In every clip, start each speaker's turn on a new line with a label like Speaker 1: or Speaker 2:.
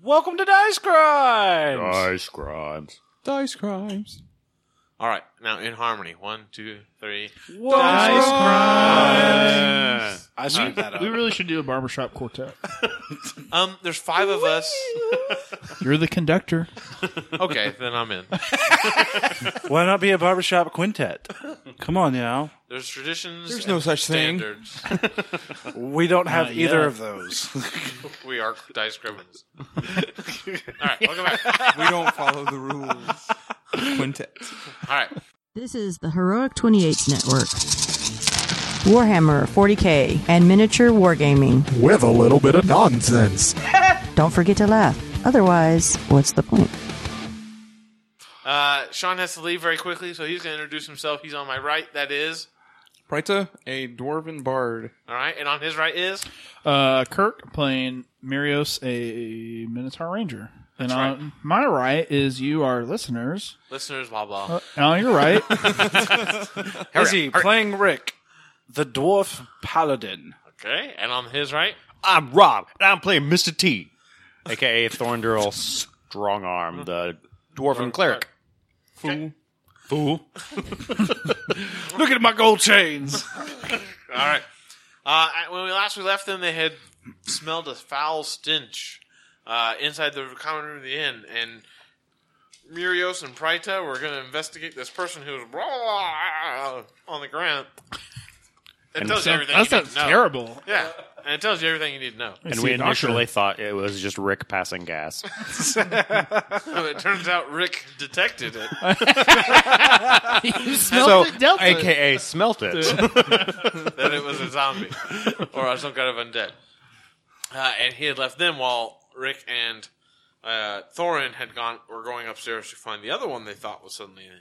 Speaker 1: Welcome to Dice Crimes.
Speaker 2: Dice crimes.
Speaker 3: Dice crimes.
Speaker 4: All right, now in harmony. One, two, three.
Speaker 1: Whoa.
Speaker 3: Dice crimes.
Speaker 4: Uh,
Speaker 1: I screwed that
Speaker 5: We
Speaker 1: up.
Speaker 5: really should do a barbershop quartet.
Speaker 4: um, there's five of us.
Speaker 3: You're the conductor.
Speaker 4: Okay, then I'm in.
Speaker 1: Why not be a barbershop quintet? Come on, you know.
Speaker 4: There's traditions.
Speaker 3: There's
Speaker 4: and
Speaker 3: no such thing.
Speaker 4: standards.
Speaker 1: We don't have
Speaker 5: Not
Speaker 1: either
Speaker 5: yet.
Speaker 1: of those.
Speaker 4: We are dice criminals. All right, welcome back.
Speaker 3: We don't follow the rules. Quintet.
Speaker 4: All right,
Speaker 6: This is the Heroic 28 Network. Warhammer 40k and miniature wargaming.
Speaker 7: with a little bit of nonsense.
Speaker 6: Don't forget to laugh. Otherwise, what's the point?
Speaker 4: uh, Sean has to leave very quickly, so he's going to introduce himself. He's on my right. That is
Speaker 3: Prita, a dwarven bard.
Speaker 4: all right, and on his right is
Speaker 5: Uh, Kirk playing Mirios, a Minotaur Ranger. And on my right is you, our listeners.
Speaker 4: listeners. Blah blah.
Speaker 3: Uh,
Speaker 5: On your right,
Speaker 1: Izzy playing Rick, the dwarf paladin.
Speaker 4: Okay, and on his right.
Speaker 2: I'm Rob, and I'm playing Mr. T, aka Thorndurl Strongarm, the dwarven cleric.
Speaker 1: Look at my gold chains.
Speaker 4: All right. Uh, I- when we last we left them, they had smelled a foul stench uh, inside the common room of the inn, and Murios and Prita were going to investigate this person who was on the ground. It tells you everything.
Speaker 5: that
Speaker 4: you need
Speaker 5: sounds
Speaker 4: to know.
Speaker 5: terrible.
Speaker 4: Yeah, and it tells you everything you need to know.
Speaker 2: And
Speaker 5: See
Speaker 2: we
Speaker 5: a doctor.
Speaker 2: initially thought it was just Rick passing gas.
Speaker 4: But it turns out Rick detected it.
Speaker 5: you
Speaker 2: so,
Speaker 5: smelled it, dealt it.
Speaker 2: aka smelt it.
Speaker 4: that it was a zombie or some kind of undead. Uh, and he had left them while Rick and uh, Thorin had gone were going upstairs to find the other one they thought was suddenly in.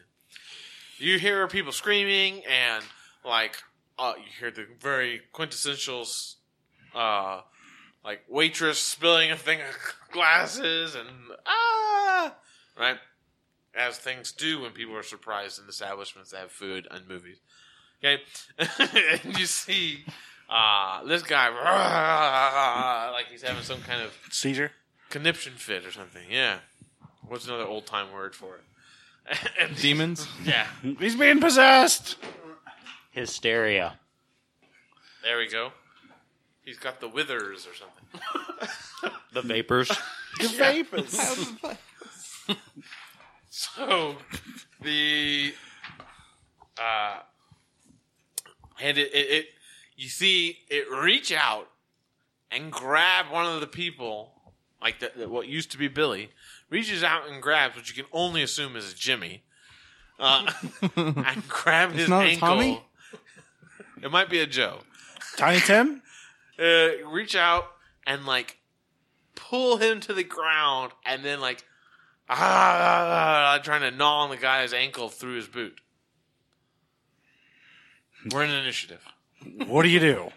Speaker 4: You hear people screaming and like uh, you hear the very quintessential uh, like waitress spilling a thing of glasses and ah right as things do when people are surprised in establishments that have food and movies. Okay, and you see uh, this guy like he's having some kind of
Speaker 1: Seizure.
Speaker 4: conniption fit or something. Yeah, what's another old time word for it? and
Speaker 3: Demons.
Speaker 4: yeah,
Speaker 1: He's being possessed.
Speaker 2: Hysteria.
Speaker 4: there we go. He's got the withers or something.
Speaker 2: The vapors.
Speaker 4: So the uh, and it, it, it you see it reach out and grab one of the people like the, the- what used to be Billy reaches out and grabs what you can only assume is Jimmy uh, and grab his
Speaker 3: not a
Speaker 4: ankle.
Speaker 3: Tommy?
Speaker 4: It might be a Joe.
Speaker 1: Tiny Tim.
Speaker 4: Uh, reach out and like pull him to the ground and then like ah, trying to gnaw on the guy's ankle through his boot. We're in initiative.
Speaker 1: What do you do?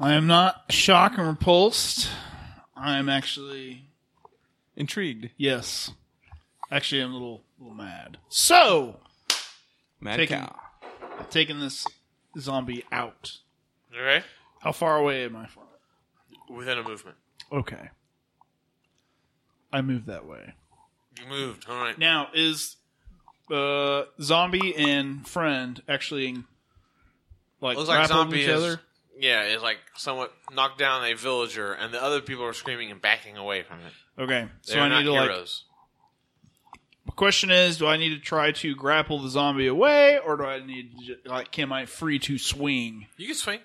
Speaker 5: I am not shocked and repulsed. I am actually
Speaker 3: Intrigued.
Speaker 5: yes. Actually, I'm a little, little mad. So
Speaker 3: Mad
Speaker 5: Taken.
Speaker 3: cow.
Speaker 5: taking this zombie out.
Speaker 4: Okay?
Speaker 5: How far away am I from it?
Speaker 4: Within a movement.
Speaker 5: Okay. I move that way.
Speaker 4: You moved. All right.
Speaker 5: Now is uh zombie and friend actually in- like
Speaker 4: Looks like
Speaker 5: grappled with
Speaker 4: zombie
Speaker 5: each
Speaker 4: is
Speaker 5: other?
Speaker 4: yeah is like somewhat knocked down a villager, and the other people are screaming and backing away from it.
Speaker 5: Okay. So
Speaker 4: They're
Speaker 5: I
Speaker 4: not
Speaker 5: need to like
Speaker 4: heroes.
Speaker 5: The question is, do I need to try to grapple the zombie away, or do I need to, ju- like, am I free to swing?
Speaker 4: You can swing.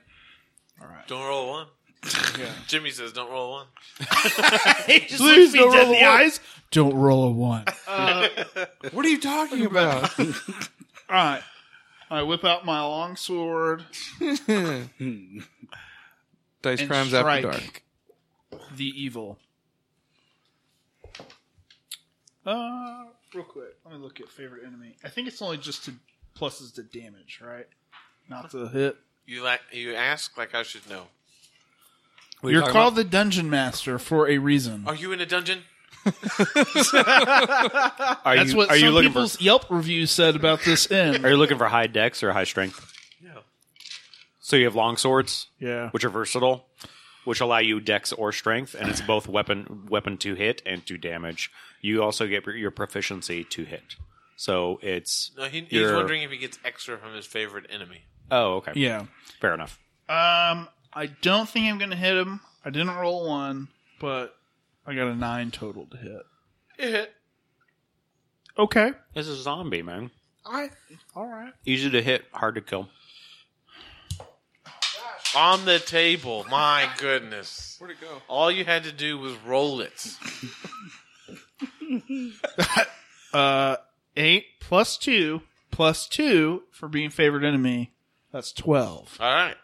Speaker 4: All
Speaker 5: right.
Speaker 4: Don't roll a one. Jimmy says, "Don't roll a one."
Speaker 5: Please don't roll the eyes. Don't roll a one. Uh,
Speaker 3: What are you talking about?
Speaker 5: All right, I whip out my long sword,
Speaker 3: Dice
Speaker 5: And
Speaker 3: crimes
Speaker 5: strike.
Speaker 3: after dark.
Speaker 5: the evil. Uh, real quick, let me look at favorite enemy. I think it's only just to pluses to damage, right? Not to hit.
Speaker 4: You like you ask like I should know.
Speaker 5: You're called the dungeon master for a reason.
Speaker 4: Are you in a dungeon?
Speaker 2: Are
Speaker 5: That's
Speaker 2: you,
Speaker 5: what
Speaker 2: are
Speaker 5: some
Speaker 2: you looking
Speaker 5: people's
Speaker 2: for?
Speaker 5: Yelp reviews said about this
Speaker 2: Are
Speaker 5: inn.
Speaker 2: you looking for high dex or high strength?
Speaker 4: No.
Speaker 2: So you have long swords,
Speaker 5: yeah.
Speaker 2: which are versatile. which allow you dex or strength, and it's both weapon weapon to hit and to damage. You also get your proficiency to hit. So it's
Speaker 4: No, he, he's
Speaker 2: your-
Speaker 4: wondering if he gets extra from his favorite enemy.
Speaker 2: Oh, okay.
Speaker 3: Yeah.
Speaker 2: fair enough.
Speaker 5: Um, I don't think I'm going to hit him. I didn't roll one, but I got a nine total to hit.
Speaker 4: It hit.
Speaker 5: Okay.
Speaker 2: This is a zombie man.
Speaker 5: I all right.
Speaker 2: Easy to hit, hard to kill.
Speaker 4: On the table. My goodness.
Speaker 3: Where'd it go?
Speaker 4: All you had to do was roll it.
Speaker 5: Uh, eight plus two plus two for being favorite enemy. That's twelve.
Speaker 4: All right.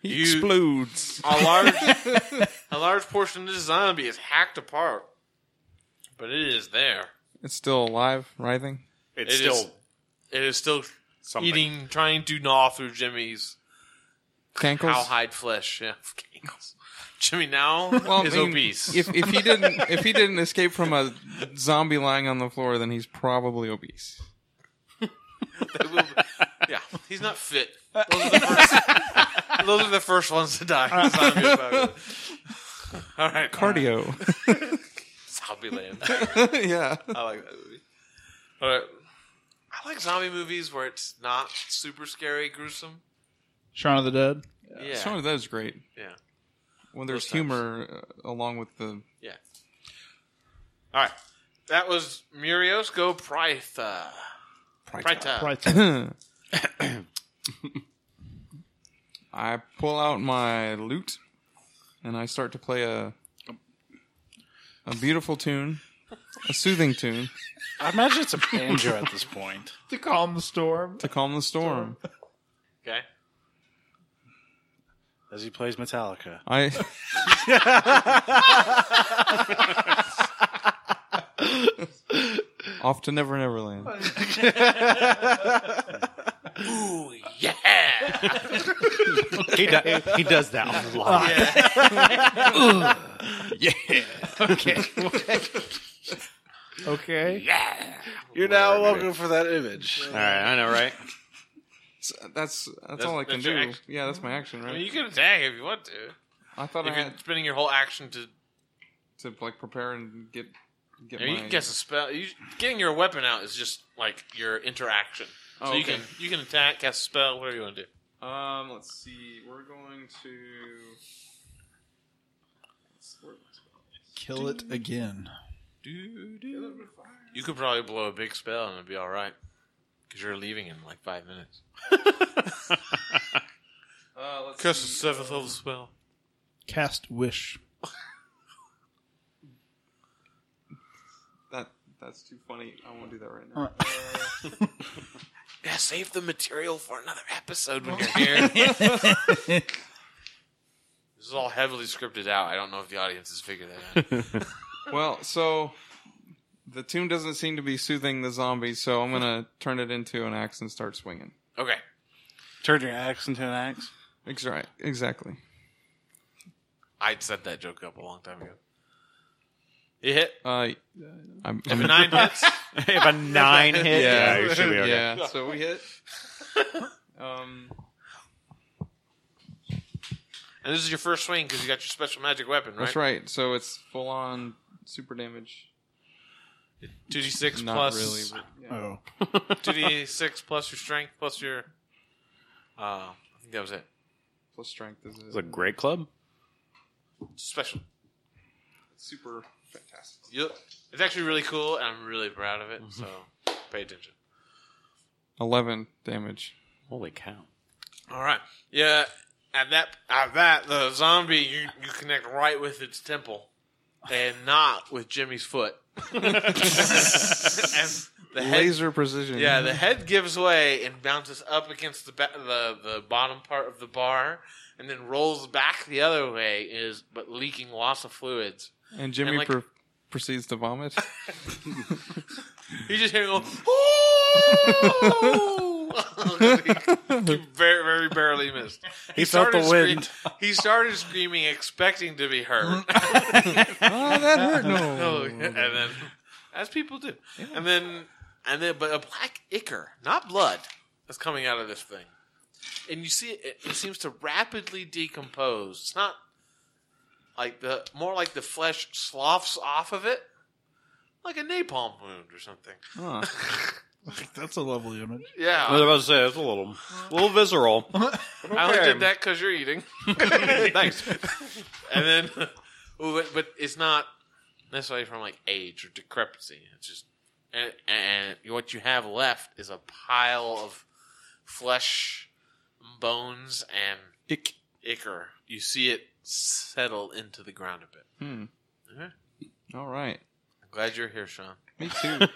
Speaker 3: He
Speaker 4: You-
Speaker 3: explodes.
Speaker 4: A large, a large portion of this zombie is hacked apart, but it is there.
Speaker 3: It's still alive, writhing.
Speaker 2: It's
Speaker 4: It
Speaker 2: still
Speaker 4: is- It is still
Speaker 2: something.
Speaker 4: eating, trying to gnaw through Jimmy's
Speaker 3: Cankles.
Speaker 4: cow hide flesh. Yeah, cankles. Jimmy now
Speaker 3: Well,
Speaker 4: is
Speaker 3: I mean,
Speaker 4: obese.
Speaker 3: If, if he didn't if he didn't escape from a zombie lying on the floor, then he's probably obese.
Speaker 4: yeah, he's not fit. Those are the first, those are the first ones to die. Zombie apocalypse. All right,
Speaker 3: Cardio.
Speaker 4: Zombie land.
Speaker 3: yeah.
Speaker 4: I like that movie. All right. I like zombie movies where it's not super scary, gruesome.
Speaker 5: Shaun of the Dead.
Speaker 4: Yeah.
Speaker 3: Some of those great.
Speaker 4: Yeah.
Speaker 3: When there's
Speaker 4: Those types.
Speaker 3: humor uh, along with the
Speaker 4: Yeah. All right. That was Muriosco Prytha. Prytha.
Speaker 5: Right.
Speaker 3: I pull out my lute and I start to play a a beautiful tune, a soothing tune
Speaker 1: I imagine it's a banjo at this point.
Speaker 5: to calm the storm.
Speaker 3: to calm the storm.
Speaker 4: Okay.
Speaker 1: As he plays Metallica.
Speaker 3: I off to Never Neverland.
Speaker 4: Ooh, yeah.
Speaker 2: he, do- he does that a lot.
Speaker 5: Okay.
Speaker 1: You're now welcome for that image.
Speaker 2: All right, I know, right?
Speaker 3: S- That's that's, all I can
Speaker 4: that's your
Speaker 3: do.
Speaker 4: action.
Speaker 3: Yeah, that's my action,
Speaker 4: I
Speaker 3: right?
Speaker 4: mean, you can attack if you want to.
Speaker 3: I thought I
Speaker 4: If you're
Speaker 3: had
Speaker 4: spending your whole action to.
Speaker 3: to like prepare and get get
Speaker 4: You, know, you
Speaker 3: my.
Speaker 4: can guess a spell. You, getting your weapon out is just like your interaction. So
Speaker 3: Oh,
Speaker 4: you
Speaker 3: okay.
Speaker 4: can you can attack, cast a spell, whatever you want to do.
Speaker 3: Um, let's see. We're going to.
Speaker 5: Kill it again.
Speaker 4: You could probably blow a big spell and it'd be all right because you're leaving in like five minutes.
Speaker 3: Uh, let's
Speaker 4: Cast a seventh level spell.
Speaker 5: Cast wish.
Speaker 3: That that's too funny. I won't do that right
Speaker 5: All
Speaker 3: now.
Speaker 5: right.
Speaker 4: Yeah, save the material for another episode when you're here. this is all heavily scripted out. I don't know if the audience has figured that out.
Speaker 3: Well, so the tune doesn't seem to be soothing the zombies, so I'm gonna turn it into an axe and start swinging.
Speaker 4: Okay.
Speaker 1: Turn your axe into an axe.
Speaker 3: Exactly. Exactly.
Speaker 4: I'd set that joke up a long time ago. You hit.
Speaker 3: Uh, I'm,
Speaker 4: If a nine
Speaker 3: I'm-
Speaker 4: hits,
Speaker 2: if a nine hit,
Speaker 3: Yeah.
Speaker 2: yeah, you should be okay.
Speaker 3: yeah. So we hit. Um,
Speaker 4: and this is your first swing because you got your special magic weapon, right?
Speaker 3: that's right. So it's full on super damage.
Speaker 4: 2d6
Speaker 3: Not
Speaker 4: plus.
Speaker 3: really. But, yeah.
Speaker 5: Oh.
Speaker 4: 2d6 plus your strength plus your. Uh, I think that was it.
Speaker 3: Plus strength is
Speaker 2: It's a great club.
Speaker 4: Special.
Speaker 3: super fantastic.
Speaker 4: You, it's actually really cool, and I'm really proud of it,
Speaker 3: Mm-hmm.
Speaker 4: so pay attention.
Speaker 3: Eleven damage.
Speaker 2: Holy cow!
Speaker 4: All right. Yeah. At that, at that, the zombie you you connect right with its temple, and not with Jimmy's foot. and the head,
Speaker 3: Laser precision.
Speaker 4: yeah,
Speaker 1: Mm-hmm.
Speaker 4: the head gives way and bounces up against the ba- the the bottom part of the bar, and then rolls back the other way. Is but leaking lots of fluids.
Speaker 3: And Jimmy
Speaker 4: and like-
Speaker 3: pro- proceeds to vomit.
Speaker 4: You just hear him go. "Ooh!" He very, very barely missed.
Speaker 1: He felt the
Speaker 4: started
Speaker 1: wind.
Speaker 4: scream- he started screaming, expecting to be hurt.
Speaker 3: oh, that hurt!
Speaker 4: Oh,
Speaker 3: No.
Speaker 4: yeah, and then, as people do, and then, and then, but a black ichor, not blood, is coming out of this thing, and you see it, it seems to rapidly decompose. It's not like the more like the flesh sloughs off of it, like a napalm wound or something.
Speaker 3: Huh.
Speaker 5: That's a lovely
Speaker 2: I
Speaker 5: image.
Speaker 2: was
Speaker 4: Yeah,
Speaker 2: about to say it's a little, little visceral.
Speaker 4: I only did that because you're eating.
Speaker 2: Thanks.
Speaker 4: and then, ooh, but, but it's not necessarily from like age or decrepency. It's just, and, and what you have left is a pile of flesh, bones, and
Speaker 3: Ick.
Speaker 4: ichor. You see it settle into the ground a bit.
Speaker 3: All right.
Speaker 4: I'm glad you're here, Sean.
Speaker 3: Me too.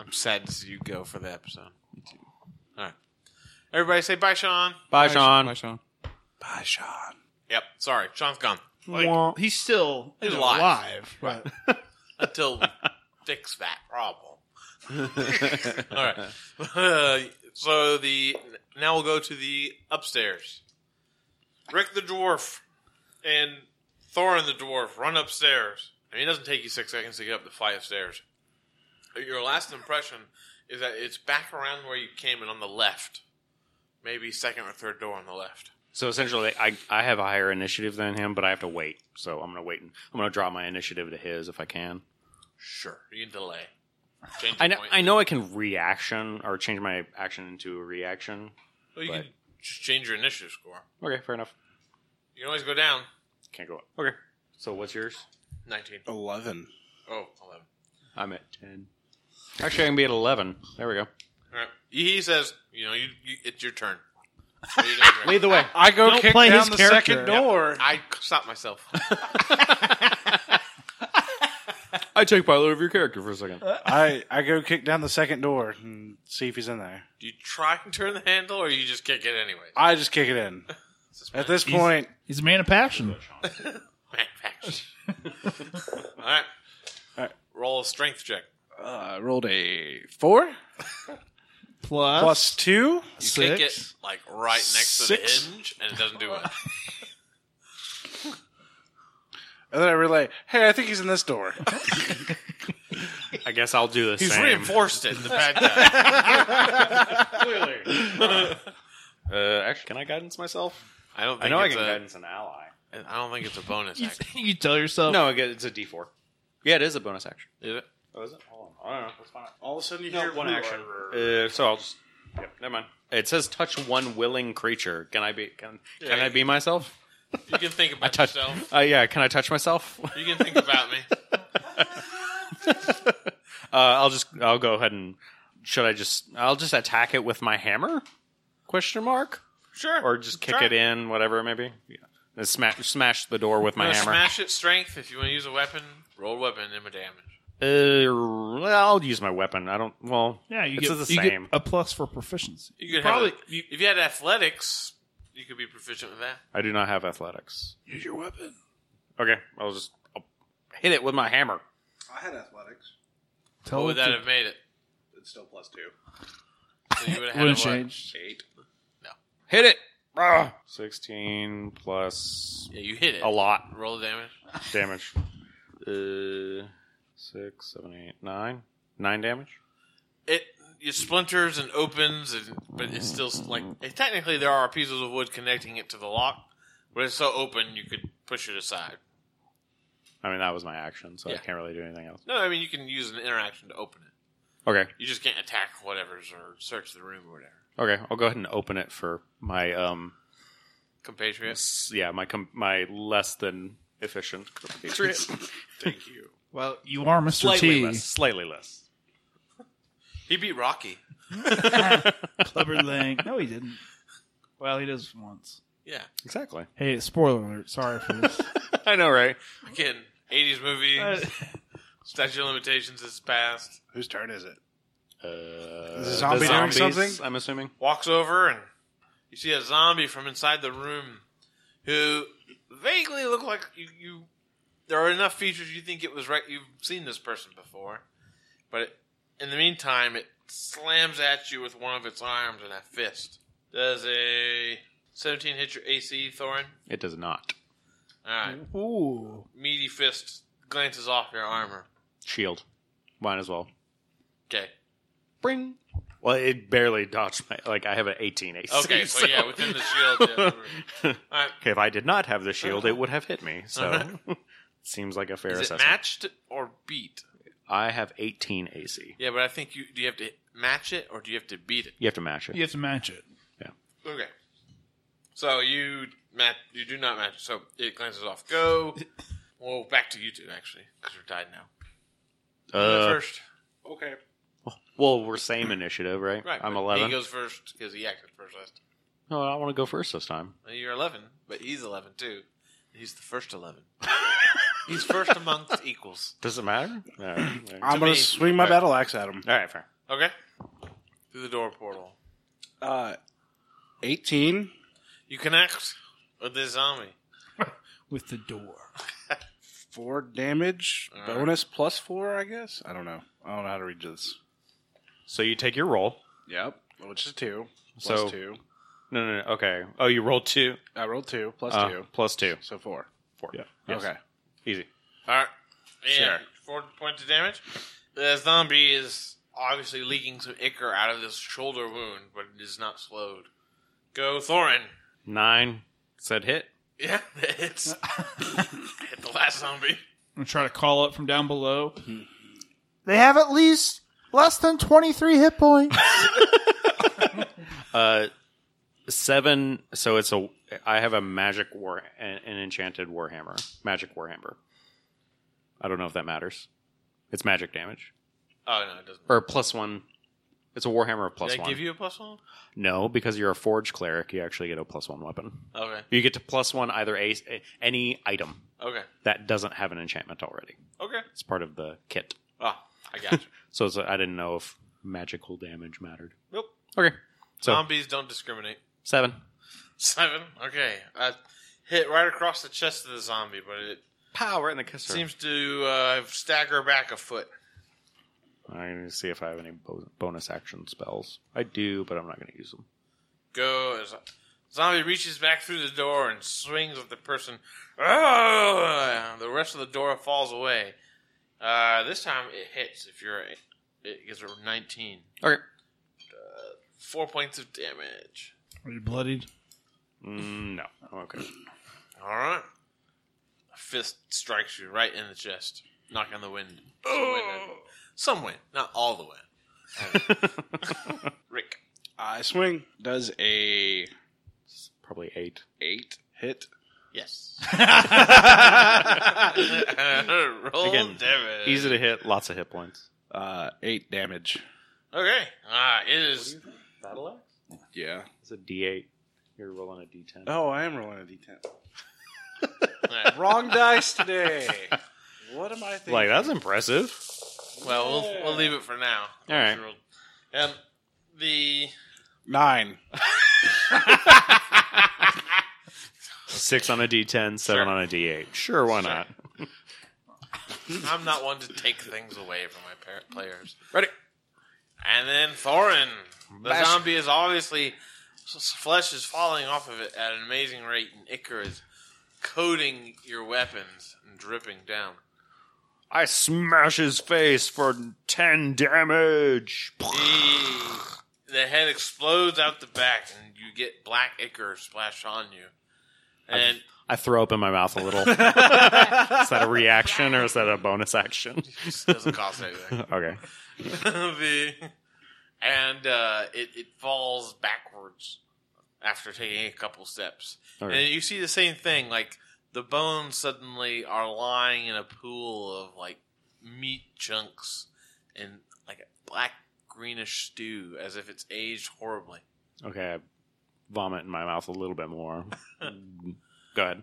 Speaker 4: I'm sad to see you go for the episode. Me too. All right. Everybody say bye, Sean.
Speaker 2: Bye, Sean.
Speaker 3: Bye, Sean.
Speaker 1: Bye, Sean.
Speaker 4: Yep. Sorry, Sean's gone.
Speaker 5: Like, he's still
Speaker 4: He's
Speaker 5: you know,
Speaker 4: alive.
Speaker 5: alive, but
Speaker 4: until we fix that problem. All right. Uh, so the now we'll go to the upstairs. Rick the dwarf and Thorin the dwarf run upstairs. I mean, it doesn't take you six seconds to get up the flight of stairs. Your last impression is that it's back around where you came and on the left, maybe second or third door on the left.
Speaker 2: So essentially, I, I have a higher initiative than him, but I have to wait. So I'm gonna wait. and I'm gonna draw my initiative to his if I can.
Speaker 4: Sure, you can delay. Change
Speaker 2: I know
Speaker 4: point.
Speaker 2: I know I can reaction or change my action into a reaction.
Speaker 4: Well, you
Speaker 2: but-
Speaker 4: can just change your initiative score.
Speaker 2: Okay, fair enough.
Speaker 4: You can always go down.
Speaker 2: Can't go up. Okay. So what's yours?
Speaker 4: Nineteen.
Speaker 1: Eleven.
Speaker 4: Oh, 11.
Speaker 2: I'm at ten. Actually, I can be at eleven. There we go.
Speaker 4: All right. He says, you know, you, you it's your turn. What are you gonna do?
Speaker 2: Lead the way.
Speaker 5: I go
Speaker 1: kick down the second
Speaker 5: door.
Speaker 4: I stopped myself.
Speaker 2: I take pilot of your character for a second.
Speaker 1: I I go kick down the second door and see if he's in there.
Speaker 4: do you try and turn the handle, or you just kick it anyway?
Speaker 1: I just kick it in. At this point,
Speaker 5: He's a man of passion.
Speaker 4: Man, facts. All right.
Speaker 1: All right.
Speaker 4: Roll a strength check.
Speaker 1: uh, rolled a four
Speaker 5: Plus,
Speaker 1: plus two.
Speaker 4: You
Speaker 5: Six.
Speaker 4: kick it like right next
Speaker 1: Six.
Speaker 4: to the hinge, and it doesn't do it.
Speaker 1: And then I relay, hey, I think he's in this door.
Speaker 2: I guess I'll do the
Speaker 4: He's
Speaker 2: same.
Speaker 4: reinforced it. The bad guy.
Speaker 2: Uh, actually, can I guidance myself?
Speaker 4: I don't. Think
Speaker 2: I know I
Speaker 4: it's
Speaker 2: can
Speaker 4: a-
Speaker 2: guidance an ally.
Speaker 4: I don't think it's a bonus action.
Speaker 5: you tell yourself.
Speaker 2: No, I get- it's a D4. Yeah, it is a bonus action.
Speaker 4: Is it?
Speaker 2: Oh, is it? Hold on. I don't know. Let's find out.
Speaker 1: All of a sudden, you
Speaker 2: No, one action. Uh, so I'll just. Yep, never mind. It says touch one willing creature. Can I be? Can Can
Speaker 4: Yeah.
Speaker 2: I be myself?
Speaker 4: You can think about
Speaker 2: Touch.
Speaker 4: yourself.
Speaker 2: Uh, yeah. Can I touch myself? uh,
Speaker 4: You can think about me.
Speaker 2: Uh, I'll just. I'll go ahead and. Should I just? I'll just attack it with my hammer? Question mark.
Speaker 4: Sure.
Speaker 2: Or just kick
Speaker 4: Try
Speaker 2: it in, whatever it may be. Yeah. And smash smash the door with my
Speaker 4: Wanna
Speaker 2: hammer.
Speaker 4: Smash it. Strength. If you want to use a weapon, roll a weapon. Imma damage.
Speaker 2: Uh, well, I'll use my weapon. I don't. Well,
Speaker 5: Yeah, you
Speaker 2: it's
Speaker 5: get,
Speaker 2: the
Speaker 5: you get
Speaker 2: same.
Speaker 5: a plus for proficiency.
Speaker 4: You could
Speaker 5: Probably-
Speaker 4: have a- if you had athletics, you could be proficient with that.
Speaker 2: I do not have athletics.
Speaker 1: Use your weapon.
Speaker 2: Okay, I'll just I'll hit it with my hammer.
Speaker 1: I had athletics.
Speaker 5: Tell
Speaker 4: What would
Speaker 5: it
Speaker 4: that
Speaker 5: to-
Speaker 4: have made it?
Speaker 1: It's still plus two.
Speaker 4: So you would have had a
Speaker 5: wouldn't
Speaker 4: what?
Speaker 5: change.
Speaker 1: Eight.
Speaker 2: Hit it. Ah, Sixteen plus
Speaker 4: Yeah, you hit it.
Speaker 2: a lot
Speaker 4: Roll the damage.
Speaker 2: damage. Uh, six, seven, eight, nine, nine damage.
Speaker 4: It it splinters and opens, and but it's still like it, technically there are pieces of wood connecting it to the lock, but it's so open you could push it aside.
Speaker 2: I mean, that was my action, so I
Speaker 4: Yeah.
Speaker 2: can't really do anything else.
Speaker 4: No, I mean you can use an interaction to open it.
Speaker 2: Okay,
Speaker 4: You just can't attack whatever's or search the room or whatever.
Speaker 2: okay, I'll go ahead and open it for my um,
Speaker 4: Compatriot.
Speaker 2: s- yeah, my com- my less than efficient compatriot. Thank you.
Speaker 5: Well, you are Mr.
Speaker 2: Slightly
Speaker 5: T.
Speaker 2: less, slightly less.
Speaker 4: He beat Rocky.
Speaker 5: Clever thing. No, he didn't. Well, he does once.
Speaker 4: Yeah.
Speaker 2: Exactly.
Speaker 5: Hey, spoiler alert. Sorry for this.
Speaker 2: I know, right?
Speaker 4: Again, eighties movies. Statute of limitations is past.
Speaker 1: Whose turn is it?
Speaker 2: Uh,
Speaker 1: the zombie doing something?
Speaker 2: I'm assuming.
Speaker 4: walks over and you see a zombie from inside the room who vaguely look like you, you there are enough features you think it was right you've seen this person before but it, in the meantime it slams at you with one of its arms and a fist does a 17 hit your ac thorin
Speaker 2: It does not.
Speaker 4: all right
Speaker 2: Mm-hmm.
Speaker 5: Ooh.
Speaker 4: meaty fist glances off your armor
Speaker 2: Shield. Mine as well.
Speaker 4: okay
Speaker 2: Bring. Well, it barely dodged my. Like I have an 18 AC.
Speaker 4: Okay, so, yeah, within the shield. Yeah, whatever. All right.
Speaker 2: Okay, if I did not have the shield, it would have hit me. So seems like a fair
Speaker 4: Uh-huh. Is it
Speaker 2: assessment.
Speaker 4: matched or beat?
Speaker 2: I have 18 AC.
Speaker 4: Yeah, but I think you do you have to match it or do you have to beat it?
Speaker 2: You have to match it.
Speaker 5: You have to match it.
Speaker 4: Okay. So you match you do not match, so it glances off. Go. well, back to you two actually, because we're tied now.
Speaker 2: Uh,
Speaker 4: first. Okay.
Speaker 2: well, we're same initiative, right?
Speaker 4: Right.
Speaker 2: I'm
Speaker 4: but
Speaker 2: 11.
Speaker 4: He goes first because he acted first last. time.
Speaker 2: no, I want to go first this time.
Speaker 4: Well, You're eleven, but he's eleven too. He's the first eleven. he's first amongst equals.
Speaker 2: Does it matter? All right, all right.
Speaker 1: I'm going
Speaker 4: me.
Speaker 1: to swing my battle axe at him.
Speaker 2: All right, fair.
Speaker 4: Okay. Through the door portal.
Speaker 1: Uh, 18.
Speaker 4: You connect with this zombie.
Speaker 5: With the door.
Speaker 1: Four damage. Bonus plus four, I guess? I don't know. I don't know how to read this.
Speaker 2: So you take your roll.
Speaker 1: Yep. Which is two. Plus
Speaker 2: So-
Speaker 1: two.
Speaker 2: No, no, no. Okay. Oh, you rolled two.
Speaker 1: I rolled two. plus
Speaker 2: Uh,
Speaker 1: two.
Speaker 2: Plus two.
Speaker 1: So four.
Speaker 2: Four. Yeah. Yes.
Speaker 1: Okay.
Speaker 2: Easy.
Speaker 4: All right. Yeah.
Speaker 1: Sure.
Speaker 4: Four points of damage. The zombie is obviously leaking some ichor out of this shoulder wound, but it is not slowed. Go, Thorin.
Speaker 2: Nine. Said hit.
Speaker 4: Yeah, it's hit the last zombie.
Speaker 5: I'm trying to call up from down below.
Speaker 8: They have at least less than 23 hit points.
Speaker 2: Seven. So it's a. I have a magic war, an, an enchanted warhammer, magic warhammer. I don't know if that matters. It's magic damage
Speaker 4: Oh no, it doesn't.
Speaker 2: or plus one. It's a warhammer of plus
Speaker 4: Did I
Speaker 2: one.
Speaker 4: give you a plus one?
Speaker 2: no, because you're a forge cleric, you actually get a plus one weapon.
Speaker 4: Okay.
Speaker 2: You get to plus one either ace, any item
Speaker 4: Okay.
Speaker 2: that doesn't have an enchantment already.
Speaker 4: Okay.
Speaker 2: It's part of the kit.
Speaker 4: Ah, I got you.
Speaker 2: So it's, I didn't know if magical damage mattered.
Speaker 4: nope.
Speaker 2: Okay. So
Speaker 4: Zombies don't discriminate.
Speaker 2: seven.
Speaker 4: Seven. Okay. I hit right across the chest of the zombie, but it
Speaker 2: Power in the kisser.
Speaker 4: seems to uh, stagger back a foot.
Speaker 2: I need to see if I have any bo- bonus action spells. I do, but I'm not going to use them.
Speaker 4: go as zombie reaches back through the door and swings at the person. Ah! The rest of the door falls away. Uh, this time it hits. If you're, a, it gives her 19,
Speaker 2: Okay.
Speaker 4: four points of damage.
Speaker 5: Are you bloodied?
Speaker 2: Mm, no. Okay.
Speaker 4: All right. A fist strikes you right in the chest, knocking the wind. Some wind, out of you. Some wind, not all the wind. Rick,
Speaker 1: I swing. Does a
Speaker 2: Probably eight.
Speaker 1: eight hit?
Speaker 4: yes. Roll
Speaker 2: Again,
Speaker 4: damage.
Speaker 2: Easy to hit. Lots of hit points.
Speaker 1: Uh, eight damage.
Speaker 4: Okay. Ah, it is
Speaker 2: Battle axe.
Speaker 1: Yeah.
Speaker 2: It's a D8. You're rolling a D10.
Speaker 1: Oh, I am rolling a d10.
Speaker 4: Alright,
Speaker 1: Wrong dice today. What am I thinking?
Speaker 2: Like that's impressive.
Speaker 4: Well, we'll, we'll leave it for now.
Speaker 2: All right.
Speaker 4: Um, the
Speaker 1: Nine.
Speaker 2: Six on a D10, seven
Speaker 4: Sure.
Speaker 2: on a D8. Sure, why not?
Speaker 4: I'm not one to take things away from my par- players. Ready? And then Thorin. The zombie is obviously s- s- flesh is falling off of it at an amazing rate, and ichor is coating your weapons and dripping down.
Speaker 2: I smash his face for ten damage.
Speaker 4: The the head explodes out the back, and you get black ichor splashed on you. And
Speaker 2: I throw up in my mouth a little. is that a reaction or is that a bonus action?
Speaker 4: it doesn't cost anything.
Speaker 2: Okay.
Speaker 4: the and uh, it it falls backwards after taking a couple steps,
Speaker 2: Okay.
Speaker 4: and you see the same thing. Like the bones suddenly are lying in a pool of like meat chunks and like a black greenish stew, as if it's aged horribly.
Speaker 2: Okay, I vomit in my mouth a little bit more. Go ahead.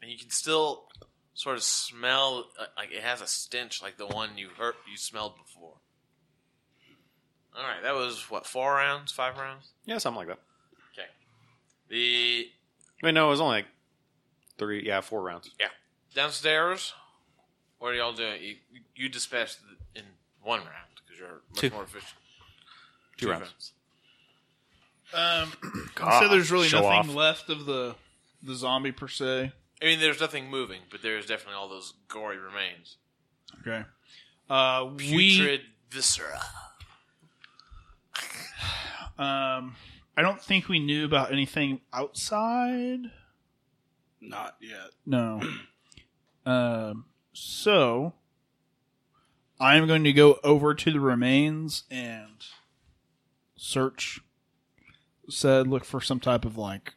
Speaker 4: and you can still sort of smell uh, like it has a stench like the one you heard you smelled before. All right, that was what four rounds, five rounds.
Speaker 2: Yeah, something like that.
Speaker 4: Okay. The
Speaker 2: Wait, no, it was only like three, yeah, four rounds.
Speaker 4: yeah downstairs. What are y'all doing? You, you dispatched the- in one round because you're much more efficient.
Speaker 2: Two, rounds.
Speaker 5: Um,
Speaker 2: God,
Speaker 5: so there's really
Speaker 2: show
Speaker 5: nothing
Speaker 2: off.
Speaker 5: left of the the zombie per se.
Speaker 4: I mean, there's nothing moving, but there's definitely all those gory remains,
Speaker 5: Okay. Uh, we
Speaker 4: putrid viscera.
Speaker 5: Um, I don't think we knew about anything outside.
Speaker 1: Not yet.
Speaker 5: No. um, so I'm going to go over to the remains and search said look for some type of like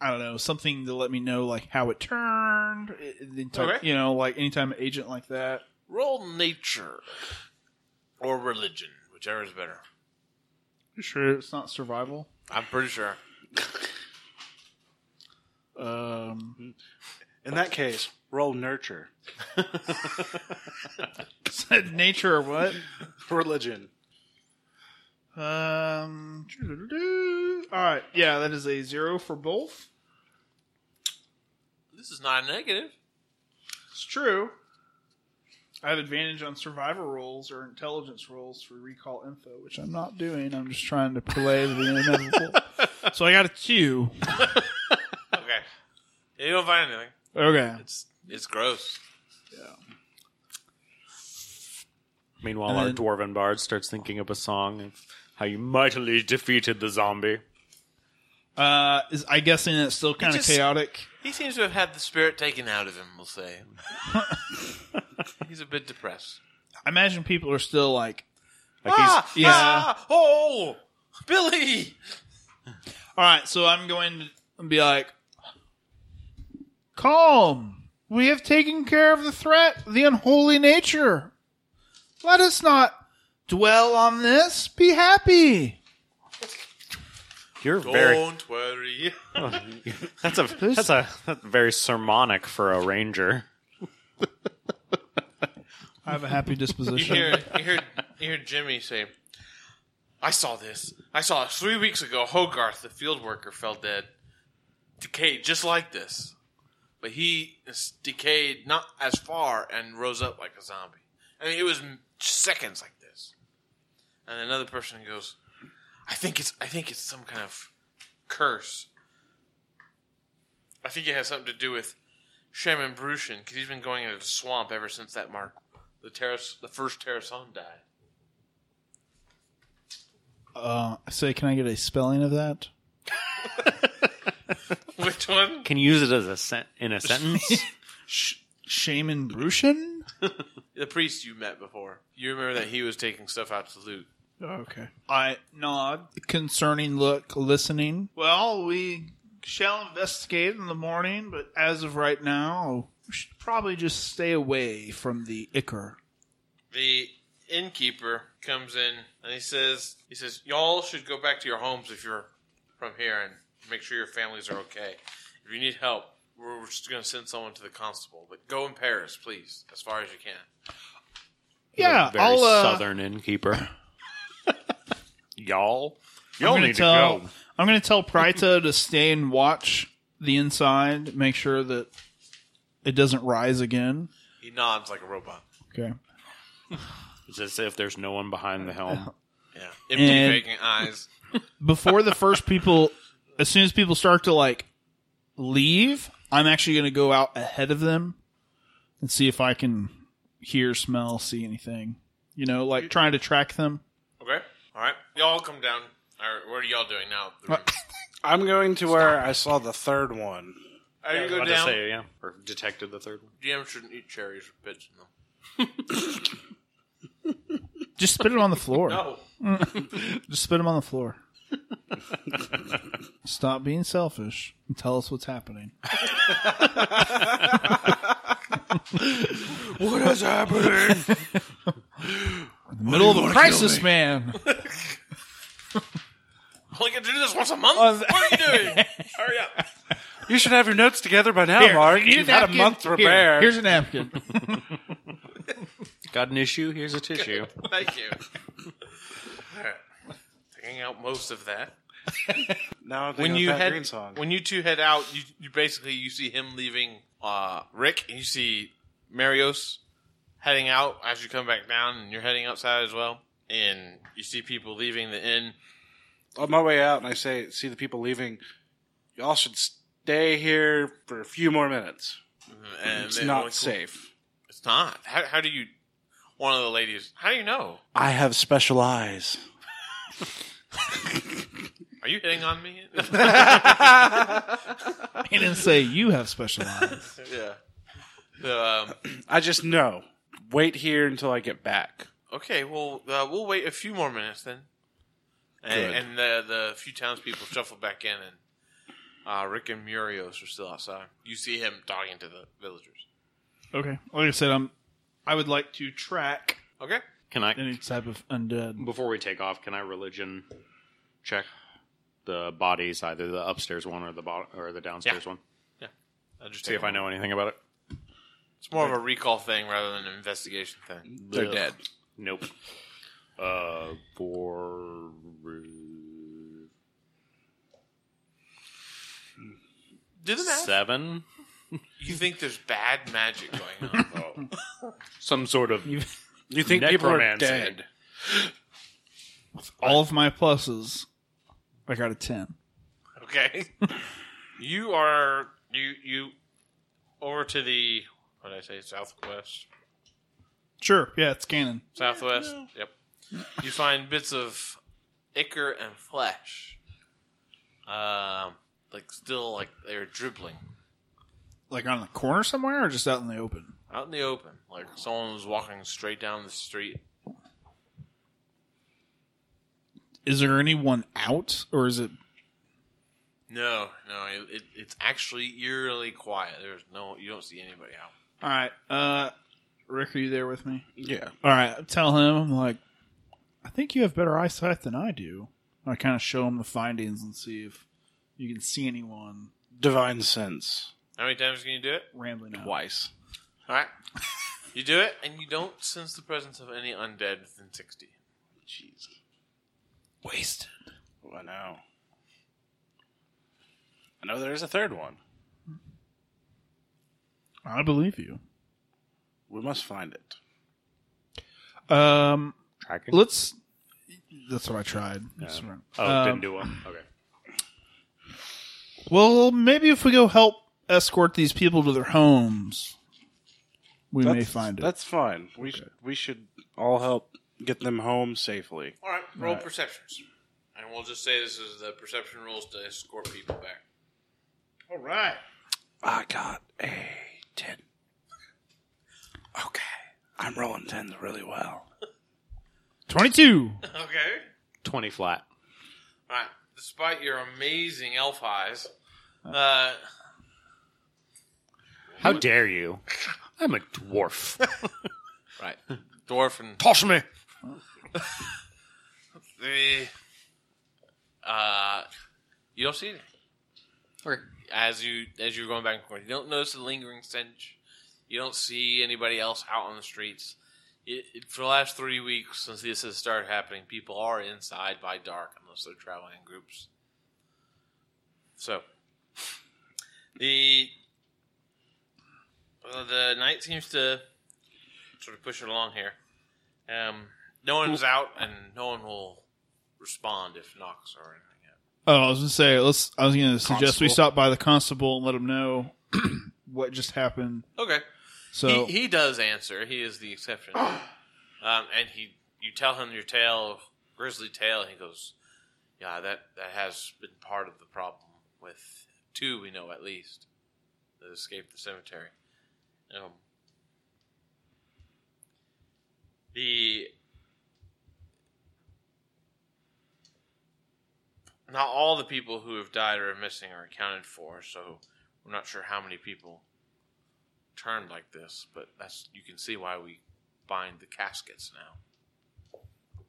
Speaker 5: I don't know, something to let me know like how it turned, i- the entire-
Speaker 4: Okay.
Speaker 5: you know, like anytime an agent like that.
Speaker 4: Roll nature or religion, whichever is better.
Speaker 5: You sure it's not survival?
Speaker 4: I'm pretty sure.
Speaker 5: Um,
Speaker 1: In that case, roll nurture,
Speaker 5: said nature or what?
Speaker 1: religion.
Speaker 5: Um. All right. Yeah, that is a zero for both.
Speaker 4: This is not a negative.
Speaker 5: It's true. I have advantage on survivor rolls or intelligence rolls for recall info, which I'm not doing. I'm just trying to play the inevitable. So I got a two.
Speaker 4: Okay. You don't find anything.
Speaker 5: Okay.
Speaker 4: It's it's gross.
Speaker 2: Meanwhile,
Speaker 5: And
Speaker 2: our
Speaker 5: then-
Speaker 2: dwarven bard starts thinking up a song of how you mightily defeated the zombie.
Speaker 5: Uh, is I guessing it's still kind of
Speaker 4: just-
Speaker 5: chaotic.
Speaker 4: He seems to have had the spirit taken out of him, we'll say. He's a bit depressed.
Speaker 5: I imagine people are still like,
Speaker 2: Like he's
Speaker 5: yeah.
Speaker 4: Ah, oh, Billy!
Speaker 5: all right. So I'm going to be like, calm. We have taken care of the threat, the unholy nature. Let us not dwell on this. Be happy.
Speaker 2: you're very
Speaker 4: Don't worry.
Speaker 2: that's a that's a that's very sermonic for a ranger.
Speaker 5: I have a happy
Speaker 4: You
Speaker 5: disposition.
Speaker 4: hear, you hear, you hear Jimmy say, "I saw this. I saw it three weeks ago. Hogarth, the field worker, fell dead, decayed just like this, but he is decayed not as far and rose up like a zombie. I mean, it was m- seconds like this." And another person goes, "I think it's. I think it's some kind of curse. I think it has something to do with." Shaman Brushin, because he's been going into the swamp ever since that mark the terrace, the first Terrason died.
Speaker 5: Uh, so can I get a spelling of that?
Speaker 4: Which one?
Speaker 2: Can you use it as a sen- in a sentence?
Speaker 5: Sh- Shaman Brushin?
Speaker 4: The priest you met before. You remember that he was taking stuff out to loot.
Speaker 5: Oh, Okay. I nod, concerning look, listening. Well, we shall investigate in the morning, but as of right now, we should probably just stay away from the Icar.
Speaker 4: The innkeeper comes in and he says, "He says y'all should go back to your homes if you're from here and make sure your families are okay. If you need help, we're we're just going to send someone to the constable. But go in Paris, please, as far as you can."
Speaker 5: Yeah,
Speaker 2: very
Speaker 5: I'll. Uh,
Speaker 2: southern innkeeper. Y'all, y'all
Speaker 5: I'm gonna
Speaker 2: need
Speaker 5: tell,
Speaker 2: to go.
Speaker 5: I'm going to tell Prito to stay and watch the inside, make sure that it doesn't rise again.
Speaker 4: He nods like a robot.
Speaker 5: Okay.
Speaker 2: Is this if there's no one behind the helm?
Speaker 4: Yeah, empty
Speaker 5: And-
Speaker 4: vacant eyes.
Speaker 5: before the first people as soon as people start to like leave i'm actually going to go out ahead of them and see if i can hear smell see anything you know like trying to track them
Speaker 4: Okay, all right. Y'all come down. Or what are y'all doing now? The room.
Speaker 1: I'm going to where I saw the third one.
Speaker 4: Are you
Speaker 2: I
Speaker 4: go
Speaker 2: was about
Speaker 4: down?
Speaker 2: to say, yeah, or detected the third one.
Speaker 4: DM shouldn't eat cherries or pits in them.
Speaker 5: just spit it on the floor
Speaker 4: No.
Speaker 5: just spit them on the floor stop being selfish and tell us what's happening
Speaker 1: What is happening?
Speaker 5: middle of a crisis man
Speaker 4: Only get to do this once a month?
Speaker 5: Oh,
Speaker 4: what are you doing? Hurry up.
Speaker 1: you should have your notes together by now, Mark. You've had a
Speaker 5: napkin.
Speaker 1: month to
Speaker 5: Here,
Speaker 1: prepare.
Speaker 5: here's a napkin
Speaker 2: Got an issue? Here's a tissue.
Speaker 4: Thank you. Alright. Taking out most of that.
Speaker 1: now I'm
Speaker 4: When
Speaker 1: thinking
Speaker 4: you
Speaker 1: of Pat
Speaker 4: head,
Speaker 1: Green song.
Speaker 4: when you two head out, you, you basically you see him leaving uh, Rick, and you see Marios heading out as you come back down, and you're heading outside as well. And you see people leaving the inn.
Speaker 1: on my way out and I say, see the people leaving, y'all should stay here for a few more minutes.
Speaker 4: And
Speaker 1: It's
Speaker 4: they-
Speaker 1: not
Speaker 4: like,
Speaker 1: safe.
Speaker 4: It's not. How, how do you? One of the ladies. How do you know?
Speaker 1: I have special eyes.
Speaker 4: Are you hitting on me?
Speaker 5: He didn't say you have special eyes.
Speaker 4: yeah. So, um,
Speaker 1: I just know. Wait here until I get back.
Speaker 4: okay, well, uh, we'll wait a few more minutes then.
Speaker 1: Good.
Speaker 4: And, and the, the few townspeople shuffle back in, and uh, Rick and Murios are still outside. You see him talking to the villagers.
Speaker 5: Okay. Like I said, I'm. I would like to track
Speaker 4: Okay?
Speaker 2: Can I
Speaker 5: any type of undead.
Speaker 2: before we take off, can I religion check the bodies, either the upstairs one or the bottom or the downstairs
Speaker 4: Yeah.
Speaker 2: one?
Speaker 4: I'll just
Speaker 2: See if I know anything about it.
Speaker 4: It's more of a recall thing rather than an investigation thing.
Speaker 1: They're dead.
Speaker 2: Nope. Uh, for
Speaker 4: Do the math.
Speaker 2: seven,
Speaker 4: You think there's bad magic going on, Oh, though.
Speaker 2: some sort of
Speaker 1: You think people are
Speaker 2: Necromancy.
Speaker 1: dead?
Speaker 5: All of my pluses, I got a ten.
Speaker 4: Okay. you are you you over to the what did I say southwest
Speaker 5: Sure. Yeah, it's canon.
Speaker 4: southwest. Yep. You find bits of ichor and flesh, um, like still like they're dribbling
Speaker 5: Like on the corner somewhere, or just out in the open.
Speaker 4: out in the open, like someone was walking straight down the street.
Speaker 5: Is there anyone out, or is it?
Speaker 4: No, no, it, it, it's actually eerily quiet. There's no, you don't see anybody out.
Speaker 5: All right. Uh, Rick, are you there with me?
Speaker 1: Yeah.
Speaker 5: All right. Tell him. I'm like, I think you have better eyesight than I do. I kind of show him the findings and see if you can see anyone
Speaker 1: Divine sense.
Speaker 4: How many times can you do it?
Speaker 5: rambling out.
Speaker 1: Twice.
Speaker 4: All right, you do it, and you don't sense the presence of any undead within sixty.
Speaker 1: Jeez.
Speaker 5: Wasted.
Speaker 1: Oh, I know. I know there is a third one.
Speaker 5: I believe you.
Speaker 1: We must find it.
Speaker 5: Um,
Speaker 2: tracking.
Speaker 5: let's. That's what I tried. That's right.
Speaker 2: Oh,
Speaker 5: Um,
Speaker 2: didn't do well. Okay.
Speaker 5: Well, maybe if we go help escort these people to their homes, we may
Speaker 1: That's-
Speaker 5: find it.
Speaker 1: That's fine. We sh- we should all help get them home safely.
Speaker 4: All right, roll perceptions. And we'll just say this is the perception rules to escort people back.
Speaker 5: all right.
Speaker 1: I got a ten. Okay, I'm rolling tens really well.
Speaker 5: Twenty-two.
Speaker 4: Okay.
Speaker 2: Twenty flat.
Speaker 4: All right. Despite your amazing elf eyes, uh,
Speaker 2: How dare you? I'm a dwarf.
Speaker 4: right, dwarf and
Speaker 2: Toss me.
Speaker 4: the, uh, you don't see anything. As you as you're going back and forth, you don't notice the lingering stench. You don't see anybody else out on the streets. It, it, for the last three weeks since this has started happening, people are inside by dark unless they're traveling in groups. So the well, the night seems to sort of push it along here. Um, no one's out, and no one will respond if knocks or anything. yet.
Speaker 5: Oh, I was gonna say. Let's. I was gonna suggest we
Speaker 1: Constable.
Speaker 5: stop by the constable and let him know what just happened.
Speaker 4: Okay.
Speaker 5: So
Speaker 4: he, he does answer. He is the exception. um, and he, you tell him your tale, grisly tale, and he goes, "Yeah, that that has been part of the problem with two we know at least that escaped the cemetery." Um, the not all the people who have died or are missing are accounted for, so we're not sure how many people turned like this, but that's you can see why we bind the caskets now.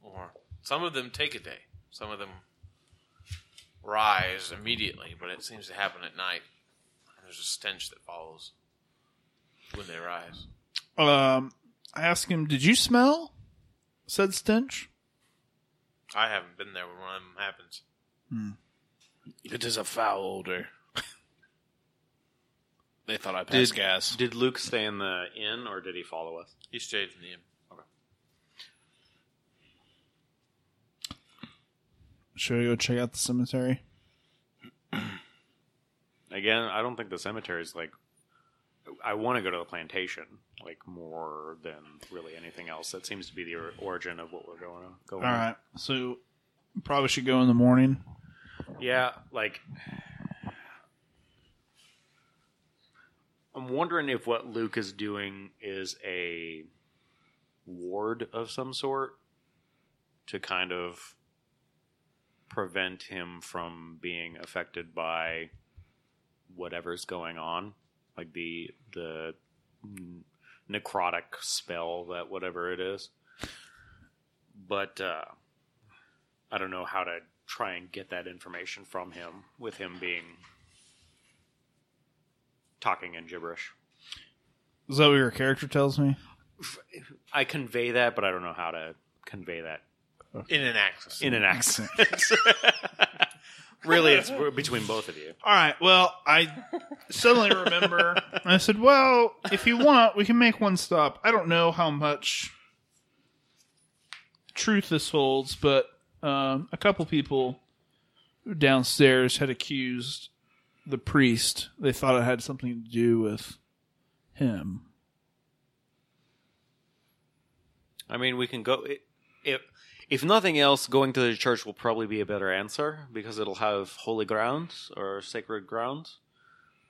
Speaker 4: Or some of them take a day. Some of them rise immediately, but it seems to happen at night. And there's a stench that follows when they rise.
Speaker 5: um, I asked him, "Did you smell?" Said stench.
Speaker 4: I haven't been there when one of them happens.
Speaker 1: It is a foul odor. they thought I passed gas.
Speaker 2: Did Luke stay in the inn or did he follow us?
Speaker 4: He stayed in the inn.
Speaker 5: Should we go check out the cemetery?
Speaker 2: Again, I don't think the cemetery is like. I want to go to the plantation, like more than really anything else. That seems to be the or- origin of what we're going on. Going
Speaker 5: All right. So Probably should go in the morning.
Speaker 2: Yeah, like I'm wondering if what Luke is doing is a ward of some sort to kind of prevent him from being affected by whatever's going on, like the the n- necrotic spell that whatever it is. But uh I don't know how to try and get that information from him with him being talking in gibberish.
Speaker 5: Is that what your character tells me?
Speaker 2: I convey that, but I don't know how to convey that
Speaker 4: in an axis.
Speaker 2: in an accent. really, it's between both of you.
Speaker 5: All right. Well, I suddenly remember. and I said, "Well, if you want, we can make one stop." I don't know how much truth this holds, but um, a couple people downstairs had accused the priest. They thought it had something to do with him.
Speaker 2: I mean, we can go. i- If if nothing else, going to the church will probably be a better answer because it'll have holy grounds or sacred grounds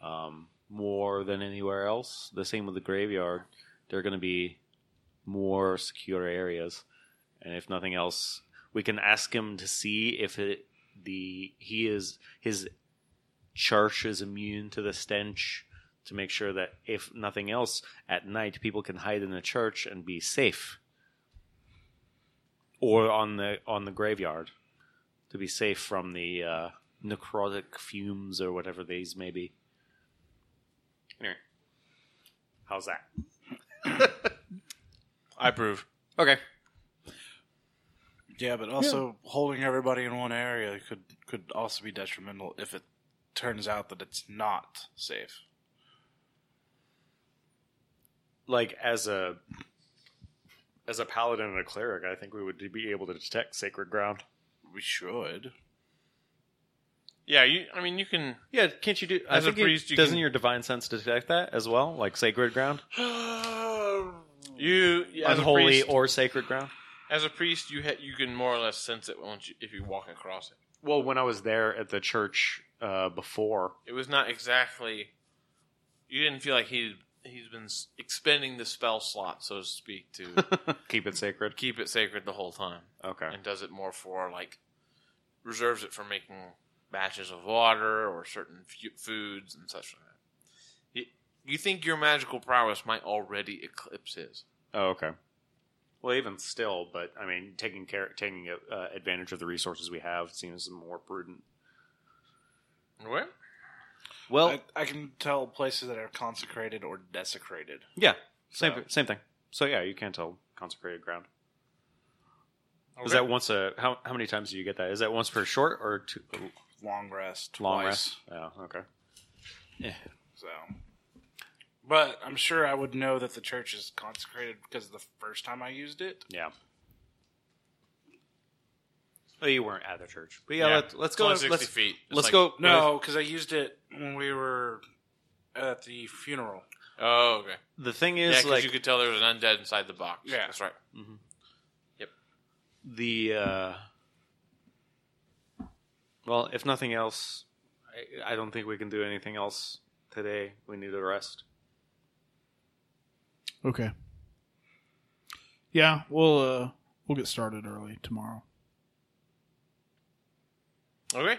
Speaker 2: um, more than anywhere else. The same with the graveyard; they're going to be more secure areas. And if nothing else, we can ask him to see if it, the he is his church is immune to the stench to make sure that if nothing else at night people can hide in the church and be safe or on the on the graveyard to be safe from the uh, necrotic fumes or whatever these may be. Anyway, how's that?
Speaker 4: I approve.
Speaker 2: Okay.
Speaker 1: Yeah, but also holding everybody in one area could could also be detrimental if it turns out that it's not safe.
Speaker 2: Like as a as a paladin and a cleric, I think we would be able to detect sacred ground.
Speaker 1: We should.
Speaker 4: Yeah, you. I mean, you can.
Speaker 2: Yeah, can't you do?
Speaker 4: As a priest, you
Speaker 2: doesn't
Speaker 4: can-
Speaker 2: your divine sense detect that as well, like sacred ground,
Speaker 4: You as
Speaker 2: unholy
Speaker 4: a priest,
Speaker 2: or sacred ground?
Speaker 4: as a priest, you ha- you can more or less sense it once you, if you walk across it.
Speaker 2: Well, when I was there at the church uh, before,
Speaker 4: It was not exactly. You didn't feel like he he's been s- expending the spell slot, so to speak, to
Speaker 2: keep it sacred.
Speaker 4: keep it sacred the whole time,
Speaker 2: Okay.
Speaker 4: and does it more for like reserves it for making batches of water or certain fu- foods and such like that. You, you think your magical prowess might already eclipse his?
Speaker 2: Oh, okay. Well, even still, but I mean, taking care, taking uh, advantage of the resources we have seems more prudent.
Speaker 4: What?
Speaker 2: Well,
Speaker 1: I, I can tell places that are consecrated or desecrated.
Speaker 2: yeah, same same thing. So yeah, you can tell consecrated ground. Is that once a how how many times do you get that? Is that once per short or two
Speaker 1: Long rest, twice.
Speaker 2: long rest? Oh, okay.
Speaker 1: So, but I'm sure I would know that the church is consecrated because the first time I used it.
Speaker 2: Yeah. Well, Oh, you weren't at the church, but yeah,
Speaker 4: Yeah.
Speaker 2: Let's, let's
Speaker 4: It's
Speaker 2: go.
Speaker 4: only
Speaker 2: Let's,
Speaker 4: 60 feet. It's
Speaker 2: let's
Speaker 4: like-
Speaker 2: go.
Speaker 1: No, because I used it when we were at the funeral.
Speaker 4: Oh, okay.
Speaker 2: The thing
Speaker 4: Yeah,
Speaker 2: is,
Speaker 4: 'cause
Speaker 2: like,
Speaker 4: you could tell there was an undead inside the box.
Speaker 1: Yeah.
Speaker 4: that's right.
Speaker 2: the uh well if nothing else I, I don't think we can do anything else today we need a rest
Speaker 5: Okay. Yeah, we'll uh, we'll get started early tomorrow.
Speaker 4: Okay.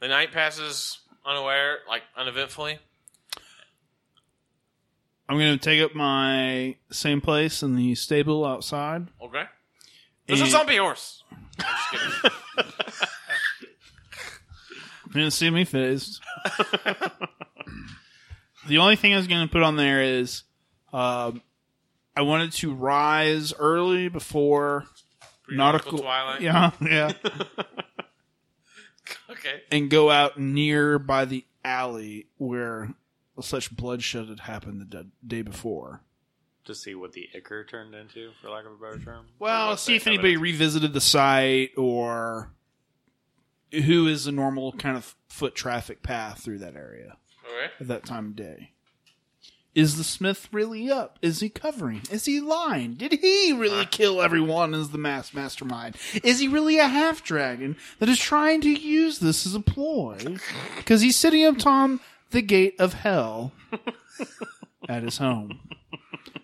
Speaker 4: The night passes unaware, like uneventfully.
Speaker 5: I'm gonna take up my same place in the stable outside.
Speaker 4: Okay. There's a
Speaker 5: And-
Speaker 4: zombie horse. I'm just kidding.
Speaker 5: You didn't see me phased. the only thing I was going to put on there is um, I wanted to rise early before nautical
Speaker 4: twilight.
Speaker 5: Yeah, yeah,
Speaker 4: Okay.
Speaker 5: and go out near by the alley where such bloodshed had happened the d- day before.
Speaker 2: to see what the ichor turned into for lack of a better term Or
Speaker 5: Well,
Speaker 2: what
Speaker 5: see
Speaker 2: the
Speaker 5: if anybody
Speaker 2: evidence-
Speaker 5: revisited the site or who is the normal kind of foot traffic path through that area
Speaker 4: Okay.
Speaker 5: at that time of day. Is the Smith really up? Is he covering? Is he lying? Did he really kill everyone as the mass mastermind? Is he really a half dragon that is trying to use this as a ploy? Because he's sitting up Tom the gate of hell at his home.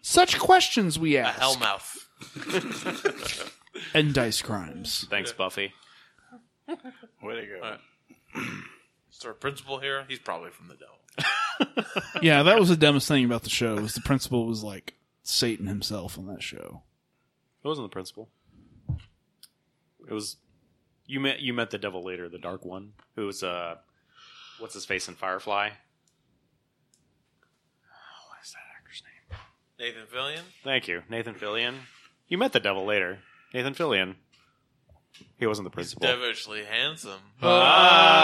Speaker 5: Such questions we ask
Speaker 4: Hellmouth.
Speaker 5: and dice crimes.
Speaker 2: Thanks, Buffy.
Speaker 1: Way to go.
Speaker 4: Is there a principal here? He's probably from the devil.
Speaker 5: Yeah, that was the dumbest thing about the show was the principal was like Satan himself on that show.
Speaker 2: It wasn't the principal. It was you met you met the devil later, the dark one, who was uh what's his face in Firefly? Oh, what is that actor's name?
Speaker 4: Nathan Fillion?
Speaker 2: Thank you. Nathan Fillion. You met the devil later. Nathan Fillion. He wasn't the principal.
Speaker 4: Devilishly handsome.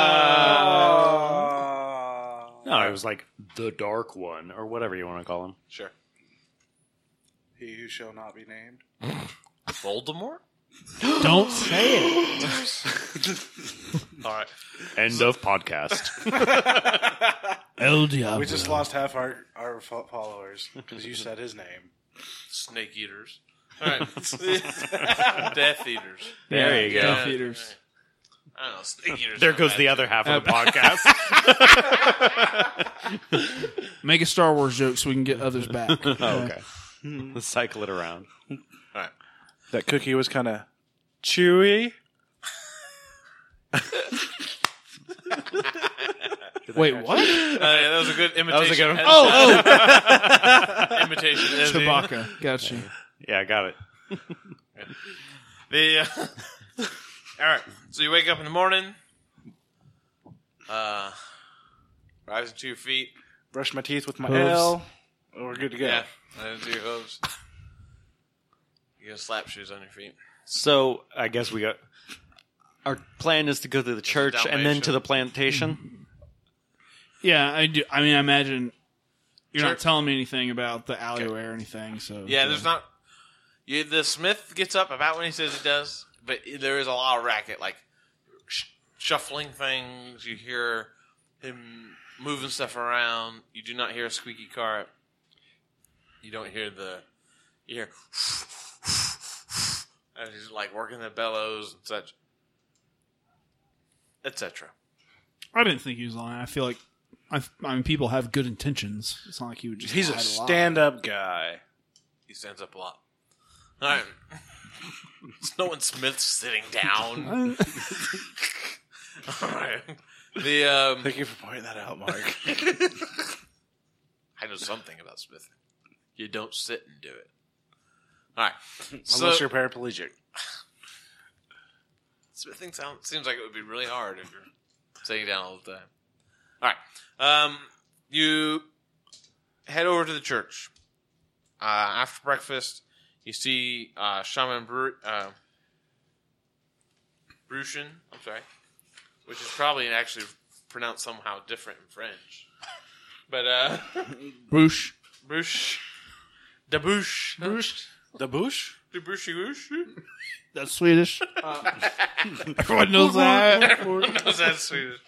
Speaker 1: Uh,
Speaker 2: no, it was like the dark one or whatever you want to call him.
Speaker 4: Sure.
Speaker 1: He who shall not be named.
Speaker 4: Voldemort?
Speaker 5: Don't say it.
Speaker 4: All right.
Speaker 2: End of podcast.
Speaker 5: El Diablo.
Speaker 1: We just lost half our, our fo- followers because you said his name.
Speaker 4: Snake eaters. All right. Death eaters.
Speaker 2: there you go.
Speaker 4: Yeah.
Speaker 5: Theaters.
Speaker 4: I don't know. Snake eaters.
Speaker 2: There
Speaker 4: not
Speaker 2: goes
Speaker 4: bad.
Speaker 2: the other half of the podcast.
Speaker 5: Make a Star Wars joke so we can get others back.
Speaker 2: okay. Let's cycle it around.
Speaker 1: That cookie was kind of chewy.
Speaker 5: Wait, what?
Speaker 4: Uh, yeah, that was a good imitation. That was a good
Speaker 5: Oh, oh,
Speaker 4: imitation. editing.
Speaker 5: Chewbacca. Gotcha.
Speaker 2: Yeah, I got it.
Speaker 4: The uh, all right. So you wake up in the morning. Uh, rise to your feet.
Speaker 1: Brush my teeth with my
Speaker 5: Hooves.
Speaker 1: L. Oh, We're good to go.
Speaker 4: Yeah, rise to your hooves. You got slap shoes on your feet.
Speaker 2: So I guess we got our plan is to go to the church and then to the plantation.
Speaker 5: Yeah, I do. I mean, I imagine you're
Speaker 4: Sure.
Speaker 5: not telling me anything about the alleyway or anything. So
Speaker 4: Yeah, there's not. You, the Smith gets up about when he says he does, but there is a lot of racket, like sh- shuffling things. You hear him moving stuff around. You do not hear a squeaky cart. You don't hear the. You hear. As he's like working the bellows and such, etc.
Speaker 5: I didn't think he was lying. I feel like I, I mean, people have good intentions. It's not like he would just.
Speaker 1: He's
Speaker 5: hide
Speaker 1: a
Speaker 5: lot.
Speaker 1: stand up guy.
Speaker 4: He stands up a lot. All right. It's no one Smith sitting down. All right. The um,
Speaker 1: Thank you for pointing that out, Mark.
Speaker 4: I know something about Smith. You don't sit and do it. All right. So,
Speaker 1: Unless you're paraplegic.
Speaker 4: Smithing sound seems like it would be really hard if you're sitting down all the time. All right. Um, you head over to the church. Uh, after breakfast, you see uh, Shaman Bru- uh, Brucian, I'm sorry, which is probably actually pronounced somehow different in French. But uh,
Speaker 5: Boosh.
Speaker 4: Bruce, Dabouche, Bruce,
Speaker 1: The bush?
Speaker 4: Dabouche,
Speaker 5: That's Swedish. Everyone knows that.
Speaker 4: How's that Swedish?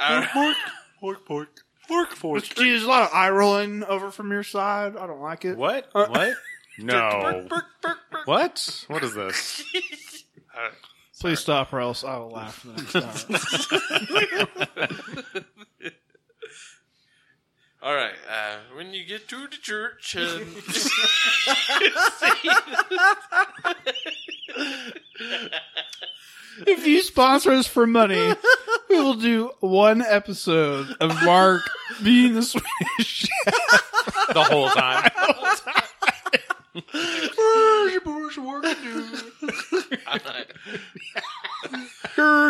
Speaker 4: All right.
Speaker 1: Pork, pork, pork. Pork, pork.
Speaker 5: Geez, there's a lot of eye rolling over from your side. I don't like it.
Speaker 2: What? What? No. What? What is this?
Speaker 5: Please stop, or else I will laugh for the next hour.
Speaker 4: All right. Uh, when you get to the church, um,
Speaker 5: if you sponsor us for money, we will do one episode of Mark being the Swedish.
Speaker 2: The whole time. Here,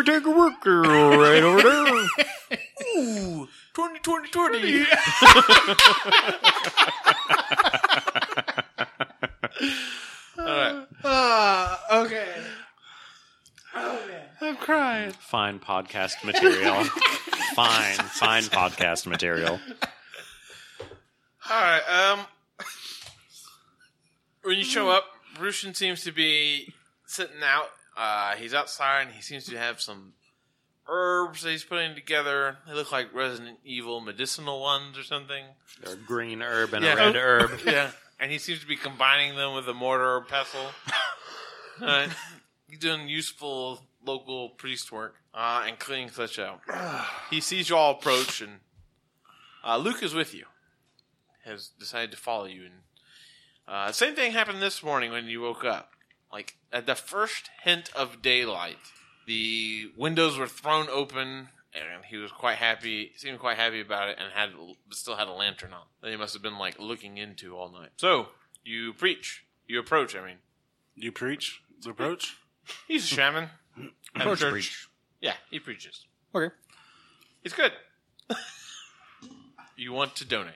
Speaker 2: take a look here, right over there.
Speaker 4: 20, 20, 20. All right.
Speaker 5: okay.
Speaker 2: Fine podcast material. fine, fine podcast material.
Speaker 4: All right. Um, when you show up, Russian seems to be sitting out. Uh, he's outside and he seems to have some herbs that he's putting together. They look like Resident Evil medicinal ones or something.
Speaker 2: A green herb and
Speaker 4: Yeah.
Speaker 2: a red herb.
Speaker 4: Yeah, and he seems to be combining them with a mortar or pestle. uh, he's doing useful local priest work uh, and cleaning such out. he sees you all approach, and uh, Luke is with you. Has decided to follow you, and uh, same thing happened this morning when you woke up. Like at the first hint of daylight, the windows were thrown open, and he was quite happy. Seemed quite happy about it, and had but still had a lantern on. That he must have been like looking into all night. So you preach, you approach. I mean,
Speaker 1: You preach? The approach?
Speaker 4: he's a shaman. at a
Speaker 2: Approach,
Speaker 4: church.
Speaker 2: preach.
Speaker 4: Yeah, he preaches.
Speaker 2: Okay.
Speaker 4: It's good. you want to donate?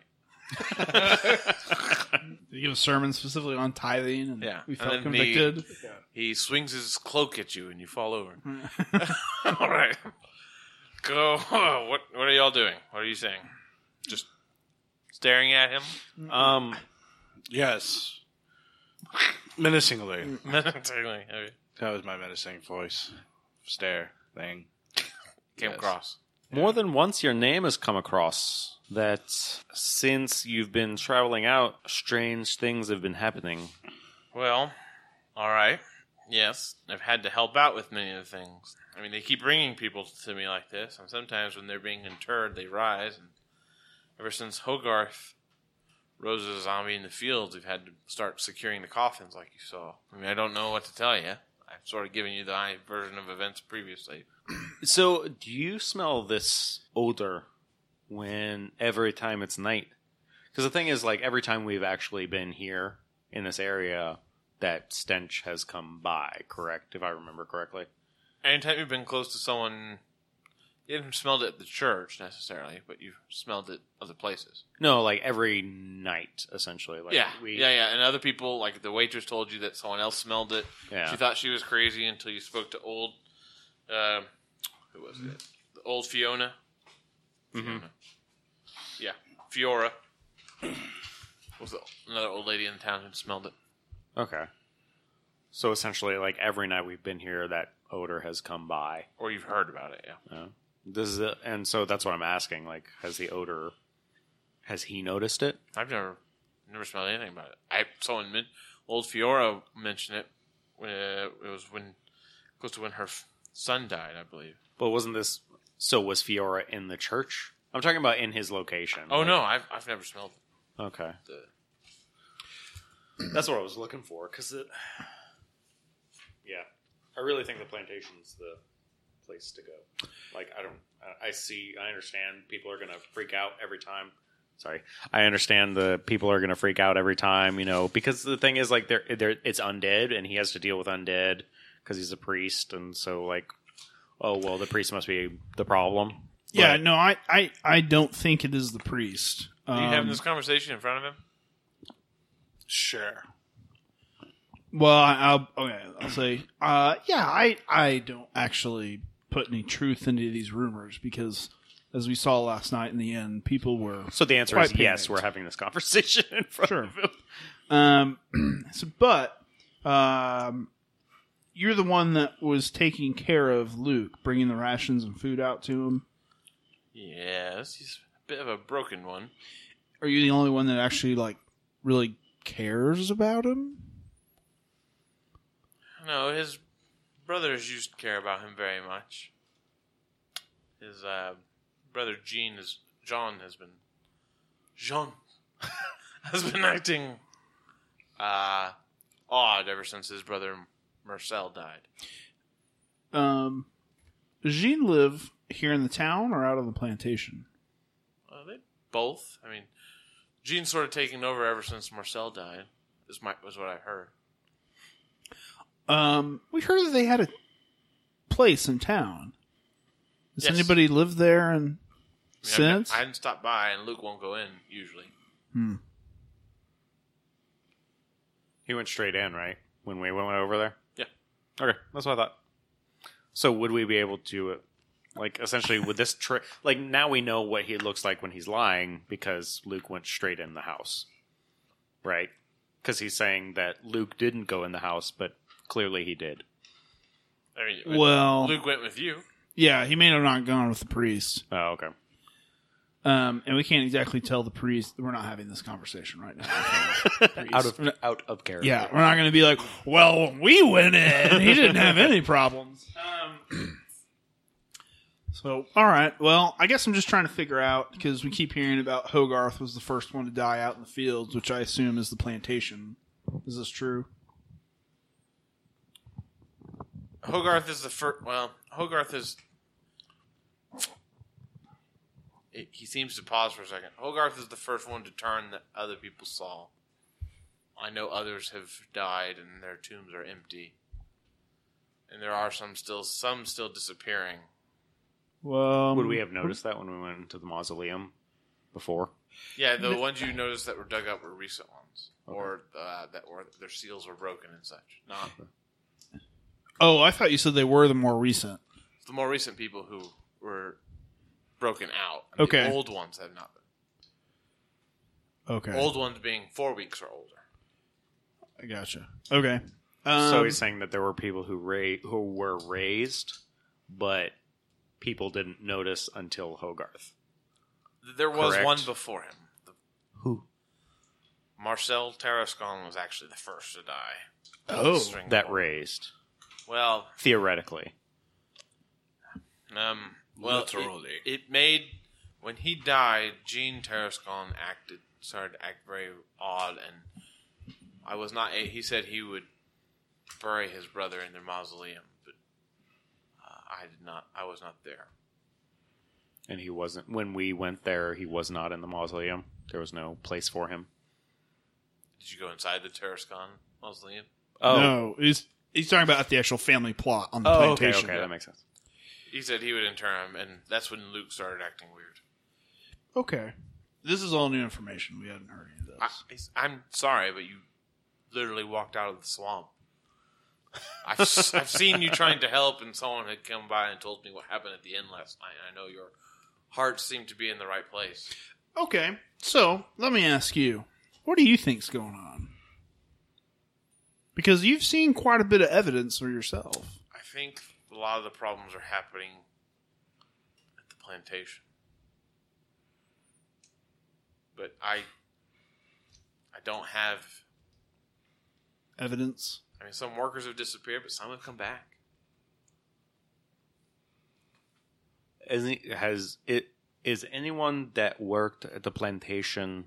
Speaker 5: You give a sermon specifically on tithing, and
Speaker 4: Yeah.
Speaker 5: we
Speaker 4: And
Speaker 5: felt
Speaker 4: then the-
Speaker 5: convicted.
Speaker 4: He swings his cloak at you and you fall over. All right. Go. uh, What What are y'all doing? What are you saying? Just staring at him.
Speaker 2: Um,
Speaker 1: Yes. Menacingly.
Speaker 4: Mentally, okay.
Speaker 1: That was my menacing voice. Stare thing.
Speaker 4: Came across.
Speaker 2: More than once, your name has come across that since you've been traveling out, strange things have been happening.
Speaker 4: Well, all right. Yes, I've had to help out with many of the things. I mean, they keep bringing people to me like this, and sometimes when they're being interred, they rise. And ever since Hogarth rose as a zombie in the fields, we've had to start securing the coffins, like you saw. I mean, I don't know what to tell you. I've sort of given you the high version of events previously.
Speaker 2: So, do you smell this odor when every time it's night? Because the thing is, like, every time we've actually been here in this area, that stench has come by, correct? If I remember correctly.
Speaker 4: Anytime you've been close to someone, you haven't smelled it at the church necessarily, but you've smelled it other places.
Speaker 2: No, like every night, essentially. Like,
Speaker 4: yeah,
Speaker 2: we,
Speaker 4: yeah, yeah. And other people, like the waitress, told you that someone else smelled it.
Speaker 2: Yeah.
Speaker 4: She thought she was crazy until you spoke to old, um, who was it? The old Fiona.
Speaker 2: Mm-hmm.
Speaker 4: Fiona. Yeah, Fiora was the, another old lady in the town who smelled it.
Speaker 2: Okay. So essentially, like every night we've been here, that odor has come by.
Speaker 4: Or you've heard about it, yeah.
Speaker 2: Yeah. This is a, and so that's what I'm asking. Like, has the odor? Has he noticed it?
Speaker 4: I've never, never smelled anything about it. I someone men- old Fiora mentioned it. Uh, it was when close to when her f- son died, I believe.
Speaker 2: But wasn't this? So was Fiora in the church? I'm talking about in his location.
Speaker 4: Oh
Speaker 2: like-
Speaker 4: no, I've I've never smelled
Speaker 2: Okay.
Speaker 4: the
Speaker 2: That's what I was looking for. Cause it. Yeah, I really think the plantation's the place to go. Like, I don't. I- I see. I understand people are gonna freak out every time. Sorry, I understand the people are gonna freak out every time. You know, because the thing is, like, they're, they're it's undead, and he has to deal with undead because he's a priest, and so like, oh well, the priest must be the problem.
Speaker 5: Yeah, no, I, I, I don't think it is the priest.
Speaker 4: Are you
Speaker 5: Um,
Speaker 4: having this conversation in front of him?
Speaker 1: Sure.
Speaker 5: Well, I- I'll okay, I'll say, uh, yeah, I I don't actually put any truth into these rumors because, as we saw last night, in the end, people were
Speaker 2: So the answer
Speaker 5: Quite
Speaker 2: is yes.
Speaker 5: pigment.
Speaker 2: We're having this conversation in front
Speaker 5: Sure.
Speaker 2: of him.
Speaker 5: Um, so, but um, you're the one that was taking care of Luke, bringing the rations and food out to him.
Speaker 4: Yes, he's a bit of a broken one.
Speaker 5: Are you the only one that actually like really cares about him?
Speaker 4: No, his brothers used to care about him very much. His uh, brother Jean is John has been Jean has been acting uh, odd ever since his brother Marcel died.
Speaker 5: Um, does Jean live here in the town or out on the plantation?
Speaker 4: Uh, they both. I mean, Jean's sort of taken over ever since Marcel died. Is my was what I heard.
Speaker 5: Um, we heard that they had a place in town. Has
Speaker 4: Yes.
Speaker 5: anybody lived there and
Speaker 4: I mean, I've ne-
Speaker 5: since?
Speaker 4: I hadn't stopped by, and Luke won't go in usually.
Speaker 2: He went straight in, right? When we went over there?
Speaker 4: Yeah.
Speaker 2: Okay, that's what I thought. So would we be able to, uh, like, essentially, with this trick, like, now we know what he looks like when he's lying because Luke went straight in the house, right? Because he's saying that Luke didn't go in the house, but clearly he did.
Speaker 4: I mean,
Speaker 5: well,
Speaker 4: Uh, Luke went with you.
Speaker 5: Yeah, he may have not gone with the priest.
Speaker 2: Oh, okay.
Speaker 5: Um, and we can't exactly tell the priest we're not having this conversation right now.
Speaker 2: Out of out of character.
Speaker 5: yeah, we're not going to be like, well, we went in. He didn't have any problems. Um, so, all right. Well, I guess I'm just trying to figure out because we keep hearing about Hogarth was the first one to die out in the fields, which I assume is the plantation. Is this true?
Speaker 4: Hogarth is the first. Well, Hogarth is. It, he seems to pause for a second. Hogarth is the first one to turn that other people saw. I know others have died and their tombs are empty, and there are some still some still disappearing.
Speaker 5: Well,
Speaker 2: Would we have noticed that when we went into the mausoleum before?
Speaker 4: Yeah, the ones you noticed that were dug up were recent ones, or uh, that were their seals were broken and such. Not
Speaker 5: Oh, I thought you said they were the more recent.
Speaker 4: the more recent people who were broken out.
Speaker 5: Okay.
Speaker 4: the old ones have not been.
Speaker 5: Okay,
Speaker 4: Old ones being four weeks or older.
Speaker 5: I gotcha. Okay, um,
Speaker 2: so he's saying that there were people who ra- who were raised, but people didn't notice until Hogarth.
Speaker 4: There was
Speaker 2: Correct.
Speaker 4: one before him. The-
Speaker 2: Who?
Speaker 4: Marcel Tarascon was actually the first to die.
Speaker 5: Oh.
Speaker 4: String
Speaker 2: That
Speaker 4: ball.
Speaker 2: raised
Speaker 4: Well,
Speaker 2: theoretically.
Speaker 4: um, well, it-
Speaker 1: Literally.
Speaker 4: It, made when he died, Jean Tarascon acted started to act very odd, and I was not. a- He said he would bury his brother in their mausoleum, but uh, I did not. I was not there.
Speaker 2: And he wasn't when we went there. He was not in the mausoleum. There was no place for him.
Speaker 4: Did you go inside the Tarascon mausoleum?
Speaker 2: Oh,
Speaker 5: no, he's he's talking about the actual family plot on the
Speaker 2: oh okay,
Speaker 5: plantation.
Speaker 2: okay, that makes sense.
Speaker 4: He said he would inter him, and that's when Luke started acting weird.
Speaker 5: Okay. This is all new information. We hadn't heard any of this.
Speaker 4: I, I'm sorry, but you literally walked out of the swamp. I've, s- I've seen you trying to help, and someone had come by and told me what happened at the inn last night. I know your heart seemed to be in the right place.
Speaker 5: okay, so let me ask you, what do you think's going on? Because you've seen quite a bit of evidence for yourself.
Speaker 4: I think a lot of the problems are happening at the plantation, but I I don't have.
Speaker 5: Evidence.
Speaker 4: I mean, some workers have disappeared, but some have come back.
Speaker 2: Isn't he- has it? Is anyone that worked at the plantation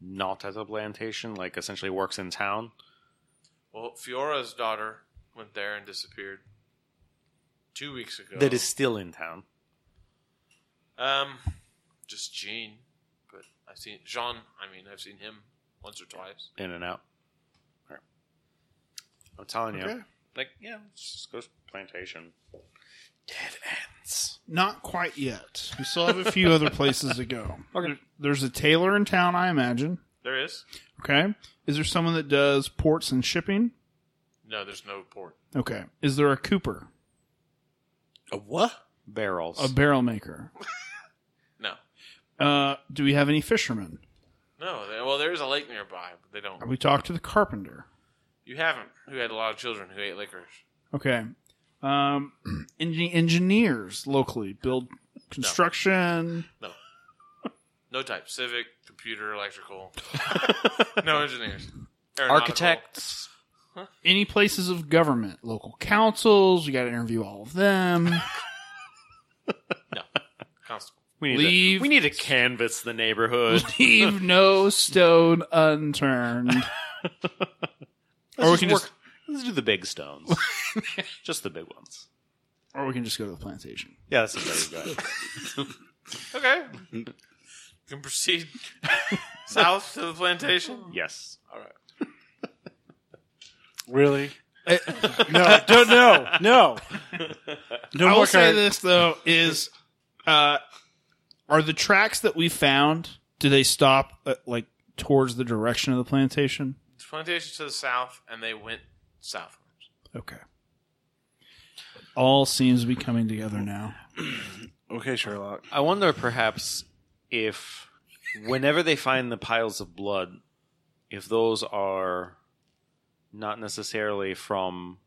Speaker 2: not at the plantation? Like essentially works in town.
Speaker 4: Well, Fiora's daughter went there and disappeared two weeks ago.
Speaker 2: That is still in town.
Speaker 4: um, just Jean, but I've seen Jean. I mean, I've seen him once or twice.
Speaker 2: in and out. Alright. I'm telling
Speaker 5: Okay.
Speaker 2: you, like yeah, let's just go to plantation. Dead ends.
Speaker 5: Not quite yet. We still have a few other places to go. Okay. There's a tailor in town, I imagine.
Speaker 4: There is
Speaker 5: Okay. Is there someone that does ports and shipping?
Speaker 4: no. There's no port.
Speaker 5: Okay. Is there a cooper?
Speaker 1: A what?
Speaker 2: Barrels.
Speaker 5: A barrel maker?
Speaker 4: No,
Speaker 5: Uh, do we have any fishermen?
Speaker 4: no. There, well, there is a lake nearby, but they don't.
Speaker 5: Have we talked to the carpenter?
Speaker 4: You haven't. Who had a lot of children who ate licorice?
Speaker 5: Okay. Um, engi- engineers locally build construction.
Speaker 4: No, no type. Civic, computer, electrical. no engineers. Aeronautical.
Speaker 2: Architects.
Speaker 5: Any places of government, local councils. You got to interview all of them.
Speaker 4: No, constable.
Speaker 2: We need
Speaker 5: Leave.
Speaker 2: To, we need to canvas the neighborhood.
Speaker 5: Leave no stone unturned. or we
Speaker 2: Let's just
Speaker 5: can just,
Speaker 2: work- Let's do the big stones. just the big ones.
Speaker 5: or we can just go to the plantation.
Speaker 2: Yeah, that's a better guy.
Speaker 4: Okay. you can proceed south to the plantation.
Speaker 2: yes.
Speaker 1: Really? no, don't no, no. No
Speaker 5: I
Speaker 1: more
Speaker 5: will say
Speaker 1: card.
Speaker 5: this though is, uh, are the tracks that we found? Do they stop at, like towards the direction of the plantation?
Speaker 4: The plantation to the south, and they went southwards.
Speaker 5: Okay. All seems to be coming together now.
Speaker 1: Okay, Sherlock.
Speaker 2: I wonder perhaps if whenever they find the piles of blood, if those are not necessarily from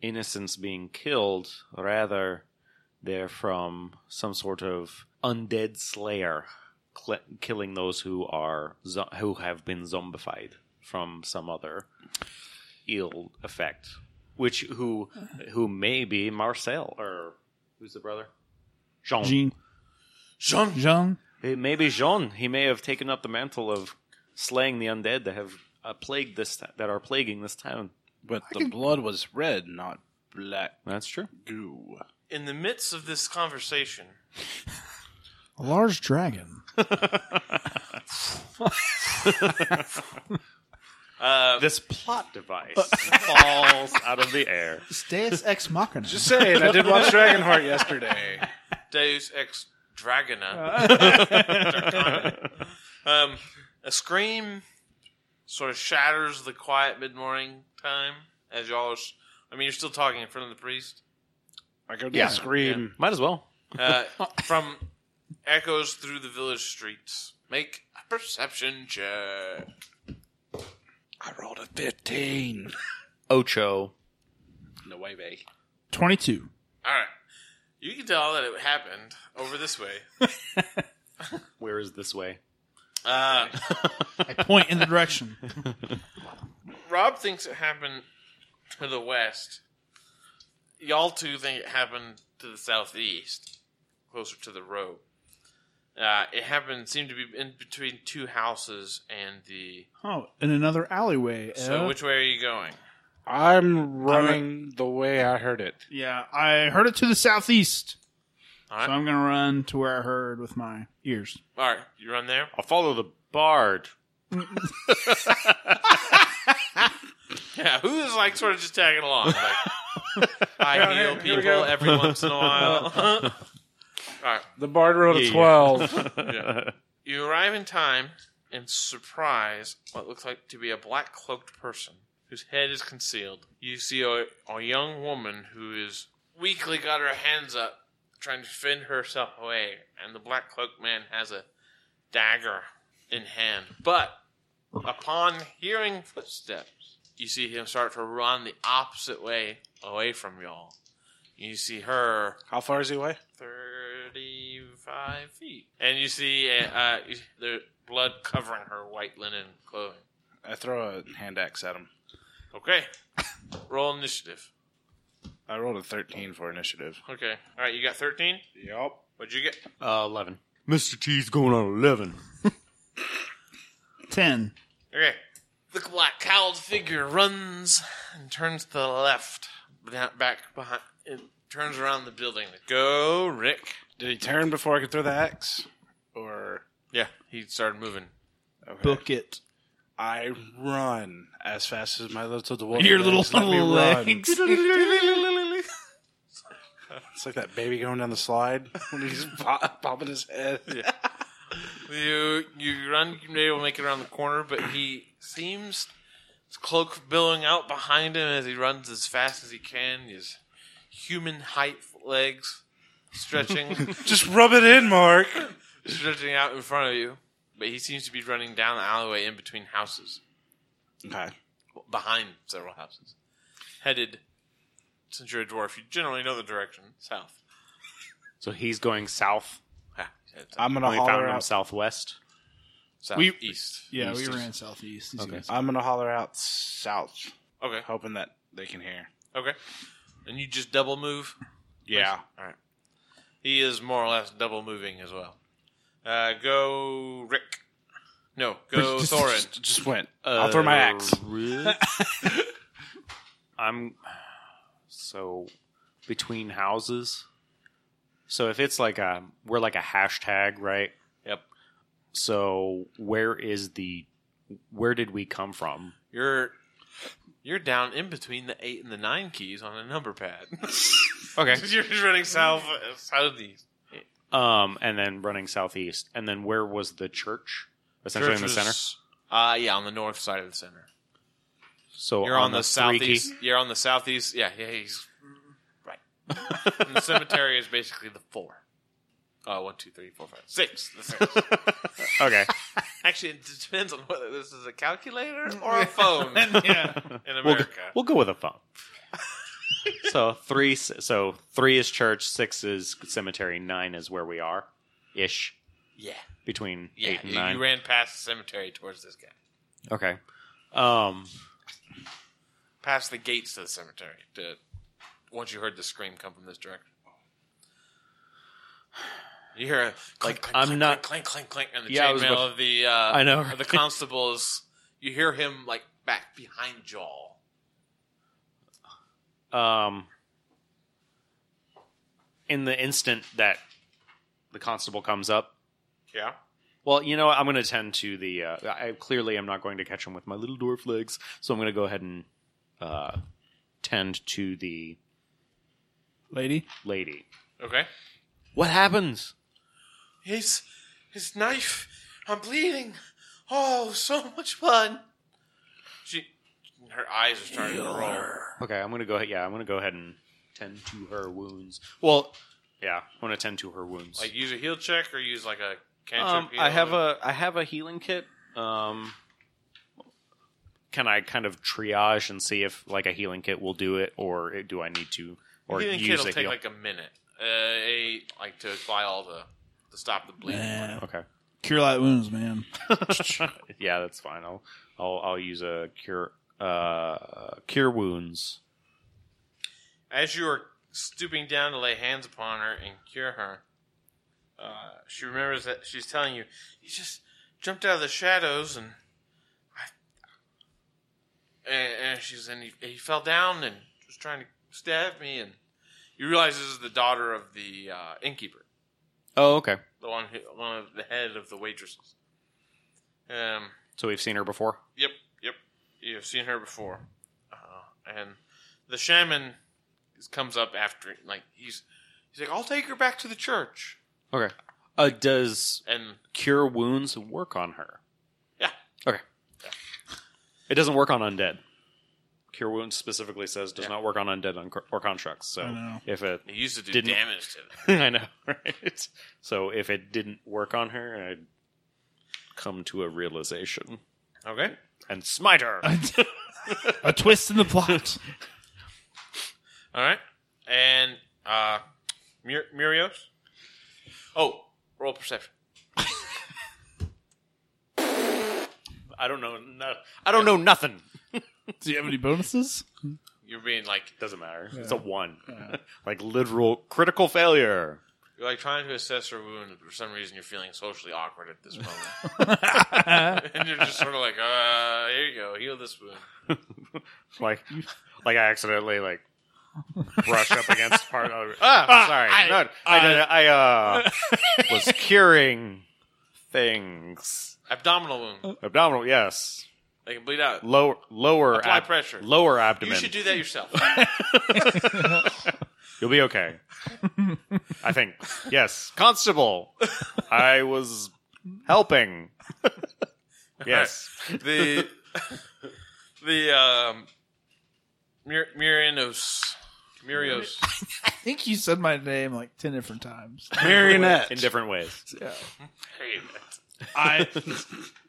Speaker 2: innocents being killed, rather They're from some sort of undead slayer, cl- killing those who are zo- who have been zombified from some other ill effect, which who who may be Marcel or who's the brother? Jean.
Speaker 5: Jean.
Speaker 4: Jean.
Speaker 5: Jean.
Speaker 2: It may be Jean. He may have taken up the mantle of slaying the undead that have uh, plagued this that are plaguing this town.
Speaker 1: But the blood was red, not black
Speaker 2: That's true.
Speaker 1: goo.
Speaker 4: In the midst of this conversation,
Speaker 5: A large dragon.
Speaker 4: uh,
Speaker 2: This plot device falls out of the air.
Speaker 5: Deus ex machina.
Speaker 1: Just saying, I did watch Dragonheart yesterday.
Speaker 4: Deus ex Dragona. um, a scream sort of shatters the quiet mid morning time as y'all are. s- I mean, you're still talking in front of the priest.
Speaker 1: I go to yeah. scream.
Speaker 2: Might as well.
Speaker 4: Uh, from echoes through the village streets. Make a perception check.
Speaker 1: I rolled a 15.
Speaker 2: Ocho.
Speaker 1: No way, babe.
Speaker 5: 22.
Speaker 4: All right. You can tell that it happened over this way.
Speaker 2: Where is this way?
Speaker 4: Uh,
Speaker 5: Point in the direction.
Speaker 4: Rob thinks it happened to the west. Y'all two think it happened to the southeast, closer to the road. Uh, it happened seemed to be in between two houses and the.
Speaker 5: Oh, in another alleyway.
Speaker 4: So
Speaker 5: eh?
Speaker 4: which way are you going?
Speaker 1: I'm running the way I heard it.
Speaker 5: yeah, I heard it to the southeast.
Speaker 4: All right,
Speaker 5: So I'm going to run to where I heard with my ears.
Speaker 4: all right. You run there.
Speaker 2: I'll follow the bard.
Speaker 4: Yeah, who is like sort of just tagging along? Like, I heal people every once in a while. all right.
Speaker 1: The bard rolled
Speaker 2: Yeah,
Speaker 1: a
Speaker 2: yeah.
Speaker 1: 12.
Speaker 2: Uh,
Speaker 4: You arrive in time and surprise what looks like to be a black cloaked person whose head is concealed. You see a, a young woman who is weakly got her hands up, trying to fend herself away, and the black cloaked man has a dagger in hand. But upon hearing footsteps, you see him start to run the opposite way away from y'all. You see her
Speaker 1: How far is he away?
Speaker 4: 35 feet. And you see uh, uh, the blood covering her white linen clothing.
Speaker 1: I throw a hand axe at him.
Speaker 4: Okay. Roll initiative.
Speaker 1: I rolled a 13 for initiative.
Speaker 4: Okay. All right, you got 13?
Speaker 1: Yep.
Speaker 4: What'd you get?
Speaker 2: Uh, eleven. Mr. T's going on eleven.
Speaker 5: 10.
Speaker 4: Okay. The black cowled figure runs and turns to the left, ba- back behind, and turns around the building. Go, Rick.
Speaker 1: Did he turn before I could throw the axe? Or.
Speaker 4: Yeah, he started moving.
Speaker 1: Okay.
Speaker 5: Book it.
Speaker 1: I run as fast as my little dwarf.
Speaker 5: Your little,
Speaker 1: legs let me
Speaker 5: little
Speaker 1: run.
Speaker 5: legs.
Speaker 1: It's like that baby going down the slide when he's pop- popping his head.
Speaker 4: You you run, you may be able to make it around the corner, but he seems his cloak billowing out behind him as he runs as fast as he can. His human height legs stretching,
Speaker 1: Just rub it in, Mark.
Speaker 4: stretching out in front of you. But he seems to be running down the alleyway in between houses,
Speaker 1: Okay.
Speaker 4: behind several houses, headed. Since you're a dwarf, you generally know the direction south.
Speaker 2: So he's going south.
Speaker 4: Ha, he said
Speaker 1: I'm gonna
Speaker 2: We found
Speaker 1: holler
Speaker 2: him
Speaker 1: out.
Speaker 2: southwest.
Speaker 5: Um, We-
Speaker 4: Southeast.
Speaker 5: Yeah, we ran southeast. He's gonna-
Speaker 1: I'm gonna holler out south,
Speaker 4: Okay.
Speaker 1: hoping that they can hear.
Speaker 4: Okay. And you just double move.
Speaker 1: Yeah.
Speaker 4: All right. He is more or less double moving as well. Uh, go Rick. No, go
Speaker 1: just,
Speaker 4: Thorin.
Speaker 1: Just, just went.
Speaker 2: Uh,
Speaker 1: I'll throw my
Speaker 4: Uh,
Speaker 1: axe.
Speaker 2: I'm so between houses. So if it's like a we're like a hashtag, right?
Speaker 4: Yep.
Speaker 2: So where is the where did we come from?
Speaker 4: You're you're down in between the eight and the nine keys on a number pad.
Speaker 2: Okay.
Speaker 4: you're just running south southeast.
Speaker 2: Um and then running southeast. And then where was the church? Essentially in the center.
Speaker 4: Uh yeah, on the north side of the center.
Speaker 2: So
Speaker 4: You're on, the,
Speaker 2: three key-
Speaker 4: southeast. You're on the southeast. Yeah, yeah, he's right. and the cemetery is basically the four. Uh, one, two, three, four, five, six. The six.
Speaker 2: Okay.
Speaker 4: Actually, it depends on whether this is a calculator or a phone
Speaker 5: yeah.
Speaker 4: in
Speaker 2: we'll, go,
Speaker 4: America.
Speaker 2: we'll go with a phone. so three. So three is church, six is cemetery, nine is where we are, ish.
Speaker 4: Yeah.
Speaker 2: Between
Speaker 4: Yeah,
Speaker 2: eight and
Speaker 4: you,
Speaker 2: nine.
Speaker 4: you ran past the cemetery towards this guy,
Speaker 2: okay. Um.
Speaker 4: past the gates to the cemetery. To, once you heard the scream come from this direction, you hear a clink, clink,
Speaker 2: I'm
Speaker 4: clink,
Speaker 2: not-
Speaker 4: clink, clink, clink, and the
Speaker 2: Yeah, I was
Speaker 4: chainmail
Speaker 2: about-
Speaker 4: of the uh,
Speaker 2: I know,
Speaker 4: of the
Speaker 2: right?
Speaker 4: constables. You hear him like back behind Jaw.
Speaker 2: um, in the instant that the constable comes up,
Speaker 4: Yeah.
Speaker 2: well, you know what? I'm going to tend to the. Uh, I clearly am not going to catch him with my little dwarf legs, so I'm going to go ahead and uh, tend to the
Speaker 5: Lady?
Speaker 2: lady.
Speaker 4: Okay.
Speaker 2: What happens?
Speaker 4: His his knife. I'm bleeding. Oh, so much blood. She, her eyes are starting to roll.
Speaker 2: Okay, I'm going to go ahead. Yeah, I'm going to go ahead and tend to her wounds. Well, yeah, I'm going to tend to her wounds.
Speaker 4: Like use a heal check or use like a cantrip.
Speaker 2: Um,
Speaker 4: heal?
Speaker 2: I have a I have a healing kit. Um, can I kind of triage and see if like a healing kit will do it, or it- do I need to or
Speaker 4: healing kit
Speaker 2: use
Speaker 4: will
Speaker 2: a
Speaker 4: take
Speaker 2: heal?
Speaker 4: like a minute. Uh, a like to apply all the to stop the bleeding.
Speaker 5: Man.
Speaker 2: okay,
Speaker 5: Cure light wounds, man.
Speaker 2: yeah, that's fine. I'll I'll, I'll use a cure uh, cure wounds.
Speaker 4: As you are stooping down to lay hands upon her and cure her, uh, she remembers that she's telling you, "You just jumped out of the shadows and I." And, and she's and he, he fell down and was trying to stab me and you realize this is the daughter of the uh, innkeeper.
Speaker 2: Oh, okay.
Speaker 4: the one who, one of the head of the waitresses. Um.
Speaker 2: So we've seen her before.
Speaker 4: Yep. Yep. You've seen her before, uh, and the shaman is- comes up after, like he's he's like, "I'll take her back to the church,"
Speaker 2: Okay. Uh, does
Speaker 4: and
Speaker 2: cure wounds work on her?
Speaker 4: yeah,
Speaker 2: Okay. It doesn't work on undead. Cure wounds specifically says does not work on undead un- or constructs. So
Speaker 5: know.
Speaker 2: if it
Speaker 4: he used to do
Speaker 2: Didn't-
Speaker 4: damage to them.
Speaker 2: I know, right? So if it didn't work on her, I'd come to a realization
Speaker 4: Okay.
Speaker 2: and smite her.
Speaker 5: A twist in the plot.
Speaker 4: All right. And uh, Mur- Murios. Oh, roll perception.
Speaker 2: I don't know. No, I don't know nothing.
Speaker 5: Do you have any bonuses?
Speaker 4: You're being like
Speaker 2: Doesn't matter. It's a one, like literal critical failure.
Speaker 4: you're like trying to assess her wound. For some reason, you're feeling socially awkward at this moment. and you're just sort of like, uh, here you go, heal this wound.
Speaker 2: Like, like I accidentally like brush up against part of. Ah, sorry. I, no, I, did- I, uh, was curing things.
Speaker 4: Abdominal wound.
Speaker 2: Abdominal, yes.
Speaker 4: They can bleed out.
Speaker 2: Lower, lower,
Speaker 4: Apply pressure.
Speaker 2: lower
Speaker 4: You
Speaker 2: abdomen.
Speaker 4: should do that yourself.
Speaker 2: You'll be okay. I think. Yes. Constable. I was helping. yes.
Speaker 4: the the um, Mur- Murinos. Murios.
Speaker 5: I think you said my name like 10 different times.
Speaker 2: In
Speaker 1: Marionette.
Speaker 2: different ways.
Speaker 5: I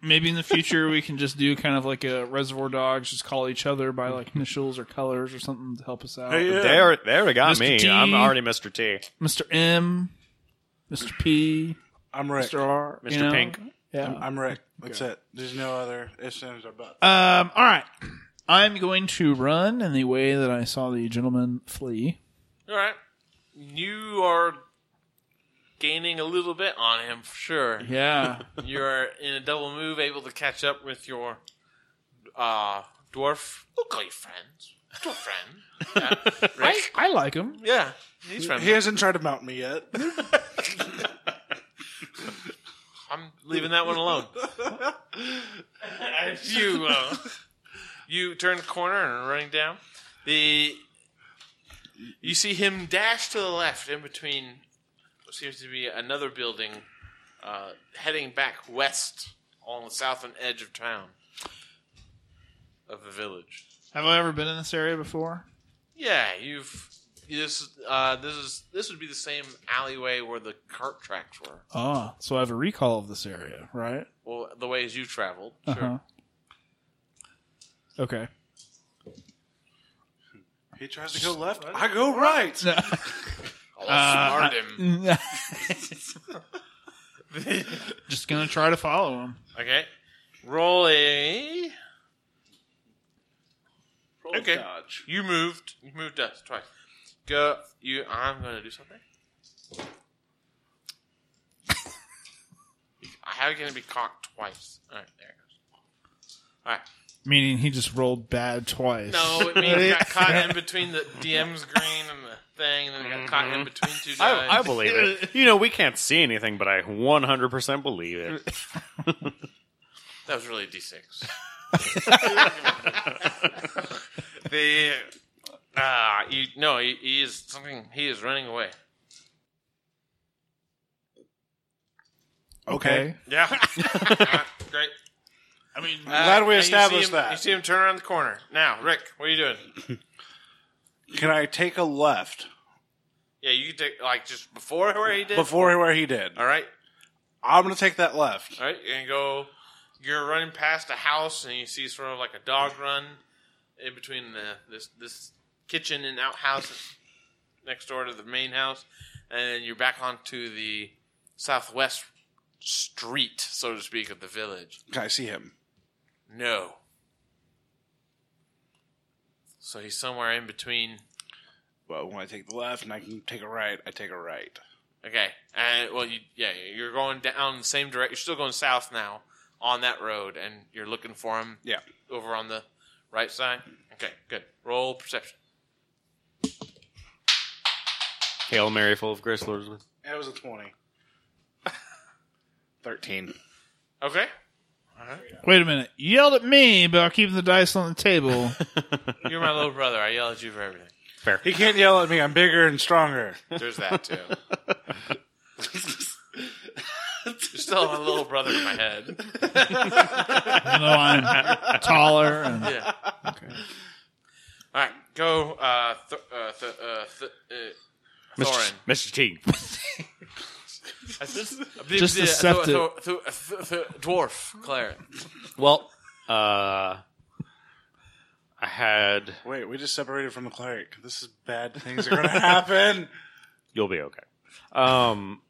Speaker 5: maybe in the future we can just do kind of like a Reservoir Dogs, just call each other by like initials or colors or something to help us out.
Speaker 1: Hey, yeah.
Speaker 2: There, there they got
Speaker 5: Mr.
Speaker 2: me.
Speaker 5: T.
Speaker 2: I'm already Mr. T.
Speaker 5: Mr. M, Mr. P,
Speaker 1: I'm Rick.
Speaker 5: Mr. R,
Speaker 2: Mr.
Speaker 5: you know?
Speaker 2: Pink.
Speaker 5: Yeah.
Speaker 1: I'm Rick. That's it. There's no other ifs, ands, or buts.
Speaker 5: Um. All right. I'm going to run in the way that I saw the gentleman flee.
Speaker 4: All right. You are gaining a little bit on him for sure.
Speaker 5: Yeah.
Speaker 4: You're in a double move, able to catch up with your uh, dwarf. We'll call you friends. Dwarf friend.
Speaker 5: I, I like him.
Speaker 4: Yeah, he's friendly.
Speaker 1: He hasn't tried to mount me yet.
Speaker 4: I'm leaving that one alone. And you, uh, you turn the corner and are running down. The you see him dash to the left in between what seems to be another building, uh, heading back west on the southern edge of town of the village.
Speaker 5: Have I ever been in this area before?
Speaker 4: Yeah, you've this uh, this is this would be the same alleyway where the cart tracks were.
Speaker 5: Ah, so I have a recall of this area, right?
Speaker 4: Well, the ways you traveled, sure.
Speaker 5: Uh-huh. Okay.
Speaker 1: He tries to go left. I go right.
Speaker 4: Smart him.
Speaker 5: Just gonna try to follow him.
Speaker 4: Okay. Roll a. okay.
Speaker 1: Dodge.
Speaker 4: You moved. You moved us twice. Go. You. I'm gonna do something. How can it be cocked twice? All right, there it goes. All right.
Speaker 5: Meaning he just rolled bad twice.
Speaker 4: No, it means it got caught in between the DM screen and the thing, and then it got caught in between two dice.
Speaker 2: I, I believe it. You know, we can't see anything, but I 100% believe it.
Speaker 4: That was really a D6. the ah, you no, he, he is something. He is running away.
Speaker 5: Okay.
Speaker 4: Yeah, great.
Speaker 5: I mean,
Speaker 1: glad we
Speaker 4: and Uh, you see
Speaker 1: established
Speaker 4: him-
Speaker 1: that.
Speaker 4: You see him turn around the corner. Now, Rick, what are you doing?
Speaker 1: Can I take a left
Speaker 4: Yeah, you can take like just before where he did.
Speaker 1: before where he did?
Speaker 4: All right,
Speaker 1: I'm gonna take that left.
Speaker 4: all right. You're gonna go. You're running past a house, and you see sort of like a dog run in between the, this this kitchen and outhouse next door to the main house, and you're back onto the southwest street, so to speak, of the village.
Speaker 1: Okay, I see him.
Speaker 4: No. So he's somewhere in between.
Speaker 1: Well, when I take the left and I can take a right, I take a right.
Speaker 4: Okay. And well, you yeah, you're going down the same direction. You're still going south now on that road, and you're looking for him
Speaker 1: Yeah.
Speaker 4: over on the right side. Okay, good. Roll perception.
Speaker 2: Hail Mary, full of grace, Lord is with
Speaker 1: That was a twenty. Thirteen.
Speaker 4: Okay.
Speaker 5: wait a minute. You yelled at me about keeping the dice on the table.
Speaker 4: You're my little brother. I yell at you for everything.
Speaker 1: He can't yell at me. I'm bigger and stronger.
Speaker 4: There's that too. You're still my little brother in my head.
Speaker 5: you know, I'm taller. And,
Speaker 4: Yeah. All right, go, uh, th- uh, th- uh, th- uh, Thorin.
Speaker 2: Mr. T.
Speaker 5: Just
Speaker 4: Yeah,
Speaker 5: accept
Speaker 4: uh, th- th- th- th- dwarf, Claire.
Speaker 2: Well, uh, I had.
Speaker 1: Wait, we just separated from the cleric. This is bad. Things are gonna happen.
Speaker 2: You'll be okay. Um,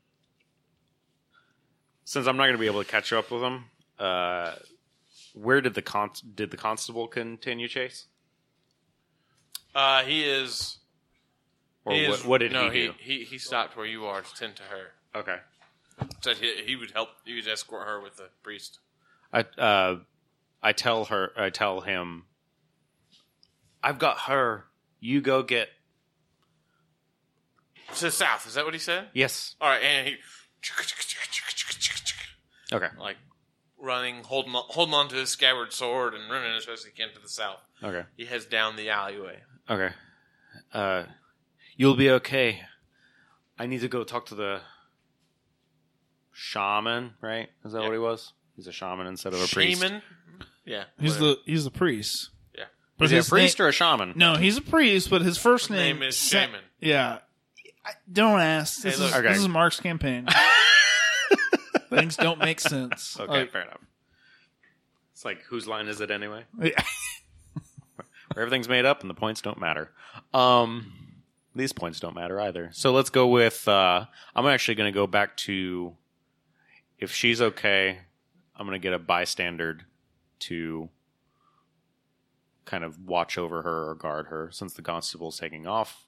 Speaker 2: since I'm not going to be able to catch up with him, uh, where did the con- did the constable continue chase?
Speaker 4: Uh, he is.
Speaker 2: Or
Speaker 4: he
Speaker 2: what,
Speaker 4: is-
Speaker 2: what did
Speaker 4: no,
Speaker 2: he do?
Speaker 4: He, he he stopped where you are to tend to her.
Speaker 2: okay,
Speaker 4: Said he, he would help. He would escort her with the priest.
Speaker 2: I uh, I tell her, I tell him, I've got her. You go get
Speaker 4: To the south. Is that what he said?
Speaker 2: yes.
Speaker 4: All right, and he
Speaker 2: Okay,
Speaker 4: like running, holding on, holding on to his scabbard sword and running as fast as he can to the south.
Speaker 2: okay,
Speaker 4: He heads down the alleyway.
Speaker 2: okay. Uh, you'll be okay. I need to go talk to the shaman. Right? Is that what he was? He's a shaman instead of a priest.
Speaker 4: Shaman. Yeah.
Speaker 5: he's the he's the priest.
Speaker 4: Yeah.
Speaker 5: But
Speaker 2: Is he a
Speaker 5: his
Speaker 2: priest
Speaker 5: na-
Speaker 2: or a shaman?
Speaker 5: no, he's a priest, but his first name,
Speaker 4: name is
Speaker 5: sa-
Speaker 4: Shaman.
Speaker 5: Yeah. I, don't ask. This,
Speaker 4: Hey,
Speaker 5: is,
Speaker 4: look.
Speaker 5: this
Speaker 2: Okay.
Speaker 5: is Mark's campaign. Things don't make sense.
Speaker 2: Okay,
Speaker 5: Like,
Speaker 2: fair enough. It's like whose line is it anyway?
Speaker 5: yeah.
Speaker 2: Where everything's made up and the points don't matter. Um, these points don't matter either. So let's go with. Uh, I'm actually going to go back to. If she's okay, I'm going to get a bystander to kind of watch over her or guard her since the constable's taking off.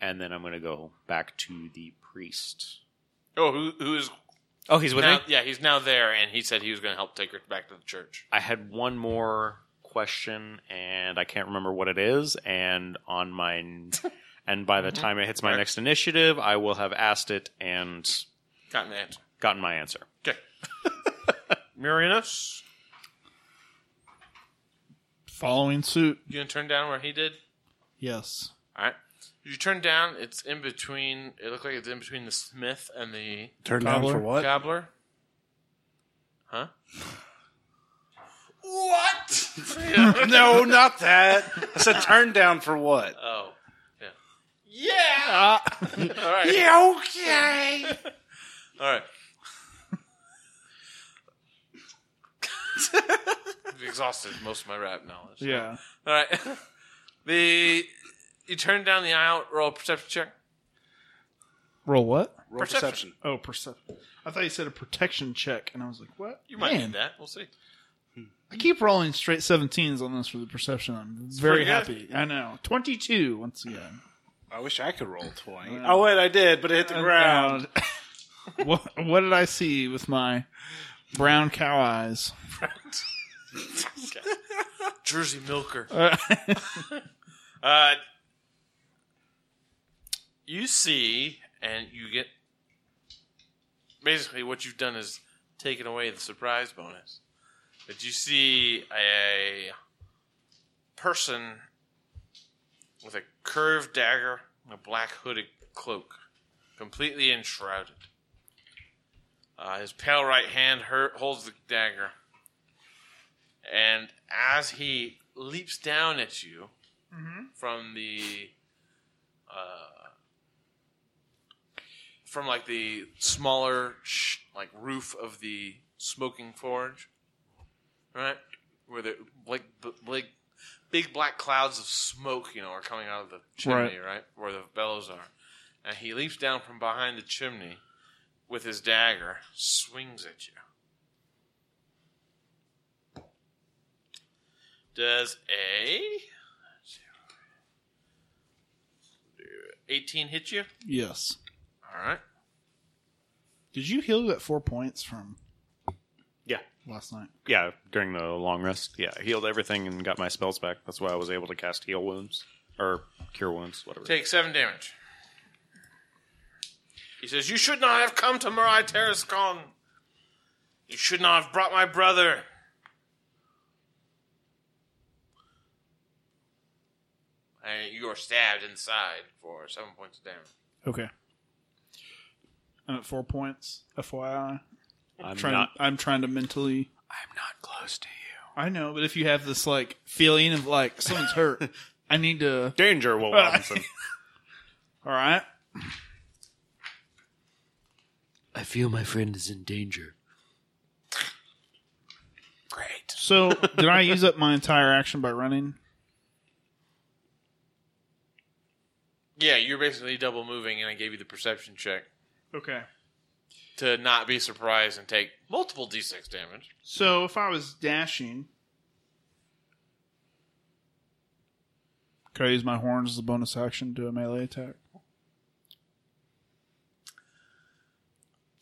Speaker 2: And then I'm going to go back to the priest.
Speaker 4: Oh, who who is
Speaker 2: Oh, he's with
Speaker 4: now?
Speaker 2: me?
Speaker 4: Yeah, he's now there, and he said he was going to help take her back to the church.
Speaker 2: I had one more question, and I can't remember what it is. And on my, and by the time it hits my next initiative, I will have asked it and
Speaker 4: Got an answer.
Speaker 2: gotten my answer.
Speaker 4: Okay. Murinus,
Speaker 5: Following suit.
Speaker 4: you gonna turn down where he did?
Speaker 5: Yes.
Speaker 4: All right. You turn down. It's in between. It looked like it's in between the smith and the
Speaker 1: Turn
Speaker 5: Cobbler?
Speaker 1: down for what?
Speaker 4: gobbler. Huh? What? Yeah.
Speaker 1: No, not that. I said turn down for what?
Speaker 4: Oh. Yeah. Yeah. All right. Yeah.
Speaker 1: okay.
Speaker 4: All right. I've exhausted most of my rap knowledge.
Speaker 5: Yeah.
Speaker 4: All right. The you turn down the aisle, roll a perception check.
Speaker 5: Roll what?
Speaker 1: Roll
Speaker 4: Perception.
Speaker 1: perception.
Speaker 5: Oh, perception. I thought you said a protection check, and I was like, what?
Speaker 4: You might
Speaker 5: Man,
Speaker 4: need that. We'll see.
Speaker 5: I keep rolling straight 17s on this for the perception. I'm very
Speaker 4: pretty
Speaker 5: happy. I know. 22, once again.
Speaker 1: I wish I could roll twenty. oh wait, I did, but it hit the ground.
Speaker 5: what, what did I see with my brown cow eyes?
Speaker 4: Jersey Milker. uh, you see, and you get. Basically, what you've done is taken away the surprise bonus. But you see a person with a curved dagger and a black hooded cloak, completely enshrouded. Uh, his pale right hand hurt, holds the dagger. And as he leaps down at you from the uh, from like the smaller sh- like roof of the smoking forge, right? Where the like b- big big black clouds of smoke, you know, are coming out of the chimney, right? Where the bellows are. And he leaps down from behind the chimney with his dagger, swings at you. Does a 18 hit you?
Speaker 5: Yes.
Speaker 4: All right.
Speaker 5: Did you heal at four points from
Speaker 2: Yeah.
Speaker 5: last night?
Speaker 2: Yeah, during the long rest. Yeah, I healed everything and got my spells back. That's why I was able to cast heal wounds or cure wounds, whatever.
Speaker 4: Take 7 damage. He says, You should not have come to Marai Terrascon. You should not have brought my brother. And you are stabbed inside for 7 points of damage.
Speaker 5: Okay. I'm at four points, FYI.
Speaker 2: I'm
Speaker 5: Trying
Speaker 2: not.
Speaker 5: I'm trying to mentally
Speaker 2: I'm not close to you.
Speaker 5: I know, but if you have this like feeling of like someone's hurt, I need to
Speaker 2: Danger, Will Robinson.
Speaker 5: all right.
Speaker 9: I feel my friend is in danger.
Speaker 5: So did I use up my entire action by running?
Speaker 4: Yeah, you're basically double moving, and I gave you the perception check
Speaker 5: Okay.
Speaker 4: to not be surprised and take multiple d6 damage.
Speaker 5: So if I was dashing Could I use my horns as a bonus action to a melee attack?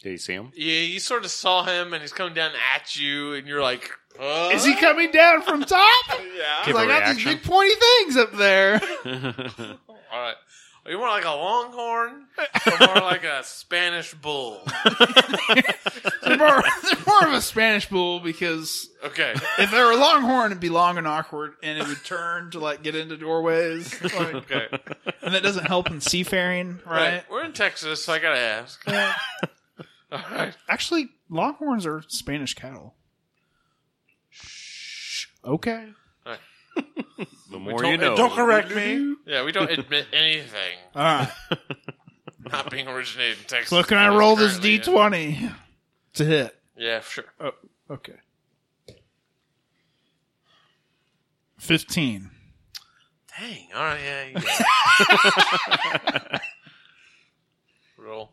Speaker 2: Did you see him?
Speaker 4: Yeah, you sort of saw him, and he's coming down at you, and you're like, "Huh?"
Speaker 5: Is he coming down from top?
Speaker 4: Yeah.
Speaker 2: Give a
Speaker 5: I got these
Speaker 2: reaction.
Speaker 5: big pointy things up there.
Speaker 4: All right. Are you more like a longhorn or more like a Spanish bull?
Speaker 5: they're, more, they're more of a Spanish bull because
Speaker 4: Okay.
Speaker 5: if they were longhorn, it'd be long and awkward, and it would turn to like get into doorways, like,
Speaker 4: Okay.
Speaker 5: and that doesn't help in seafaring,
Speaker 4: All
Speaker 5: right?
Speaker 4: We're in Texas, so I gotta ask. All right.
Speaker 5: Actually, longhorns are Spanish cattle. Okay.
Speaker 2: The more you know.
Speaker 1: Don't correct me.
Speaker 4: Yeah, we don't admit anything
Speaker 5: All right.
Speaker 4: not being originated in Texas.
Speaker 5: So can I
Speaker 4: That is
Speaker 5: roll this d
Speaker 4: currently it.
Speaker 5: twenty to hit?
Speaker 4: Yeah, sure.
Speaker 5: Oh, okay. Fifteen.
Speaker 4: Dang. All right. Yeah. You got it. roll.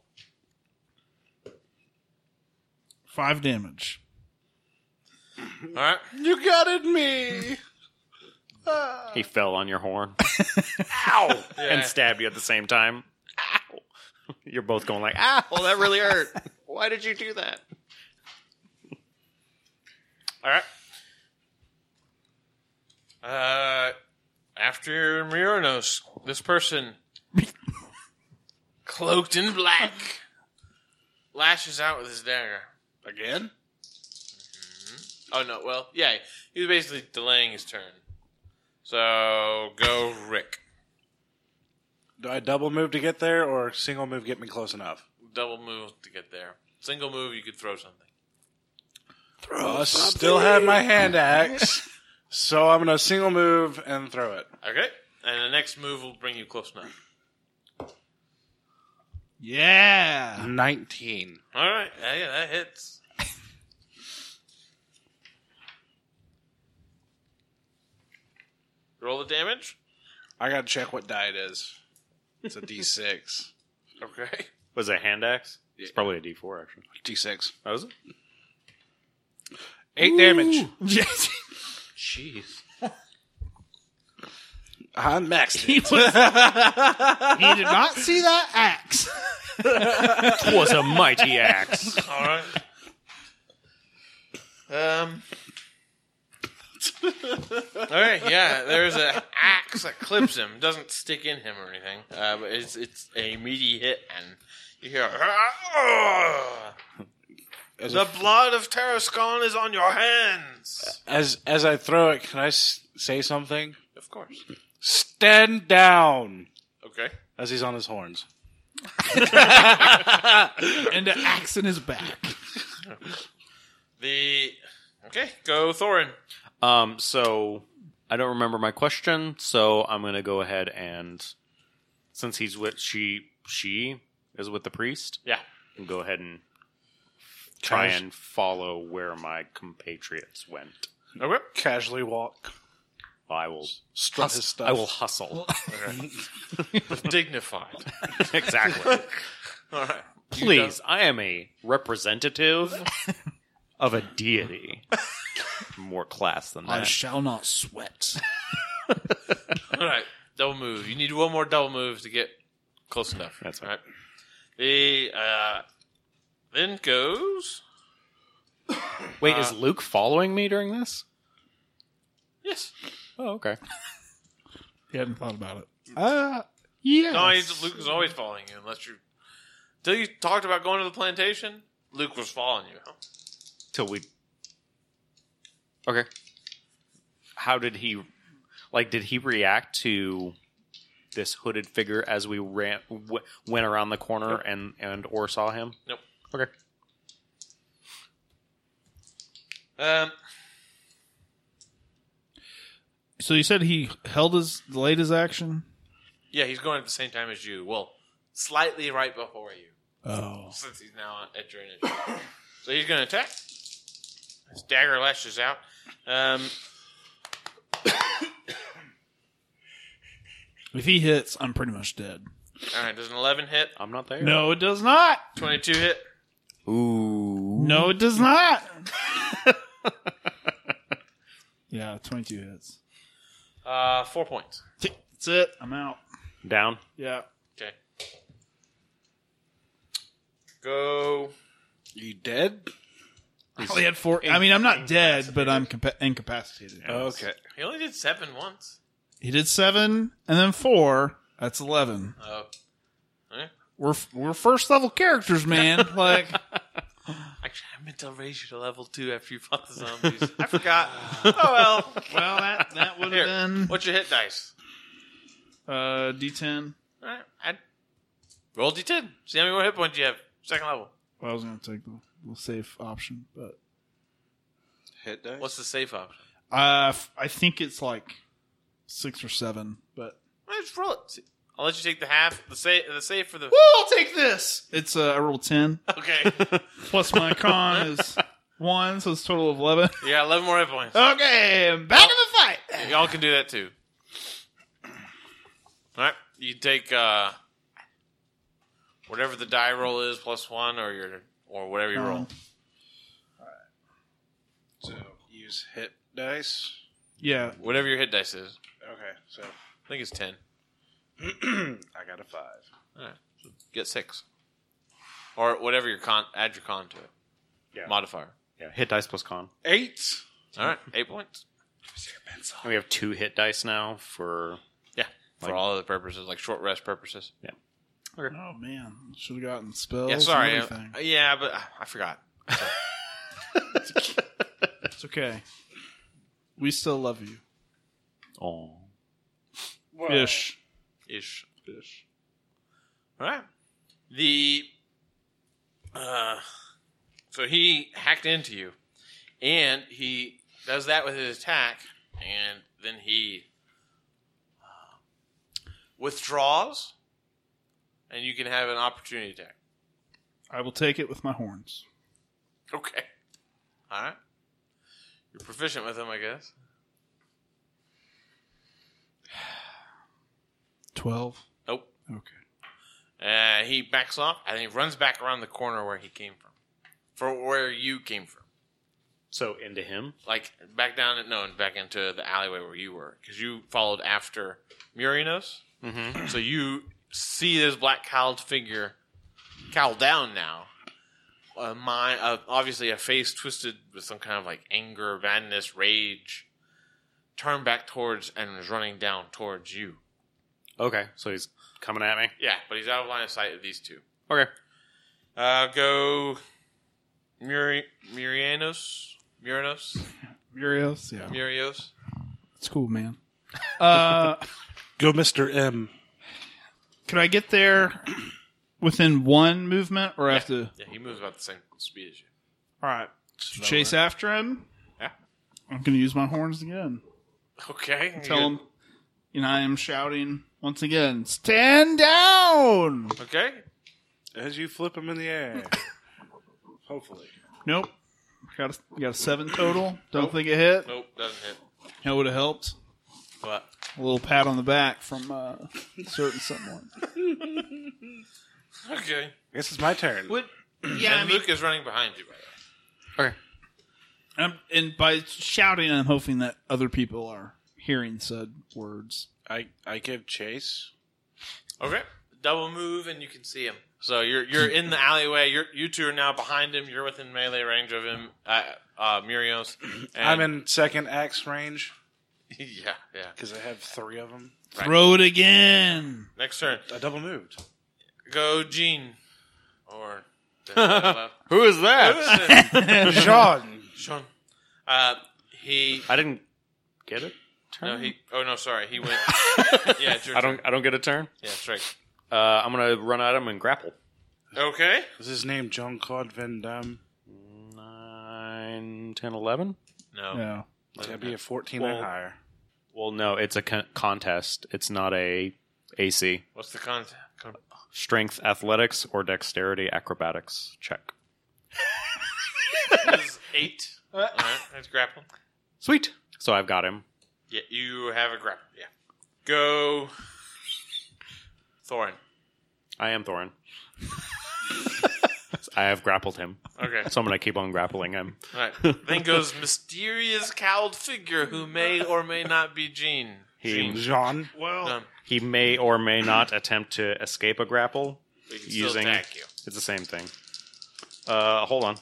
Speaker 5: Five damage.
Speaker 4: All right.
Speaker 1: You gutted me.
Speaker 2: He fell on your horn
Speaker 4: Ow. Yeah.
Speaker 2: and stabbed you at the same time. Ow! You're both going like, ow, that really hurt. Why did you do that?
Speaker 4: All right. Uh, after Murinos, this person, cloaked in black, lashes out with his dagger.
Speaker 1: Again?
Speaker 4: Oh no! Well, yeah, he was basically delaying his turn. So go, Rick.
Speaker 1: Do I double move to get there, or single move get me close enough?
Speaker 4: Double move to get there. Single move, you could throw something.
Speaker 1: I still have my hand axe, so I'm gonna single move and throw it.
Speaker 4: Okay, and the next move will bring you close enough.
Speaker 5: Yeah.
Speaker 1: Nineteen.
Speaker 4: All right, yeah, yeah, that hits. Roll the damage.
Speaker 1: I gotta check what die it is. It's a D six.
Speaker 4: Okay.
Speaker 2: Was it a hand axe? It's probably a D4, actually.
Speaker 1: D six.
Speaker 2: Oh, is it?
Speaker 1: Eight damage.
Speaker 5: Yes.
Speaker 2: Jeez.
Speaker 1: I maxed
Speaker 5: he
Speaker 1: it.
Speaker 5: was. he did not see that axe.
Speaker 2: was a mighty axe.
Speaker 4: All right. Um. All right, yeah. There's an axe that clips him. It Doesn't stick in him or anything. Uh, but it's it's a meaty hit, and you hear "Ah,
Speaker 1: As
Speaker 4: the
Speaker 1: a-
Speaker 4: blood of Tarascon is on your hands.
Speaker 1: As as I throw it, can I s- say something?
Speaker 4: Of course.
Speaker 1: Stand down.
Speaker 4: Okay.
Speaker 1: As he's on his horns.
Speaker 5: and an axe in his back.
Speaker 4: The okay, go Thorin.
Speaker 2: Um, so I don't remember my question, so I'm gonna go ahead and since he's with she she is with the priest,
Speaker 4: Yeah.
Speaker 2: I'll go ahead and try
Speaker 1: Casu-
Speaker 2: and follow where my compatriots went.
Speaker 4: Okay.
Speaker 1: Casually walk.
Speaker 2: I will
Speaker 1: Strut his stuff.
Speaker 2: I will hustle.
Speaker 4: Dignified.
Speaker 2: exactly.
Speaker 4: All right.
Speaker 2: Please, I am a representative of a deity. More class than
Speaker 5: I
Speaker 2: that.
Speaker 5: shall not sweat.
Speaker 4: All right. Double move. You need one more double move to get close enough.
Speaker 2: That's
Speaker 4: All
Speaker 2: right.
Speaker 4: The uh, then goes
Speaker 2: Wait, is Luke following me during this?
Speaker 4: yes.
Speaker 2: Oh, okay.
Speaker 5: He hadn't thought about it.
Speaker 4: No, he's, Luke is always following you unless you. Till you talked about going to the plantation, Luke was following you.
Speaker 2: till we okay how did he like did he react to this hooded figure as we ran w- went around the corner and and or saw him
Speaker 4: Nope.
Speaker 2: okay
Speaker 4: Um.
Speaker 5: So you said he held his delayed his action.
Speaker 4: Yeah, he's going at the same time as you. Well, slightly right before you,
Speaker 5: Oh,
Speaker 4: since he's now at your initiative. so he's going to attack. His dagger lashes out. Um.
Speaker 5: if he hits, I'm pretty much dead.
Speaker 4: All right. Does an eleven hit?
Speaker 2: i'm not there
Speaker 5: No, it does not.
Speaker 4: Twenty-two hit.
Speaker 5: No, it does not. yeah, 22 hits.
Speaker 4: Uh, four points.
Speaker 5: That's it. I'm out.
Speaker 2: down
Speaker 5: Yeah.
Speaker 4: Okay. Go.
Speaker 1: You dead?
Speaker 5: I only had four. I mean, I'm not dead, but I'm compa- incapacitated.
Speaker 1: Okay.
Speaker 4: He only did seven once.
Speaker 5: He did seven and then four. That's 11.
Speaker 4: Oh. Eh?
Speaker 5: We're, we're first level characters, man. like,
Speaker 4: Actually, I meant to raise you to level two after you fought the zombies. I forgot. Oh well.
Speaker 5: well, that, that would
Speaker 4: Here,
Speaker 5: have been
Speaker 4: what's your hit dice?
Speaker 5: uh, D10.
Speaker 4: All right, I roll d10. See how many more hit points you have. Second level.
Speaker 5: Well, I was going to take the, the safe option, but
Speaker 1: Hit die.
Speaker 4: What's the safe option?
Speaker 5: uh, f- I think it's like six or seven, but.
Speaker 4: Let's roll it. See- I'll let you take the half. The safe. The safe for the.
Speaker 5: I'll take this. It's uh, I rolled ten
Speaker 4: Okay.
Speaker 5: plus my con is one, so it's a total of eleven.
Speaker 4: you got eleven more hit points.
Speaker 5: Okay, I'm back in the fight.
Speaker 4: Y'all can do that too. All right, you take uh, whatever the die roll is plus one, or your or whatever you
Speaker 5: Mm.
Speaker 4: roll.
Speaker 1: So use hit dice.
Speaker 5: Yeah,
Speaker 4: Whatever your hit dice is.
Speaker 1: Okay, so hmm,
Speaker 4: I think it's ten.
Speaker 1: I got a five.
Speaker 4: All right, so get six, or whatever your con. Add your con to it.
Speaker 2: Yeah.
Speaker 4: Modifier.
Speaker 2: yeah hit dice plus con
Speaker 1: Eight.
Speaker 4: All right, eight points.
Speaker 2: and we have two hit dice now for
Speaker 4: Yeah, for
Speaker 2: Like-
Speaker 4: all other purposes, like short rest purposes.
Speaker 5: Oh man, should have gotten spells.
Speaker 4: Yeah, sorry.
Speaker 5: and
Speaker 4: uh,
Speaker 5: everything.
Speaker 4: yeah, but uh, I forgot.
Speaker 5: it's okay. We still love you,
Speaker 2: oh
Speaker 5: ish.
Speaker 4: ish. Ish. All right. The uh, so he hacked into you, and he does that with his attack, and then he uh, withdraws, and you can have an opportunity attack.
Speaker 5: I will take it with my horns.
Speaker 4: Okay. All right. You're proficient with him, I guess.
Speaker 5: Twelve.
Speaker 4: Nope.
Speaker 5: Okay.
Speaker 4: Uh, he backs off and he runs back around the corner where he came from, for where you came from.
Speaker 2: So into him.
Speaker 4: Like back down, no, and back into the alleyway where you were, because you followed after Murinos. Mm-hmm. So you see this black cowled figure, cowled down now. A mind, uh, obviously a face twisted with some kind of like anger, madness, rage. Turn back towards and is running down towards you.
Speaker 2: Okay, so he's coming at me.
Speaker 4: Yeah, but he's out of line of sight of these two.
Speaker 2: Okay.
Speaker 4: Uh, go Muri- Murianos? Murianos?
Speaker 5: Murios. Yeah.
Speaker 4: Murios?
Speaker 5: It's cool, man. Uh,
Speaker 1: Go, Mister M.
Speaker 5: could I get there within one movement, or I have to?
Speaker 4: Yeah, he moves about the same speed as you.
Speaker 5: All right. To chase after him.
Speaker 4: Yeah.
Speaker 5: I'm gonna use my horns again.
Speaker 4: Okay.
Speaker 5: Tell him, you know, I am shouting once again. Stand down.
Speaker 4: Okay.
Speaker 1: As you flip him in the air. Hopefully.
Speaker 5: Nope. Got a, got a seven total. Don't think it hit.
Speaker 4: Nope, doesn't hit.
Speaker 5: That would have helped.
Speaker 4: But
Speaker 5: A little pat on the back from uh, certain someone.
Speaker 4: okay.
Speaker 1: Guess it's my turn.
Speaker 5: What? Yeah, I
Speaker 4: and
Speaker 5: mean,
Speaker 4: Luke is running behind you. By the
Speaker 5: I'm, and by shouting, I'm hoping that other people are hearing said words.
Speaker 1: I I give chase.
Speaker 4: way. Okay. Double move, and you can see him. So you're you're in the alleyway. You're you two are now behind him. You're within melee range of him. Uh, uh Murios. And,
Speaker 1: I'm in second axe range
Speaker 4: Yeah, yeah.
Speaker 1: because I have three of them.
Speaker 5: Throw it again.
Speaker 4: Next turn,
Speaker 1: I double moved.
Speaker 4: go Gene, or
Speaker 2: Who is that?
Speaker 1: Sean.
Speaker 4: Sean. Uh, he
Speaker 2: I didn't get it.
Speaker 4: No, he. Oh no, sorry. He went. yeah, it's your
Speaker 2: I don't. I don't get a turn.
Speaker 4: Yeah, that's right.
Speaker 2: Uh, I'm gonna run at him and grapple.
Speaker 4: Okay.
Speaker 1: Is his name John Claude Van Damme?
Speaker 2: Nine, ten, eleven.
Speaker 4: No.
Speaker 5: No.
Speaker 1: That'd be a 14
Speaker 2: Well-
Speaker 1: or higher.
Speaker 2: Well, no, it's a con- contest. It's not a AC.
Speaker 4: What's the con? con-
Speaker 2: Strength, athletics, or dexterity, acrobatics check.
Speaker 4: is eight.
Speaker 2: Uh,
Speaker 4: All right, that's grapple.
Speaker 2: Sweet. So I've got him.
Speaker 4: Yeah, you have a grapple. Yeah. Go. Thorin.
Speaker 2: I am Thorin. I have grappled him,
Speaker 4: Okay.
Speaker 2: so I'm gonna keep on grappling him.
Speaker 4: All right. Then goes mysterious cowled figure who may or may not be Jean. Um,
Speaker 2: He
Speaker 1: Jean.
Speaker 4: Well,
Speaker 2: he may or may not attempt to escape a grapple.
Speaker 4: we can still
Speaker 2: Using-
Speaker 4: attack you.
Speaker 2: It's the same thing. Uh, hold on.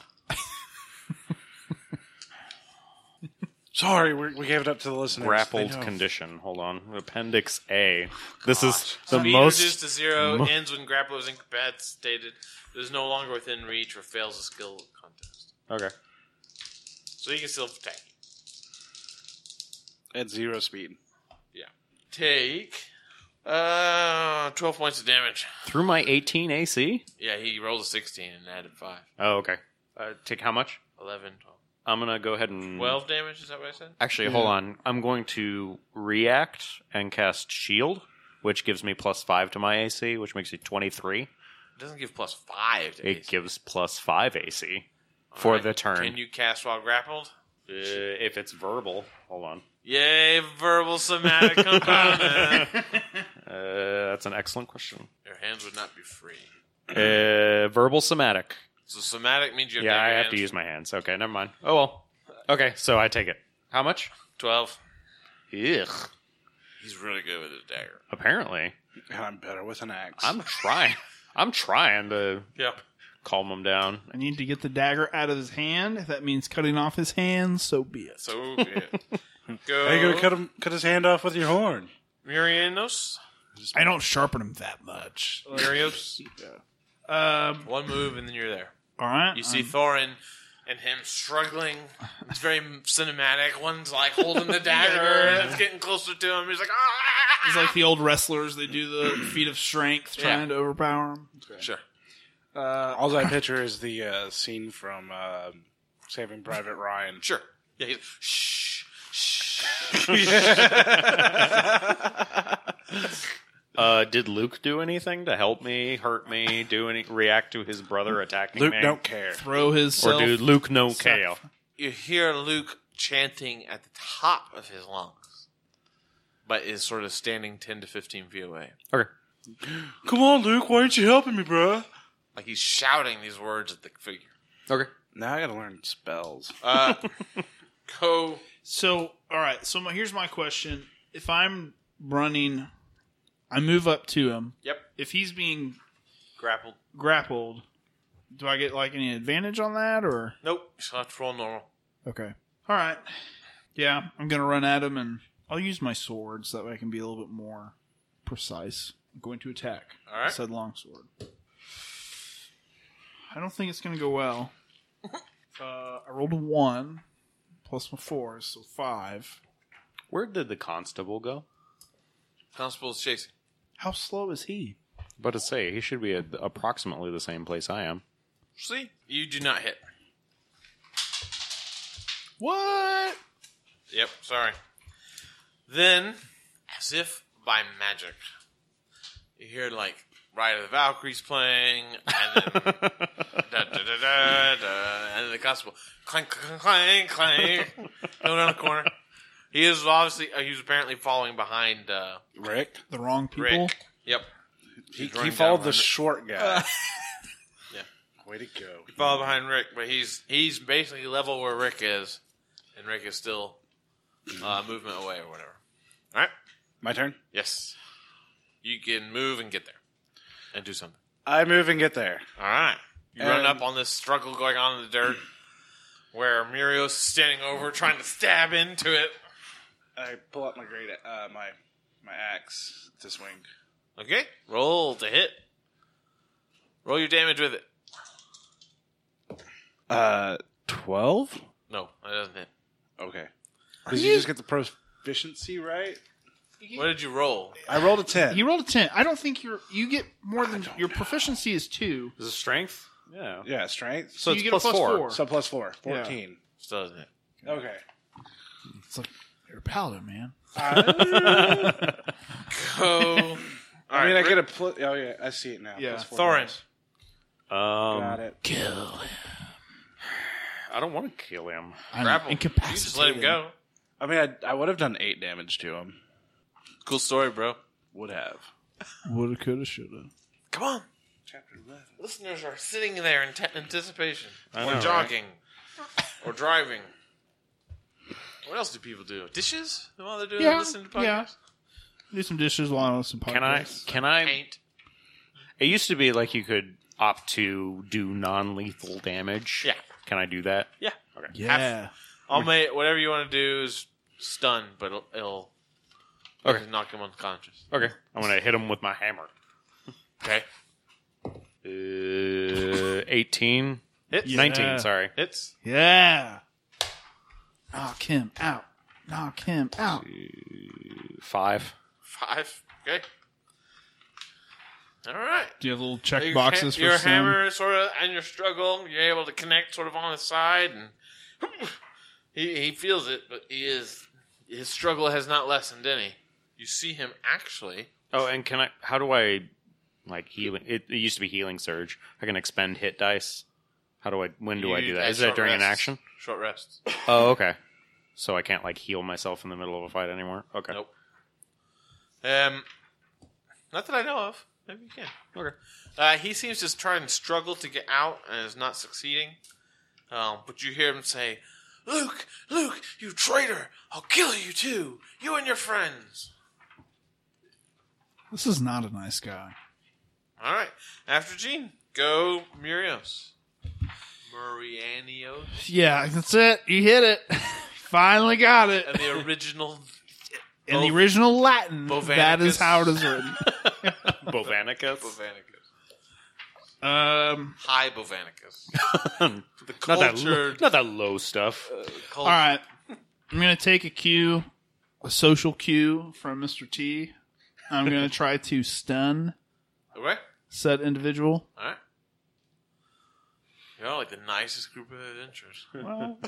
Speaker 1: Sorry, we, we gave it up to the listeners.
Speaker 2: Grappled
Speaker 1: They know.
Speaker 2: condition. Hold on. Appendix A. This is the
Speaker 4: Speed reduced
Speaker 2: most.
Speaker 4: to zero ends when grappler is incapacitated. It is no longer within reach or fails a skill contest.
Speaker 2: Okay.
Speaker 4: So he can still attack you.
Speaker 1: At zero speed.
Speaker 4: take uh 12 points of damage.
Speaker 2: Through my 18 AC.
Speaker 4: Yeah, he rolled a 16 and added 5.
Speaker 2: Oh, okay. Uh, take how much?
Speaker 4: 11, 12.
Speaker 2: I'm gonna go ahead and.
Speaker 4: 12 damage, is that what I said?
Speaker 2: actually, hold on. I'm going to react and cast shield, which gives me plus five to my AC, which makes it 23.
Speaker 4: It doesn't give plus 5 to
Speaker 2: It
Speaker 4: AC.
Speaker 2: gives plus five AC for
Speaker 4: Alright,
Speaker 2: the turn.
Speaker 4: Can you cast while grappled?
Speaker 2: Uh, if it's verbal, hold on.
Speaker 4: Yay, verbal somatic component.
Speaker 2: Uh, that's an excellent question.
Speaker 4: your hands would not be free.
Speaker 2: Uh, verbal somatic.
Speaker 4: So somatic means you have
Speaker 2: Yeah,
Speaker 4: to
Speaker 2: I
Speaker 4: your
Speaker 2: have to
Speaker 4: hands-
Speaker 2: use my hands. Okay, never mind. Oh well. Okay, so I take it. How much?
Speaker 4: 12.
Speaker 2: Ugh.
Speaker 4: He's really good with his dagger.
Speaker 2: Apparently,
Speaker 1: And I'm better with an axe.
Speaker 2: I'm trying. I'm trying to
Speaker 4: Yep.
Speaker 2: calm him down.
Speaker 5: I need to get the dagger out of his hand. If that means cutting off his hand, so be it.
Speaker 4: So yeah. Go.
Speaker 1: Are you
Speaker 4: Oh.
Speaker 1: gonna cut him? Cut his hand off with your horn?
Speaker 4: Murianos?
Speaker 5: I don't sharpen him that much.
Speaker 4: Murios?
Speaker 5: Um,
Speaker 4: One move and then you're there.
Speaker 5: all right.
Speaker 4: You see
Speaker 5: um,
Speaker 4: Thorin and him struggling. It's very cinematic. One's like holding the dagger, and it's getting closer to him. He's like, ah!
Speaker 5: it's like the old wrestlers. They do the feat of strength, trying to overpower him.
Speaker 4: sure.
Speaker 1: All I picture is the uh, scene from uh, Saving Private Ryan.
Speaker 4: Sure. Yeah, he's, shh.
Speaker 2: Uh, did Luke do anything to help me, hurt me, do any react to his brother attacking
Speaker 1: Luke
Speaker 2: me?
Speaker 1: don't care.
Speaker 5: Throw his
Speaker 2: Or do Luke no care?
Speaker 4: You hear Luke chanting at the top of his lungs. but is sort of standing ten to fifteen feet away.
Speaker 2: Okay.
Speaker 1: Come on, Luke. Why aren't you helping me, bruh?
Speaker 4: Like he's shouting these words at the figure.
Speaker 2: Okay.
Speaker 1: Now I gotta learn spells.
Speaker 4: Uh, go.
Speaker 5: So, all right. So my, here's my question: If I'm running, I move up to him.
Speaker 4: Yep.
Speaker 5: If he's being
Speaker 4: Grappled.
Speaker 5: grappled, do I get like any advantage on that or?
Speaker 4: Nope. You still have to roll normal.
Speaker 5: Okay. All right. Yeah, I'm gonna run at him and I'll use my sword so that way I can be a little bit more precise. I'm going to attack.
Speaker 4: All right.
Speaker 5: Said longsword. I don't think it's gonna go well. Uh, I rolled a one plus my four, so five.
Speaker 2: Where did the constable go?
Speaker 4: Constable's chasing.
Speaker 5: How slow is he?
Speaker 2: About to say he should be at approximately the same place I am.
Speaker 4: See, you do not hit.
Speaker 5: What?
Speaker 4: Yep, sorry. Then, as if by magic, you hear like Ride of the Valkyries playing, and then da, da, da, da, da, and the gospel clank clank clank clank. Go down the corner. He is obviously uh, he was apparently following behind uh,
Speaker 1: Rick?
Speaker 5: The wrong people.
Speaker 4: Rick. Yep,
Speaker 1: He, he
Speaker 4: running
Speaker 1: followed
Speaker 4: down
Speaker 1: the
Speaker 4: under-
Speaker 1: short guy.
Speaker 4: Yeah.
Speaker 1: Way to go.
Speaker 4: follow behind Rick, but he's he's basically level where Rick is, and Rick is still uh, movement away or whatever. All right.
Speaker 1: My turn?
Speaker 4: Yes. You can move and get there and do something.
Speaker 1: I move and get there.
Speaker 4: All right. You run
Speaker 1: And-
Speaker 4: up on this struggle going on in the dirt where Muriel's standing over trying to stab into it.
Speaker 1: I pull out my great uh, my my axe to swing.
Speaker 4: Okay. Roll to hit. Roll your damage with it.
Speaker 1: Uh, twelve.
Speaker 4: No, that doesn't hit.
Speaker 1: Okay. Did you just get the proficiency right?
Speaker 4: What did you roll?
Speaker 1: I rolled a ten.
Speaker 5: You rolled a ten. I don't think you're. You get more than your proficiency is two.
Speaker 2: Is it strength? Yeah. Um,
Speaker 1: yeah, strength.
Speaker 2: So
Speaker 5: you
Speaker 2: it's
Speaker 5: get a
Speaker 2: plus
Speaker 5: plus
Speaker 2: four.
Speaker 5: four.
Speaker 1: So plus four. Fourteen.
Speaker 4: Still doesn't hit.
Speaker 1: Okay.
Speaker 5: It's like you're a paladin, man.
Speaker 4: Oh.
Speaker 1: I mean, I get a plus. Oh yeah, I see it now.
Speaker 5: Yeah.
Speaker 1: Plus four
Speaker 4: Thorin.
Speaker 1: bonus.
Speaker 2: Um,
Speaker 1: Got it.
Speaker 2: I don't want to kill him.
Speaker 5: I'm
Speaker 4: Grapple. You
Speaker 5: incapacitated.
Speaker 4: just let him go.
Speaker 1: I mean, I, I would have done eight damage to him.
Speaker 4: Cool story, bro.
Speaker 1: Would have.
Speaker 5: Woulda, coulda, shoulda.
Speaker 4: Come on.
Speaker 1: Chapter eleven.
Speaker 4: Listeners are sitting there in t- anticipation.
Speaker 2: know,
Speaker 4: Or
Speaker 2: right?
Speaker 4: jogging. or driving. What else do people do? Dishes? While they're doing
Speaker 5: Yeah,
Speaker 4: listening to podcasts?
Speaker 5: yeah. Do some dishes while I listen to podcasts.
Speaker 2: Can I? Can I?
Speaker 4: Paint.
Speaker 2: It used to be like you could opt to do non-lethal damage.
Speaker 4: Yeah.
Speaker 2: Can I do that?
Speaker 4: Yeah.
Speaker 5: Yeah.
Speaker 4: I'll make whatever you want to do is stun, but it'll, it'll
Speaker 2: Okay.
Speaker 4: it'll knock him unconscious.
Speaker 2: Okay. I'm gonna hit him with my hammer.
Speaker 4: Okay.
Speaker 2: Uh, 18,
Speaker 4: Hits.
Speaker 2: 19. Sorry.
Speaker 4: Hits.
Speaker 5: Yeah. Knock him out. Knock him out.
Speaker 2: Five.
Speaker 4: Five. Okay. All right.
Speaker 5: Do you have little check
Speaker 4: Your
Speaker 5: boxes
Speaker 4: ha-
Speaker 5: for
Speaker 4: your
Speaker 5: some?
Speaker 4: hammer sort of and your struggle. You're able to connect sort of on his side, and he he feels it, but he is his struggle has not lessened any. You see him actually.
Speaker 2: Oh, and can I? How do I? Like healing. It, it used to be healing surge. I can expend hit dice. How do I? When do I
Speaker 4: you-
Speaker 2: do that?
Speaker 4: at
Speaker 2: Is that
Speaker 4: short
Speaker 2: during an
Speaker 4: rests.
Speaker 2: action?
Speaker 4: Short rests.
Speaker 2: Oh, okay. So I can't like heal myself in the middle of a fight anymore. Okay.
Speaker 4: Nope. Um, not that I know of. Maybe you can. Okay. Uh, he seems to try and struggle to get out and is not succeeding. Um, but you hear him say, "Luke, Luke, you traitor! I'll kill you too, you and your friends."
Speaker 5: This is not a nice guy.
Speaker 4: All right. After Gene, go Murios. Murianios.
Speaker 5: Yeah, that's it. You hit it. Finally got it.
Speaker 4: And the original.
Speaker 5: In the original Latin, that is
Speaker 4: Bovanicus.
Speaker 5: how it is written.
Speaker 2: Bovanicus.
Speaker 4: Bovanicus.
Speaker 5: um,
Speaker 4: High Bovanicus. the
Speaker 2: Not that,
Speaker 4: culture.
Speaker 2: lo- not that low stuff.
Speaker 5: all right. I'm going to take a cue, a social cue from Mr. T. I'm going to try to stun
Speaker 4: Okay.
Speaker 5: said individual.
Speaker 4: All right. You're all like the nicest group of adventurers.
Speaker 5: Well,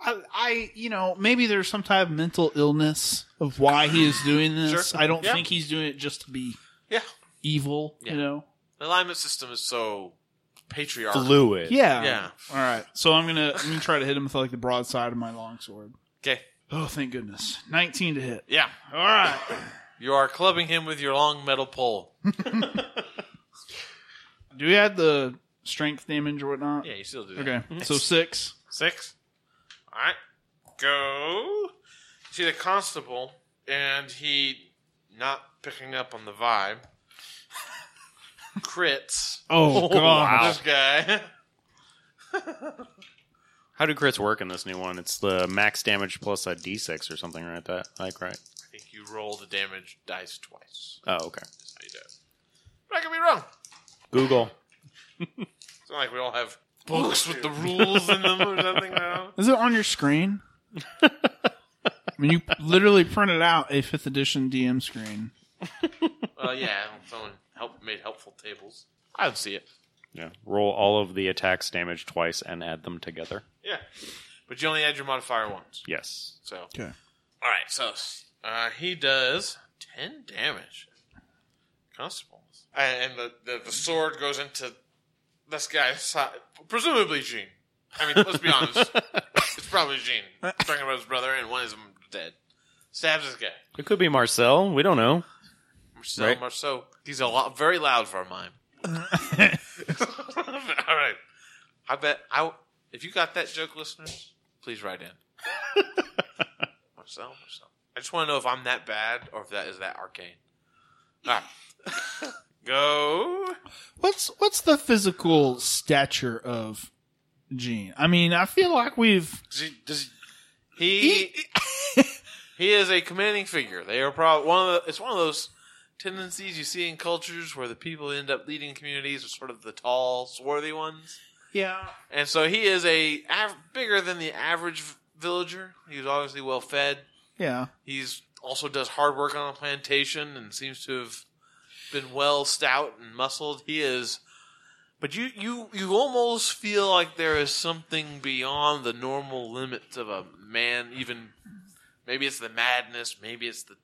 Speaker 5: I, I, you know, maybe there's some type of mental illness of why he is doing this.
Speaker 4: Sure.
Speaker 5: I don't
Speaker 4: Yeah.
Speaker 5: think he's doing it just to be
Speaker 4: Yeah.
Speaker 5: evil,
Speaker 4: Yeah.
Speaker 5: you know?
Speaker 4: The alignment system is so patriarchal.
Speaker 2: Fluid.
Speaker 5: Yeah.
Speaker 4: Yeah.
Speaker 5: All right. So I'm gonna I'm gonna try to hit him with like the broadside of my longsword.
Speaker 4: Okay.
Speaker 5: Oh, thank goodness. 19 to hit.
Speaker 4: Yeah.
Speaker 5: All right.
Speaker 4: You are clubbing him with your long metal pole.
Speaker 5: Do we add the strength damage or whatnot?
Speaker 4: Yeah, you still do that.
Speaker 5: Okay. So six.
Speaker 4: Six. All right. Go. See the constable, and he not picking up on the vibe. Crits.
Speaker 5: Oh, God.
Speaker 4: This guy.
Speaker 2: How do crits work in this new one? It's the max damage plus a d6 or something, right? That like right?
Speaker 4: I think you roll the damage dice twice.
Speaker 2: Oh, okay.
Speaker 4: That's how you do it. But I could be wrong.
Speaker 2: Google.
Speaker 4: It's not like we all have books with the rules in them or something now.
Speaker 5: Is it on your screen? I mean, you literally printed out a fifth edition DM screen.
Speaker 4: Uh, yeah, someone help made helpful tables. I don't see it.
Speaker 2: Yeah. Roll all of the attacks damage twice and add them together.
Speaker 4: Yeah, but you only add your modifier once.
Speaker 2: Yes.
Speaker 4: So
Speaker 5: Okay.
Speaker 4: All right, so uh, he does ten damage. Constables, and, and the, the the sword goes into this guy's side, presumably Gene. I mean, let's be honest, it's probably Gene. Talking about his brother, and one is dead. Stabs this guy.
Speaker 2: It could be Marcel. We don't know.
Speaker 4: So
Speaker 2: Right.
Speaker 4: much so, he's a lot very loud for a mime. All right, I bet I. If you got that joke, listeners, please write in. Marcel, Marcel. I just want to know if I'm that bad or if that is that arcane. All right. Go.
Speaker 5: What's what's the physical stature of Gene? I mean, I feel like we've
Speaker 1: Does he, does he,
Speaker 4: He he is a commanding figure. They are probably one of the, it's one of those tendencies you see in cultures where the people who end up leading communities are sort of the tall, swarthy ones.
Speaker 5: yeah.
Speaker 4: And so he is a av- bigger than the average v- villager. He's obviously well fed.
Speaker 5: Yeah.
Speaker 4: He's also does hard work on a plantation and seems to have been well stout and muscled. He is, but you you you almost feel like there is something beyond the normal limits of a man. Even maybe it's the madness, maybe it's the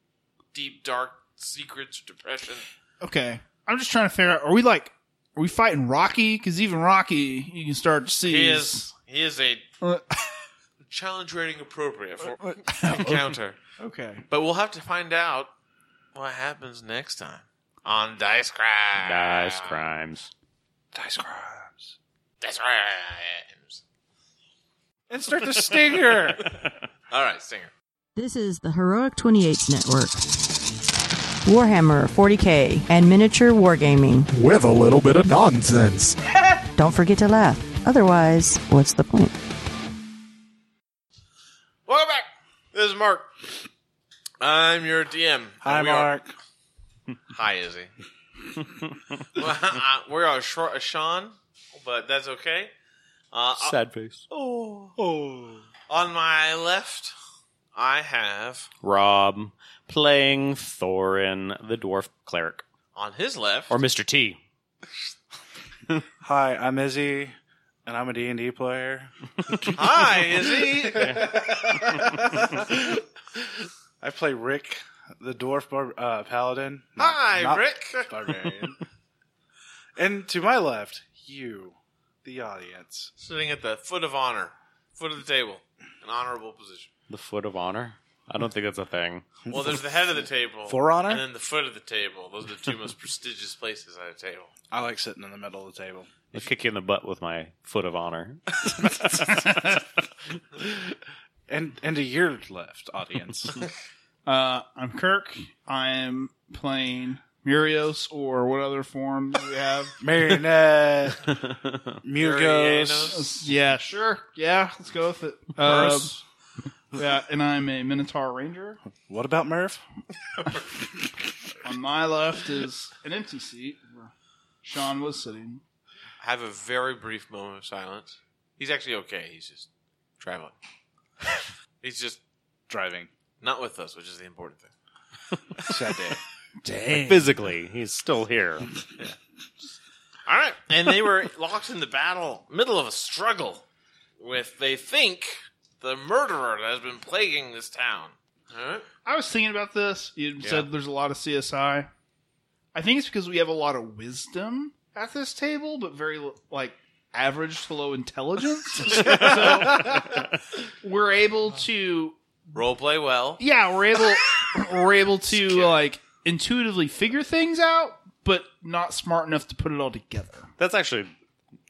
Speaker 4: deep dark secrets, depression.
Speaker 5: Okay. I'm just trying to figure out are we like are we fighting Rocky? Because even Rocky, you can start to see Uh,
Speaker 4: He is he is a
Speaker 5: okay.
Speaker 4: challenge rating appropriate for encounter. But we'll have to find out what happens next time on Dice Crash.
Speaker 2: Dice crimes.
Speaker 1: dice crimes?
Speaker 4: Dice Crimes.
Speaker 1: And start the stinger.
Speaker 4: All right, Stinger.
Speaker 6: This is the Heroic 28 Network. Warhammer 40k and miniature wargaming.
Speaker 7: with a little bit of nonsense.
Speaker 6: Don't forget to laugh. Otherwise, what's the point?
Speaker 4: Welcome back. This is Mark. I'm your DM.
Speaker 1: Hi,
Speaker 4: We are-
Speaker 1: Mark.
Speaker 4: Hi, Izzy. well, uh, we are short of Sean, but that's okay. Uh, oh.
Speaker 2: Sad face. Oh.
Speaker 4: on my left, I have.
Speaker 2: Rob playing Thorin, the dwarf cleric,
Speaker 4: On his left,
Speaker 2: or Mr. T.
Speaker 1: Hi, I'm Izzy, and I'm a D&D player.
Speaker 4: hi, Izzy.
Speaker 1: I play Rick, the dwarf bar- uh, paladin. Not-
Speaker 4: hi,
Speaker 1: not
Speaker 4: Rick.
Speaker 1: Barbarian. and to my left, you, the audience.
Speaker 4: Sitting at the foot of honor, foot of the table, an honorable position.
Speaker 2: The foot of honor. I don't think that's a thing.
Speaker 4: Well, there's the head of the table.
Speaker 1: For honor?
Speaker 4: And then the foot of the table. Those are the two most prestigious places at a table.
Speaker 1: I like sitting in the middle of the table.
Speaker 2: I'll kick you in the butt with my foot of honor.
Speaker 1: And and to your left, audience.
Speaker 5: Uh, I'm Kirk. I am playing Murios or what other form do we have?
Speaker 1: Marionette,
Speaker 4: Murianos.
Speaker 1: Mugos,
Speaker 5: yeah, sure. Yeah, let's go with it. Um,
Speaker 1: Murphs.
Speaker 5: yeah, and I'm a Minotaur Ranger.
Speaker 1: What about Murph?
Speaker 5: On my left is an empty seat where Sean was sitting.
Speaker 4: have a very brief moment of silence. He's actually okay. He's just traveling. He's just
Speaker 1: Driving.
Speaker 4: not with us, which is the important thing.
Speaker 1: Sad day.
Speaker 2: Physically, he's still here.
Speaker 4: All right. And they were locked in the battle, middle of a struggle with, they think, the murderer that has been plaguing this town. All right.
Speaker 5: I was thinking about this. You said there's a lot of CSI. I think it's because we have a lot of wisdom at this table, but very like average to low intelligence. so we're able to
Speaker 4: Role play well.
Speaker 5: yeah, we're able we're able to like intuitively figure things out, but not smart enough to put it all together.
Speaker 2: That's actually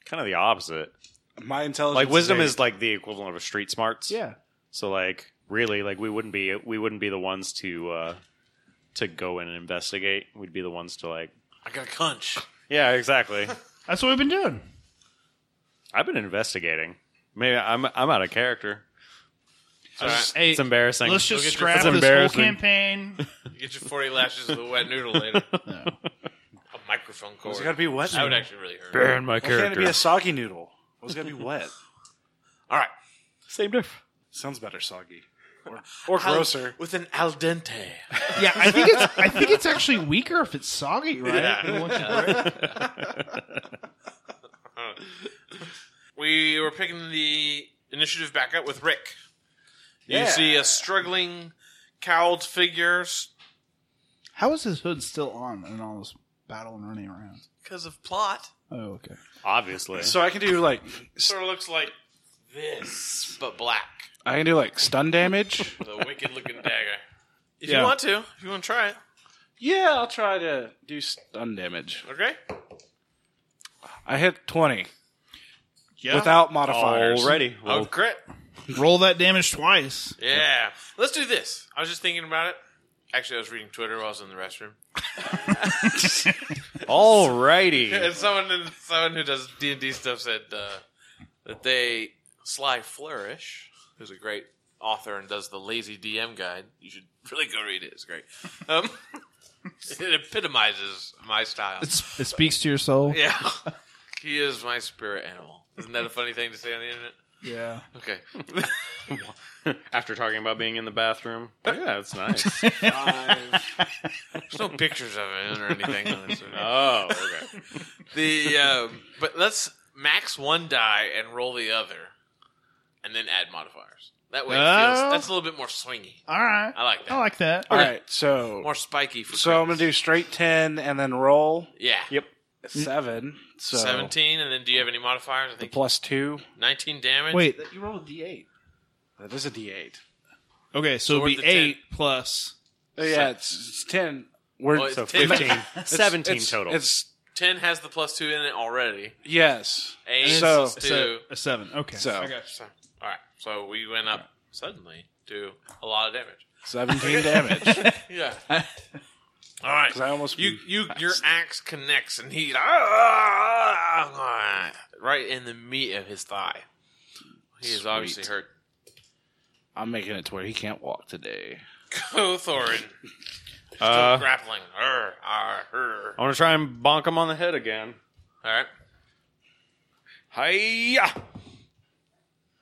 Speaker 2: kind of the opposite.
Speaker 1: My intelligence,
Speaker 2: Like wisdom
Speaker 1: eight.
Speaker 2: is like the equivalent of a street smarts. So like really like we wouldn't be we wouldn't be the ones to uh to go in and investigate. We'd be the ones to like
Speaker 4: I got a hunch.
Speaker 2: Yeah, exactly.
Speaker 5: That's what we've been doing.
Speaker 2: I've been investigating. Maybe I'm I'm out of character.
Speaker 4: It's all
Speaker 5: Hey,
Speaker 2: It's embarrassing.
Speaker 5: let's just
Speaker 4: Look at
Speaker 5: scrap
Speaker 2: this.
Speaker 5: this,
Speaker 2: That's embarrassing.
Speaker 5: whole campaign.
Speaker 4: right. You get your 40 lashes of the wet noodle later. A microphone cord.
Speaker 1: It's got to be wet.
Speaker 4: that would
Speaker 1: noodle.
Speaker 4: actually really hurt.
Speaker 2: burn my
Speaker 1: Why can't it
Speaker 2: character.
Speaker 1: be a soggy noodle? It's got to be wet.
Speaker 4: All right.
Speaker 2: Same diff.
Speaker 1: Sounds better soggy or, or grosser.
Speaker 4: With an al dente.
Speaker 5: yeah, I think it's I think it's actually weaker if it's soggy, right?
Speaker 4: We were picking the initiative back up with Rick. You
Speaker 1: Yeah.
Speaker 4: see uh, a struggling, cowled figure
Speaker 5: How is his hood still on and all this battle and running around?
Speaker 4: because of plot.
Speaker 5: Oh, okay.
Speaker 2: Obviously.
Speaker 1: So I can do like s-
Speaker 4: Sort of looks like this, but black.
Speaker 1: I can do like stun damage.
Speaker 4: The wicked looking dagger. If
Speaker 1: Yeah.
Speaker 4: you want to, if you want to try it.
Speaker 1: yeah, I'll try to do stun damage.
Speaker 4: Okay.
Speaker 1: I hit twenty
Speaker 5: Yeah.
Speaker 1: without modifiers.
Speaker 2: Already.
Speaker 4: Oh, crit.
Speaker 5: Roll that damage twice.
Speaker 4: Yeah. Let's do this. I was just thinking about it. Actually, I was reading Twitter while I was in the restroom.
Speaker 2: Alrighty.
Speaker 4: And someone, someone who does D and D stuff said uh, that they Sly Flourish, who's a great author and does the Lazy DM guide. You should really go read it. It's great. Um, it epitomizes my style.
Speaker 5: It speaks to your soul.
Speaker 4: yeah, he is my spirit animal. Isn't that a funny thing to say on the internet?
Speaker 5: Yeah.
Speaker 4: Okay.
Speaker 2: After talking about being in the bathroom. Oh, Yeah, that's nice.
Speaker 4: There's no pictures of it or anything. on this.
Speaker 2: oh, okay.
Speaker 4: the um, but let's max one die and roll the other, and then add modifiers. That way, it
Speaker 5: Oh.
Speaker 4: feels, that's a little bit more swingy.
Speaker 5: All right.
Speaker 4: I like that.
Speaker 5: I like that.
Speaker 1: All right, so
Speaker 4: More spiky for
Speaker 1: so I'm gonna
Speaker 4: crits.
Speaker 1: do straight ten and then roll
Speaker 4: yeah
Speaker 2: Yep.
Speaker 1: seven. So
Speaker 4: seventeen, and then do you have any modifiers? I
Speaker 1: the
Speaker 4: think
Speaker 1: plus two.
Speaker 4: nineteen damage.
Speaker 5: Wait.
Speaker 1: You roll a d8. That is a d8.
Speaker 5: Okay, so
Speaker 4: So
Speaker 5: it'd
Speaker 4: we're
Speaker 5: be
Speaker 4: at the
Speaker 5: eight plus.
Speaker 1: Oh, yeah, it's, it's ten. We're
Speaker 4: Well, it's
Speaker 1: so
Speaker 4: 10.
Speaker 2: Seventeen
Speaker 1: it's-
Speaker 2: total.
Speaker 1: It's
Speaker 4: ten has the plus two in it already.
Speaker 1: yes.
Speaker 4: Eight
Speaker 1: So-
Speaker 4: plus two.
Speaker 5: So, a seven. Okay.
Speaker 1: So
Speaker 4: So, all right, so we went up suddenly to a lot of damage.
Speaker 1: seventeen damage.
Speaker 4: Yeah. all right.
Speaker 1: 'Cause I almost
Speaker 4: you you your axe connects and he ah, right in the meat of his thigh. He is obviously hurt.
Speaker 1: I'm making it to where he can't walk today.
Speaker 4: Go Thorin,
Speaker 2: Uh,
Speaker 4: grappling. Arr, arr, arr.
Speaker 2: I'm gonna try and bonk him on the head again.
Speaker 4: All right.
Speaker 2: Hiya!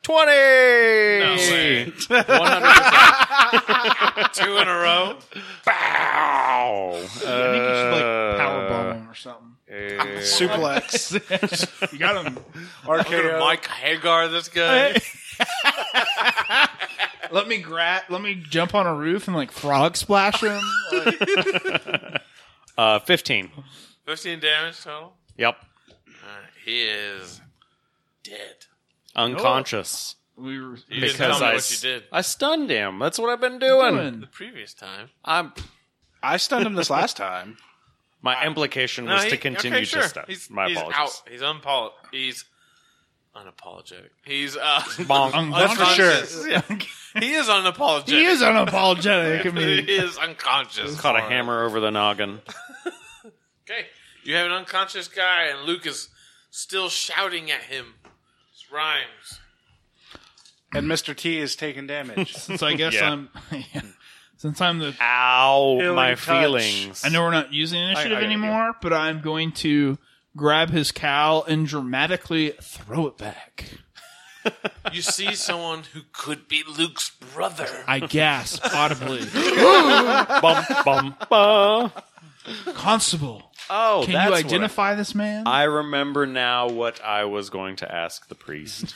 Speaker 2: Twenty.
Speaker 4: No way.
Speaker 2: 100%.
Speaker 4: Two in a row.
Speaker 2: Bow.
Speaker 5: I think you should like
Speaker 2: Uh,
Speaker 5: power bomb him or something.
Speaker 1: Suplex.
Speaker 5: You got him. uh,
Speaker 1: RKO.
Speaker 4: Mike Hagar, this guy.
Speaker 5: let me grab. Let me jump on a roof and like frog splash him. Like,
Speaker 2: Uh, fifteen.
Speaker 4: 15 damage total.
Speaker 2: Yep.
Speaker 4: All right. He is dead.
Speaker 2: Unconscious.
Speaker 5: we were
Speaker 4: You didn't tell
Speaker 2: Because
Speaker 4: me
Speaker 2: I,
Speaker 4: what
Speaker 2: s-
Speaker 4: you did
Speaker 2: I stunned him. That's what I've been doing.
Speaker 4: the previous time.
Speaker 2: I'm,
Speaker 1: I stunned him this last time.
Speaker 2: my implication
Speaker 4: No,
Speaker 2: was
Speaker 4: he-
Speaker 2: to continue
Speaker 4: okay, sure.
Speaker 2: to stun.
Speaker 4: He's,
Speaker 2: my
Speaker 4: he's
Speaker 2: apologies.
Speaker 4: out. He's unpol- He's unapologetic. He's uh,
Speaker 2: Bonk.
Speaker 5: That's
Speaker 1: for sure.
Speaker 4: unconscious. Yeah. he is unapologetic.
Speaker 5: He is unapologetic. I mean,
Speaker 4: He is unconscious.
Speaker 2: Caught a hammer over the noggin.
Speaker 4: Okay, you have an unconscious guy, and Luke is still shouting at him. It's rhymes.
Speaker 1: And Mr. T is taking damage.
Speaker 5: since I guess
Speaker 2: Yeah.
Speaker 5: I'm, since I'm the,
Speaker 2: Ow,
Speaker 1: Healing
Speaker 2: my
Speaker 1: touch.
Speaker 2: feelings.
Speaker 5: I know we're not using initiative
Speaker 2: I- I-
Speaker 5: anymore, but I'm going to grab his cowl and dramatically throw it back.
Speaker 4: You see someone who could be Luke's brother.
Speaker 5: I gasp audibly,
Speaker 2: Bum, bum, bum.
Speaker 5: Constable.
Speaker 2: Oh,
Speaker 5: Can
Speaker 2: that's
Speaker 5: you
Speaker 2: what I-
Speaker 5: identify this man?
Speaker 2: I remember now what I was going to ask the priest.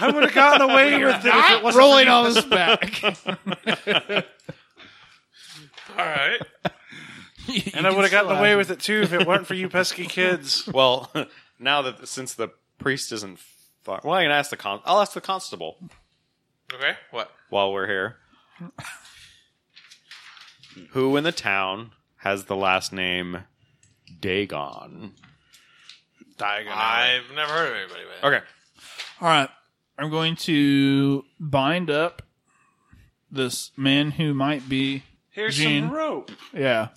Speaker 1: I would have gotten away with it.
Speaker 5: I'm rolling all this back.
Speaker 4: All right.
Speaker 1: And I would have gotten away with it too if it weren't for you pesky kids.
Speaker 2: well, now that since the priest isn't, fu- well, I can ask the con. I'll ask the constable
Speaker 4: Okay. What?
Speaker 2: while we're here. Who in the town has the last name Dagon?
Speaker 1: Diagon Alley.
Speaker 4: I've never heard of anybody with it.
Speaker 2: Okay.
Speaker 5: All right. I'm going to bind up this man who might be.
Speaker 1: Here's
Speaker 5: Gene.
Speaker 1: some rope.
Speaker 5: Yeah.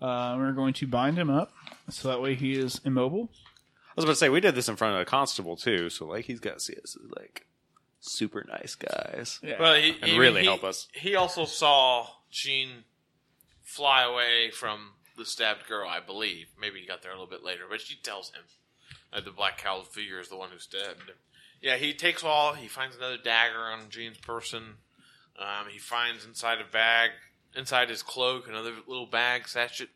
Speaker 5: Uh, we're going to bind him up so that way he is immobile.
Speaker 2: I was about to say we did this in front of a constable too, so like he's got to see us as like super nice guys. Yeah.
Speaker 4: Well, he,
Speaker 2: And
Speaker 4: he-
Speaker 2: really
Speaker 4: he-
Speaker 2: help us.
Speaker 4: He also saw Gene fly away from the stabbed girl, I believe. Maybe he got there a little bit later, but she tells him that the black cowled figure is the one who stabbed him. Yeah, he takes all. He finds another dagger on Gene's person. Um, he finds inside a bag, inside his cloak, another little bag sachet,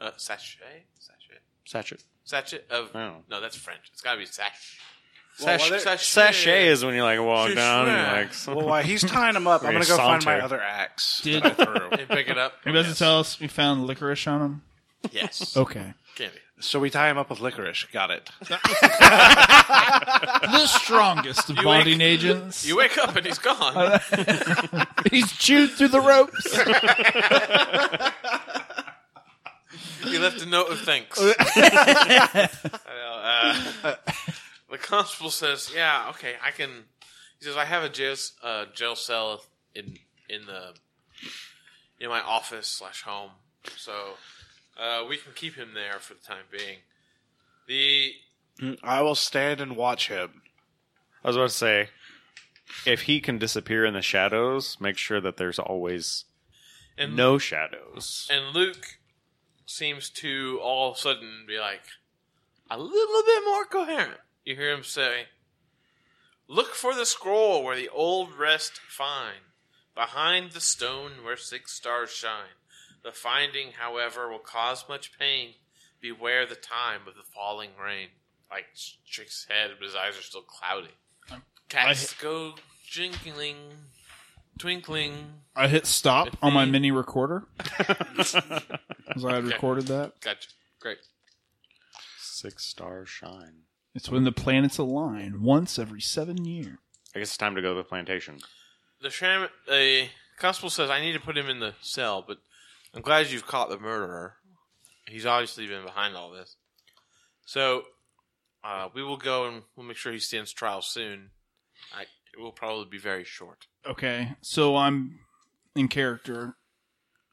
Speaker 4: uh, sachet, sachet,
Speaker 2: Sachet.
Speaker 4: sachet of.
Speaker 2: Oh.
Speaker 4: No, that's French. It's got to be sachet.
Speaker 2: Sachet.
Speaker 4: whether-
Speaker 2: Sachet is when you like walk
Speaker 4: Sachet.
Speaker 2: down and like.
Speaker 1: Well, while he's tying him up, I'm
Speaker 2: Okay,
Speaker 1: gonna go find my
Speaker 2: saunter.
Speaker 1: other axe.
Speaker 5: Did-
Speaker 1: that I threw.
Speaker 4: Hey, pick it up.
Speaker 5: He doesn't Oh. tell us we found licorice on him.
Speaker 4: Yes.
Speaker 5: Okay.
Speaker 4: Candy.
Speaker 1: So we tie him up with licorice. Got it.
Speaker 5: the strongest of bonding agents.
Speaker 4: You wake up and he's gone.
Speaker 5: He's chewed through the ropes.
Speaker 4: he left a note of thanks. I know, uh, the constable says, "Yeah, okay, I can." He says, "I have a jail, uh, jail cell in in the in my office slash home, so uh, we can keep him there for the time being." The
Speaker 1: I will stand and watch him.
Speaker 2: I was about to say, if he can disappear in the shadows, make sure that there's always
Speaker 4: and
Speaker 2: no shadows.
Speaker 4: and Luke seems to all of a sudden be like a little bit more coherent. You hear him say, "Look for the scroll where the old rest find, behind the stone where six stars shine. The finding, however, will cause much pain. Beware the time of the falling rain." Like Trick's head, but his eyes are still cloudy. Cats go jingling, twinkling.
Speaker 5: I hit stop on my mini recorder because I had
Speaker 4: Okay.
Speaker 5: recorded that.
Speaker 4: Gotcha. Great.
Speaker 2: Six stars shine.
Speaker 5: It's when the planets align once every seven years.
Speaker 2: I guess it's time to go to the plantation.
Speaker 4: the sham the constable says I need to put him in the cell, but I'm glad you've caught the murderer. He's obviously been behind all this. So uh, we will go and we'll make sure he stands trial soon. I, it will probably be very short.
Speaker 5: Okay, so I'm in character.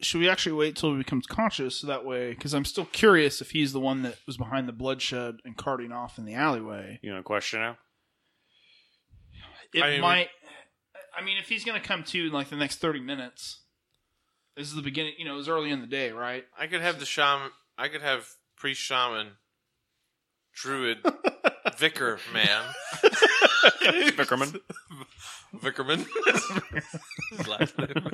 Speaker 5: Should we actually wait till he becomes conscious so that way? Because I'm still curious if he's the one that was behind the bloodshed and carting off in the alleyway.
Speaker 2: You want to question now?
Speaker 5: It
Speaker 4: I mean, we-
Speaker 5: might. I mean, if he's going to come to in like the next 30 minutes, this is the beginning, you know, it was early in the day, right?
Speaker 4: I could have the shaman. I could have priest shaman, druid, vicar man,
Speaker 2: Bickerman.
Speaker 4: vickerman. His last name.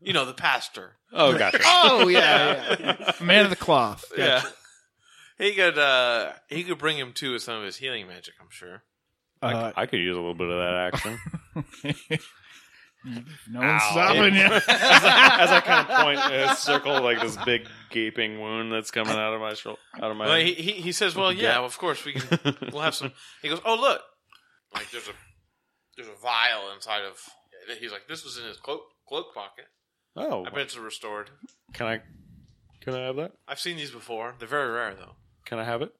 Speaker 4: you know the pastor.
Speaker 2: Oh, gotcha.
Speaker 5: Oh, yeah. yeah. Man of the cloth.
Speaker 4: Yeah. He could uh he could bring him too with some of his healing magic, I'm sure.
Speaker 5: Uh,
Speaker 2: I could use a little bit of that action.
Speaker 5: no one's stopping you.
Speaker 2: As I kind of point a circle like this big gaping wound that's coming out of my shoulder, out of my.
Speaker 4: Well, he, he he says, "Well, yeah, of course we can. We'll have some." He goes, "Oh, look! Like there's a there's a vial inside of." He's like, "This was in his cloak cloak pocket.
Speaker 2: oh,
Speaker 4: I bet it's restored.
Speaker 2: can I? Can I have that?
Speaker 4: I've seen these before. They're very rare, though.
Speaker 2: Can I have it?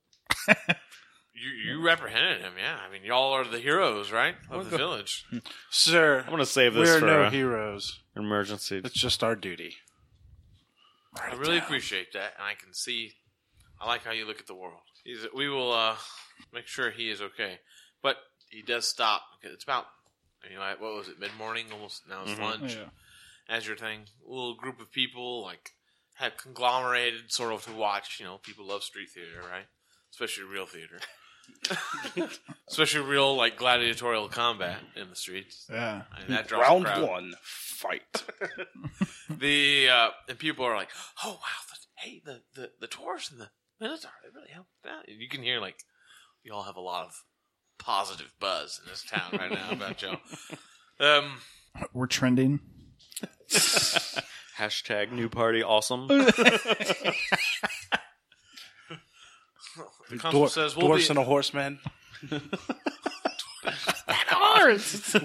Speaker 4: You you reprehended him, yeah. I mean, y'all are the heroes, right, of the village.
Speaker 1: Sir,
Speaker 2: I'm gonna save this
Speaker 1: we're
Speaker 2: for
Speaker 1: no
Speaker 2: uh,
Speaker 1: heroes.
Speaker 2: emergency.
Speaker 1: It's just our duty.
Speaker 4: I really appreciate that, and I can see. I like how you look at the world. He's, we will uh, make sure he is okay, but he does stop. It's about you know what was it mid morning almost now it's lunch
Speaker 5: Yeah.
Speaker 4: as your thing. A little group of people like had conglomerated sort of to watch. You know, people love street theater, right? Especially real theater, especially real like gladiatorial combat in the streets,
Speaker 5: Yeah.
Speaker 4: and that draws
Speaker 1: Round
Speaker 4: crowd
Speaker 1: one, fight.
Speaker 4: the uh, and people are like, "Oh wow, the, hey, the the the Taurus and the Minotaur, they really helped out." And you can hear like, we all have a lot of positive buzz in this town right now about Joe. Um,
Speaker 5: We're trending.
Speaker 2: Hashtag new party awesome.
Speaker 4: the constable
Speaker 1: Dwar-
Speaker 4: says, "We'll
Speaker 1: dwarfs
Speaker 4: be
Speaker 1: and a horseman. Clarence.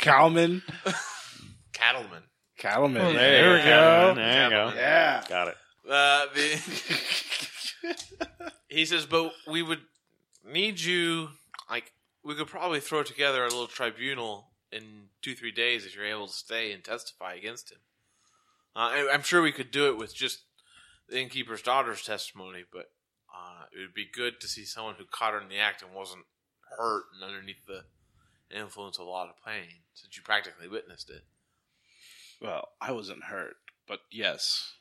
Speaker 1: Cowman.
Speaker 4: Cattleman.
Speaker 1: Cattleman. there
Speaker 2: There you
Speaker 1: we go.
Speaker 2: go. There you go.
Speaker 1: Yeah.
Speaker 2: Got it.
Speaker 4: Uh, the he says, but we would need you. Like we could probably throw together a little tribunal in two three days if you're able to stay and testify against him. Uh, I, I'm sure we could do it with just the innkeeper's daughter's testimony, but uh, it would be good to see someone who caught her in the act and wasn't hurt and underneath the influence of a lot of pain, since you practically witnessed it.
Speaker 1: Well, I wasn't hurt, but yes.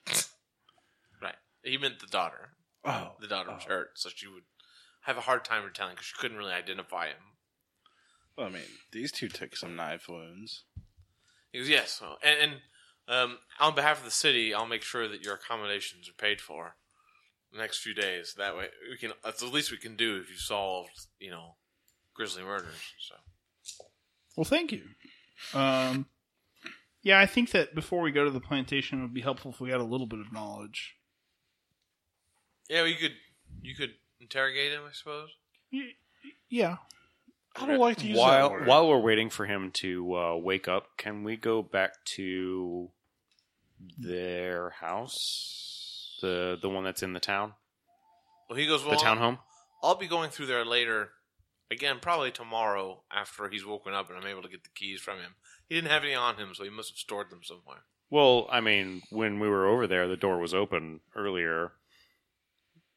Speaker 4: Right. He meant the daughter.
Speaker 1: Oh.
Speaker 4: the daughter was hurt, so she would have a hard time retelling because she couldn't really identify him.
Speaker 1: I mean, these two took some knife wounds.
Speaker 4: He goes, "Yes," well, and, and um, on behalf of the city, I'll make sure that your accommodations are paid for the next few days. That way, we can that's the least we can do if you solved, you know, grisly murders. So
Speaker 5: Well, thank you. Um, yeah, I think that before we go to the plantation, it would be helpful if we had a little bit of knowledge.
Speaker 4: yeah, well, you could you could interrogate him, I suppose.
Speaker 5: Y- Yeah.
Speaker 1: I don't like to use
Speaker 2: While
Speaker 1: that word.
Speaker 2: while we're waiting for him to uh, wake up, can we go back to their house? The the one that's in the town,
Speaker 4: Well, he goes,
Speaker 2: the
Speaker 4: "Well,
Speaker 2: townhome.
Speaker 4: I'll be going through there later, again, probably tomorrow after he's woken up and I'm able to get the keys from him. He didn't have any on him, so he must have stored them somewhere."
Speaker 2: Well, I mean, when we were over there, the door was open earlier.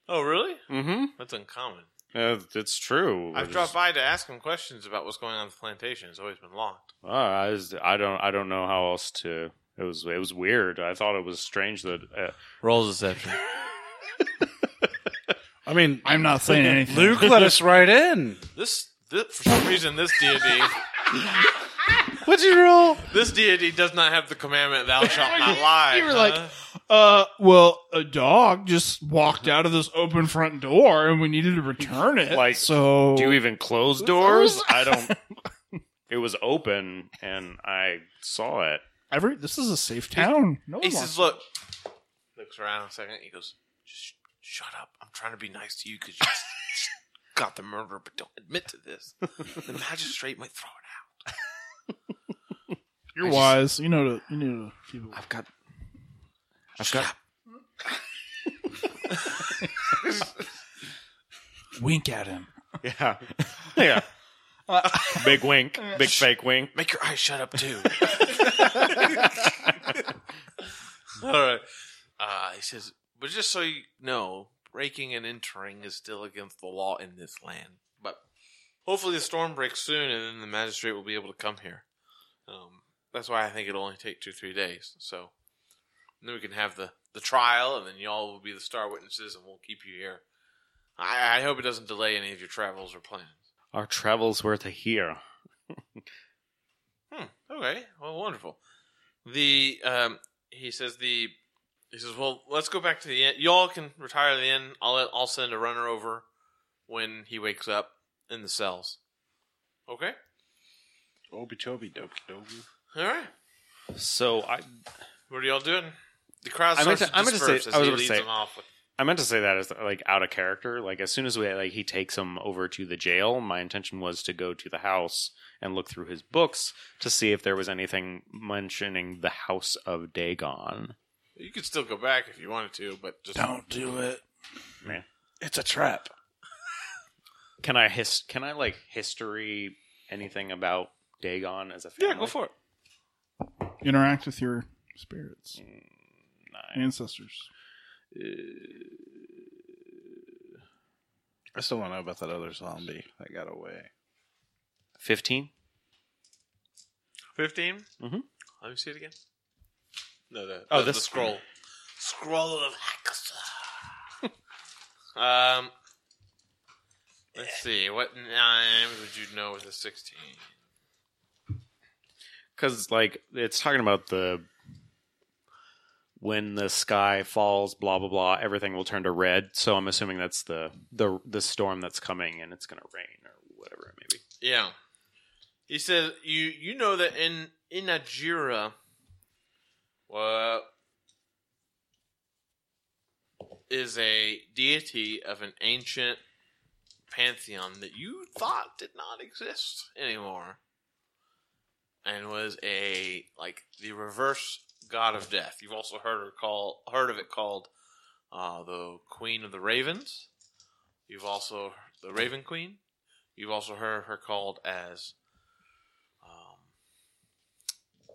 Speaker 4: Oh, really?
Speaker 2: Mm-hmm.
Speaker 4: That's uncommon.
Speaker 2: Uh, it's true.
Speaker 4: I've dropped by to ask him questions about what's going on at the plantation. It's always been locked.
Speaker 2: Uh, I, was- I don't. I don't know how else to. It was. It was weird. I thought it was strange that. Uh,
Speaker 4: Rolls deception.
Speaker 1: I mean,
Speaker 5: I'm not saying anything.
Speaker 1: Luke let us right in.
Speaker 4: This, this, for some reason, this deity,
Speaker 1: What'd you roll?
Speaker 4: this deity does not have the commandment "Thou shalt not lie." Uh-huh.
Speaker 5: You were
Speaker 4: huh?
Speaker 5: like, uh, well, a dog just walked out of this open front door and we needed to return it.
Speaker 2: Like,
Speaker 5: so.
Speaker 2: do you even close doors? I don't. it was open, and I saw it.
Speaker 5: Every, this is a safe town. No
Speaker 4: he
Speaker 5: one
Speaker 4: says,
Speaker 5: wants
Speaker 4: "Look." Looks around a second. He goes, "Just shut up. I'm trying to be nice to you because you got the murder, but don't admit to this. The magistrate might throw it
Speaker 5: you're wise. you know to, you know to keep it.
Speaker 2: I've got. I've got.
Speaker 5: wink at him.
Speaker 2: Yeah. Yeah. big wink. Big fake wink.
Speaker 4: out. Make your eyes shut up too." All right. Uh, he says, but just so you know, breaking and entering is still against the law in this land. But hopefully the storm breaks soon and then the magistrate will be able to come here. Um, that's why I think it'll only take two, three days. So then we can have the, the trial and then y'all will be the star witnesses and we'll keep you here. I, I hope it doesn't delay any of your travels or plans.
Speaker 2: Our travels were to here.
Speaker 4: Hmm. Okay. Well, wonderful. The um, he says the he says, well, let's go back to the inn. Y'all can retire to the inn. I'll I'll send a runner over when he wakes up in the cells. Okay.
Speaker 1: Obi Toby Doki Doki.
Speaker 4: All right.
Speaker 2: So I.
Speaker 4: What are y'all doing? The crowd
Speaker 2: I meant
Speaker 4: starts
Speaker 2: to- I
Speaker 4: to
Speaker 2: meant to
Speaker 4: disperse
Speaker 2: say-
Speaker 4: as
Speaker 2: I was
Speaker 4: he
Speaker 2: gonna
Speaker 4: leads
Speaker 2: say-
Speaker 4: them off. With,
Speaker 2: I meant to say that as like out of character. Like as soon as we like he takes him over to the jail, my intention was to go to the house and look through his books to see if there was anything mentioning the house of Dagon.
Speaker 4: you could still go back if you wanted to, but just
Speaker 1: Don't do it.
Speaker 2: Man.
Speaker 1: It's a trap.
Speaker 2: Can I his can I like history anything about Dagon as a family?
Speaker 4: Yeah, go for it.
Speaker 5: Interact with your spirits, ancestors.
Speaker 1: I still want to know about that other zombie that got away.
Speaker 2: Fifteen?
Speaker 4: 15
Speaker 2: Mhm.
Speaker 4: Let me see it again.
Speaker 2: No, that
Speaker 4: Oh, the, the scroll. Scroll of Hakusa. um, let's see. What nine would you know with a sixteen?
Speaker 2: because like it's talking about the when the sky falls blah blah blah everything will turn to red so i'm assuming that's the the the storm that's coming and it's going to rain or whatever it may be
Speaker 4: Yeah. He says you you know that in in Nigeria well is a deity of an ancient pantheon that you thought did not exist anymore, and was a like the reverse god of death. You've also heard her call heard of it called uh, the Queen of the Ravens. You've also the Raven Queen. You've also heard her called as um,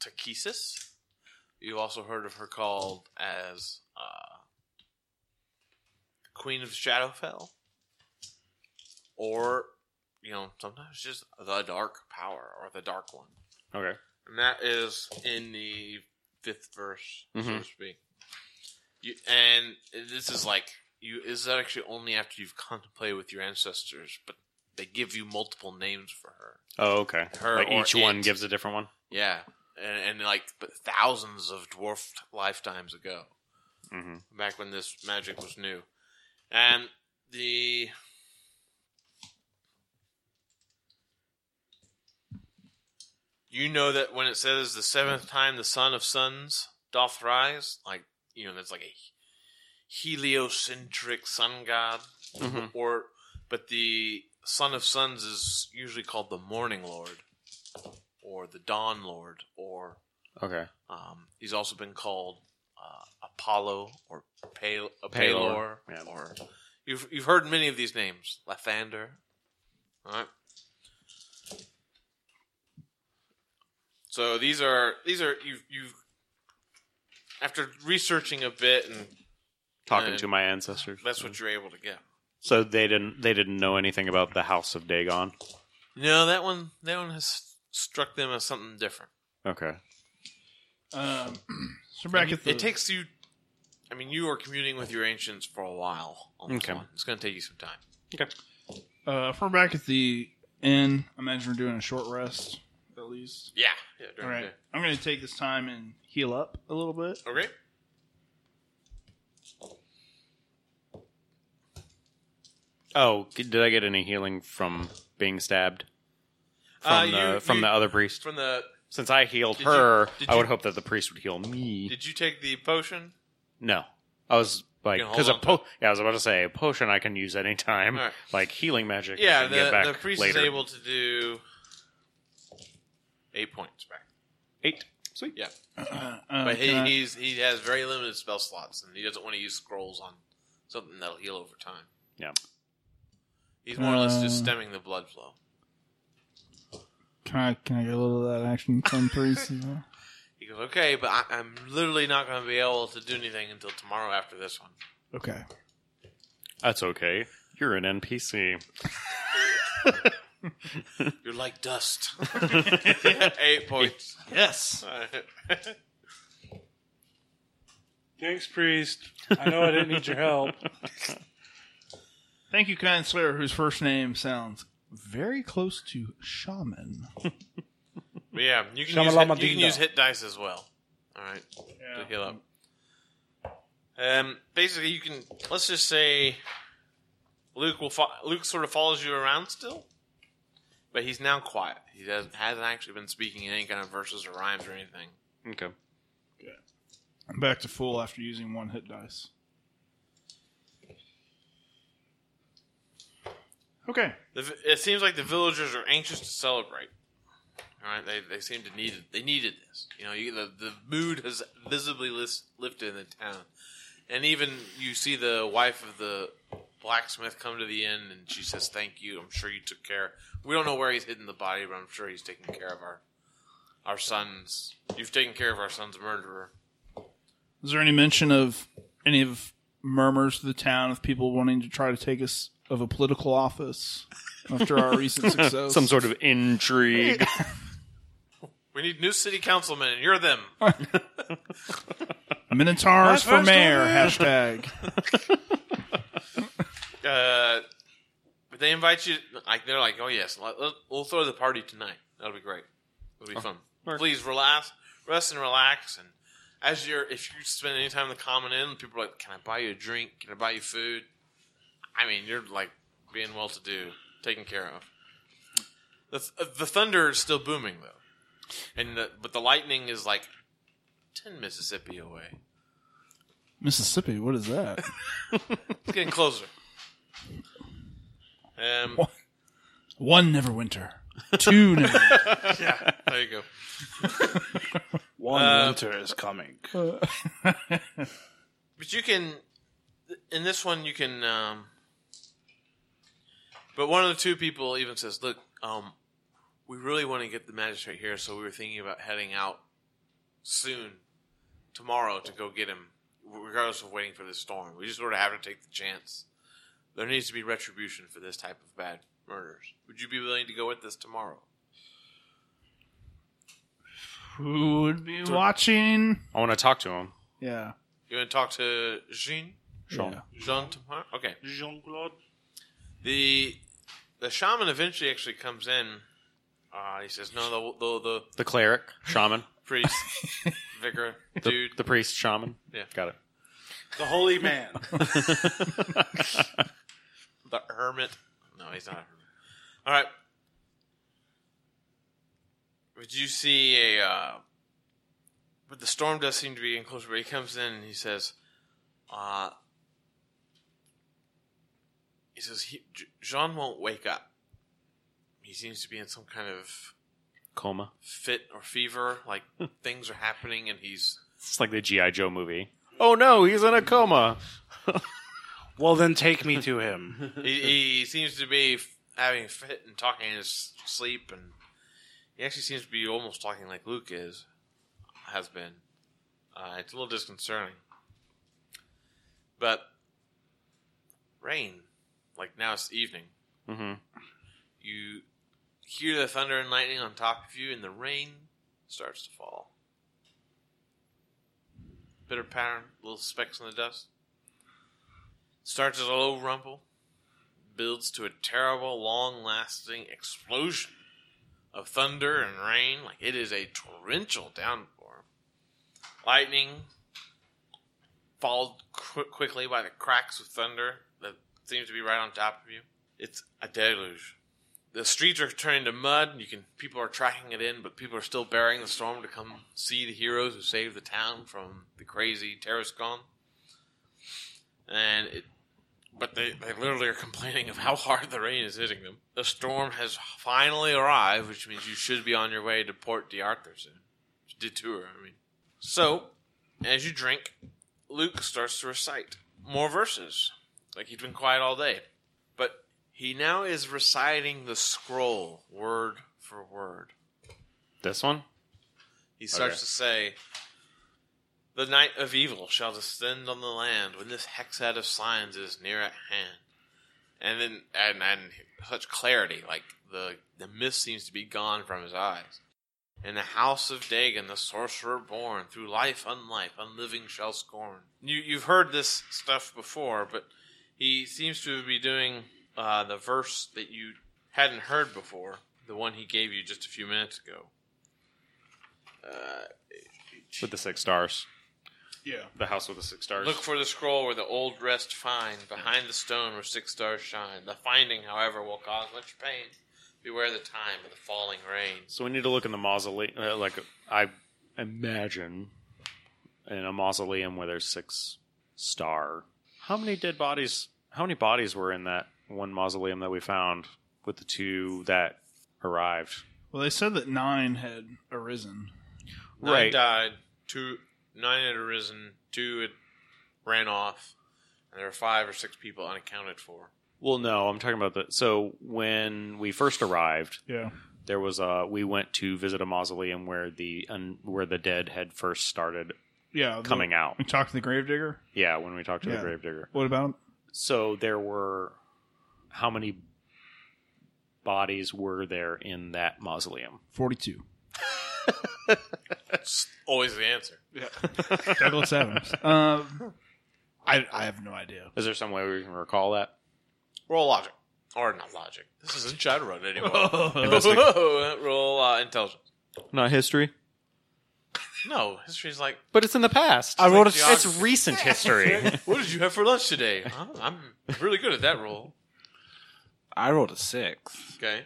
Speaker 4: Takesis. You've also heard of her called as uh, Queen of Shadowfell, or you know sometimes just the Dark Power or the Dark One,
Speaker 2: Okay.
Speaker 4: and that is in the fifth verse, so to
Speaker 2: Mhm.
Speaker 4: speak. You, and this is like you this is actually only after you've contemplated with your ancestors, but they give you multiple names for her.
Speaker 2: Oh, okay.
Speaker 4: Her
Speaker 2: like
Speaker 4: or
Speaker 2: each one
Speaker 4: it.
Speaker 2: gives a different one.
Speaker 4: Yeah, and, and like but thousands of dwarfed lifetimes ago,
Speaker 2: Mhm.
Speaker 4: back when this magic was new, and the you know that when it says the seventh time the sun of suns doth rise, like you know that's like a heliocentric sun god,
Speaker 2: Mm-hmm.
Speaker 4: or but the sun of suns is usually called the morning lord or the Dawn Lord, or
Speaker 2: Okay.
Speaker 4: um, he's also been called uh, Apollo or Pal- uh, Palor.
Speaker 2: Palor, yeah.
Speaker 4: Or you've you've heard many of these names, Lathander. All right. So these are these are you you after researching a bit and
Speaker 2: Talking
Speaker 4: Uh,
Speaker 2: to my ancestors.
Speaker 4: that's what you're able to get.
Speaker 2: So they didn't they didn't know anything about the House of Dagon.
Speaker 4: No, that one that one has struck them as something different.
Speaker 2: Okay.
Speaker 5: Um, so we're back at the
Speaker 4: It takes you. I mean, you are commuting with your ancients for a while. On this
Speaker 2: Okay.
Speaker 4: one. it's going to take you some time.
Speaker 5: uh, if we're back at the inn. I imagine we're doing a short rest at least.
Speaker 4: Yeah. Yeah.
Speaker 5: All
Speaker 4: during
Speaker 5: right, I'm going to take this time and heal up a little bit.
Speaker 4: the day. Okay.
Speaker 2: Oh, g- did I get any healing from being stabbed from
Speaker 4: Uh,
Speaker 2: the
Speaker 4: you-
Speaker 2: from
Speaker 4: you-
Speaker 2: the other priest?
Speaker 4: From the
Speaker 2: Since I healed
Speaker 4: Did you-
Speaker 2: her,
Speaker 4: did
Speaker 2: I
Speaker 4: you-
Speaker 2: would hope that the priest would heal me.
Speaker 4: did you take the potion?
Speaker 2: no, I was like
Speaker 4: You can
Speaker 2: because a
Speaker 4: hold on to
Speaker 2: po- yeah, I was about to say a potion I can use anytime,
Speaker 4: All right.
Speaker 2: like healing magic. I
Speaker 4: Yeah.
Speaker 2: can get back
Speaker 4: The, the priest
Speaker 2: later.
Speaker 4: is able to do eight points back.
Speaker 2: eight. Sweet.
Speaker 4: Yeah,
Speaker 5: Uh,
Speaker 4: but he,
Speaker 5: can I-
Speaker 4: he's he has very limited spell slots, and he doesn't want to use scrolls on something that'll heal over time.
Speaker 2: Yeah.
Speaker 4: He's more or less just
Speaker 5: Uh,
Speaker 4: stemming the blood flow.
Speaker 5: Can I can I get a little of that action from Teresa? as well?
Speaker 4: He goes, okay, but I, I'm literally not going to be able to do anything until tomorrow after this one.
Speaker 5: okay.
Speaker 2: That's okay. You're an NPC.
Speaker 4: You're like dust. Eight points.
Speaker 5: Yes.
Speaker 1: Thanks, priest. I know I didn't need your help.
Speaker 5: Thank you, kind slayer, whose first name sounds very close to shaman.
Speaker 4: But yeah, you can, use
Speaker 1: Shamalama
Speaker 4: hit, you can
Speaker 1: Dinda.
Speaker 4: use hit dice as well. All right, to heal up. Um, basically, you can. Let's just say Luke will. Fo- Luke sort of follows you around still, but he's now quiet. He doesn't hasn't actually been speaking in any kind of verses or rhymes or anything.
Speaker 2: Okay.
Speaker 5: I'm back to full after using one hit dice. Okay.
Speaker 4: The, vi- it seems like the villagers are anxious to celebrate. All right, they, they seem to need it. They needed this. You know, you, the the mood has visibly lis- lifted in the town, and even you see the wife of the blacksmith come to the inn, and she says, "Thank you. I'm sure you took care. We don't know where he's hidden the body, but I'm sure he's taking care of our our sons. You've taken care of our son's murderer."
Speaker 5: Is there any mention of any of murmurs to the town of people wanting to try to take us of a political office after our recent success?
Speaker 2: Some sort of intrigue.
Speaker 4: We need new city councilmen, and you're them.
Speaker 5: Minotaurs for
Speaker 1: first
Speaker 5: mayor
Speaker 1: order.
Speaker 5: hashtag.
Speaker 4: Uh, but they invite you. Like they're like, oh yes, let, let- we'll throw the party tonight. That'll be great. It'll be fun. Please relax, rest and relax. And as you're, if you spend any time in the common inn, people are like, can I buy you a drink? Can I buy you food? I mean, you're like being well to do, taken care of. The th- uh, the thunder is still booming though, and the, but the lightning is like ten Mississippi away.
Speaker 5: Mississippi, what is that?
Speaker 4: It's getting closer. Um,
Speaker 5: One Neverwinter. Two Neverwinter.
Speaker 4: there you go.
Speaker 1: One winter is coming.
Speaker 4: But you can, in this one, you can. Um, but one of the two people even says, "Look, um, we really want to get the magistrate here, so we were thinking about heading out soon, tomorrow, to go get him, regardless of waiting for this storm. We just sort of have to take the chance. There needs to be retribution for this type of bad murders. Would you be willing to go with us tomorrow?"
Speaker 5: Who would be watching?
Speaker 2: I want to talk to him.
Speaker 5: Yeah.
Speaker 4: You want to talk to Jean?
Speaker 5: Sean.
Speaker 4: Jean tomorrow? Okay.
Speaker 1: Jean Claude.
Speaker 4: The the shaman eventually actually comes in. Uh, he says, "No, the the, the
Speaker 2: The cleric, shaman,
Speaker 4: priest, vicar,
Speaker 2: the,
Speaker 4: dude,
Speaker 2: the priest, shaman.
Speaker 4: Yeah.
Speaker 2: got it.
Speaker 1: The holy man.
Speaker 4: the hermit." No, he's not a hermit. All right. Would you see a? Uh, but the storm does seem to be in closer. But he comes in and he says, "Uh." He says he, J- Jean won't wake up. He seems to be in some kind of
Speaker 2: Coma.
Speaker 4: fit or fever, like things are happening and he's
Speaker 2: It's like the GI Joe movie. Oh no, he's in a coma.
Speaker 1: well, then take me to him.
Speaker 4: he, he seems to be f- having a fit and talking in his sleep and he actually seems to be almost talking like Luke is has been. Uh, it's a little disconcerting. But rain, like now it's evening.
Speaker 2: Mm-hmm.
Speaker 4: You hear the thunder and lightning on top of you and the rain starts to fall. Bitter pattern, little specks in the dust. Starts as a low rumble, builds to a terrible, long lasting explosion of thunder and rain. Like it is a torrential downpour. Lightning followed qu- quickly by the cracks of thunder that seems to be right on top of you. It's a deluge. The streets are turning to mud. and You can people are tracking it in, but people are still bearing the storm to come see the heroes who saved the town from the crazy Terrascon. And it but they, they literally are complaining of how hard the rain is hitting them. The storm has finally arrived, which means you should be on your way to Port d'Arthur soon. Detour, I mean. So, as you drink, Luke starts to recite more verses. Like he's been quiet all day. But he now is reciting the scroll word for word.
Speaker 2: This one.
Speaker 4: He starts
Speaker 2: Okay.
Speaker 4: to say, The night of evil shall descend on the land when this hexad of signs is near at hand. And then, and, and such clarity, like the, the mist seems to be gone from his eyes. In the house of Dagon, the sorcerer born, through life unlife, unliving shall scorn. You, you've heard this stuff before, but he seems to be doing uh, the verse that you hadn't heard before, the one he gave you just a few minutes ago.
Speaker 2: with the six stars.
Speaker 5: Yeah.
Speaker 2: The house with the six stars.
Speaker 4: Look for the scroll where the old rest find, behind the stone where six stars shine. The finding, however, will cause much pain. Beware the time of the falling rain.
Speaker 2: so we need to look in the mausoleum. Uh, like I imagine, in a mausoleum where there's six star. How many dead bodies? How many bodies were in that one mausoleum that we found with the two that arrived?
Speaker 5: Well, they said that nine had arisen.
Speaker 4: Nine
Speaker 2: Right.
Speaker 4: died, two nine had arisen, two had ran off, and there were five or six people unaccounted for.
Speaker 2: Well, no, I'm talking about the. So when we first arrived,
Speaker 5: Yeah.
Speaker 2: there was a we went to visit a mausoleum where the un, where the dead had first started
Speaker 5: Yeah. the-
Speaker 2: coming out.
Speaker 5: We talked to the gravedigger.
Speaker 2: Yeah, when we talked to
Speaker 5: Yeah.
Speaker 2: the gravedigger.
Speaker 5: What about him?
Speaker 2: So there were how many bodies were there in that mausoleum?
Speaker 5: 42.
Speaker 4: Always the answer.
Speaker 5: Douglas Adams. Um, I, I have no idea.
Speaker 2: Is there some way we can recall that?
Speaker 4: Roll logic. Or not logic. This isn't Shadowrun anymore.
Speaker 2: Investig-
Speaker 4: Roll uh, intelligence.
Speaker 2: Not history,
Speaker 4: No, history's like,
Speaker 2: but it's in the past.
Speaker 4: I wrote a-
Speaker 2: It's recent history.
Speaker 4: what did you have for lunch today? Huh? I'm really good at that roll.
Speaker 1: I rolled a six.
Speaker 4: Okay.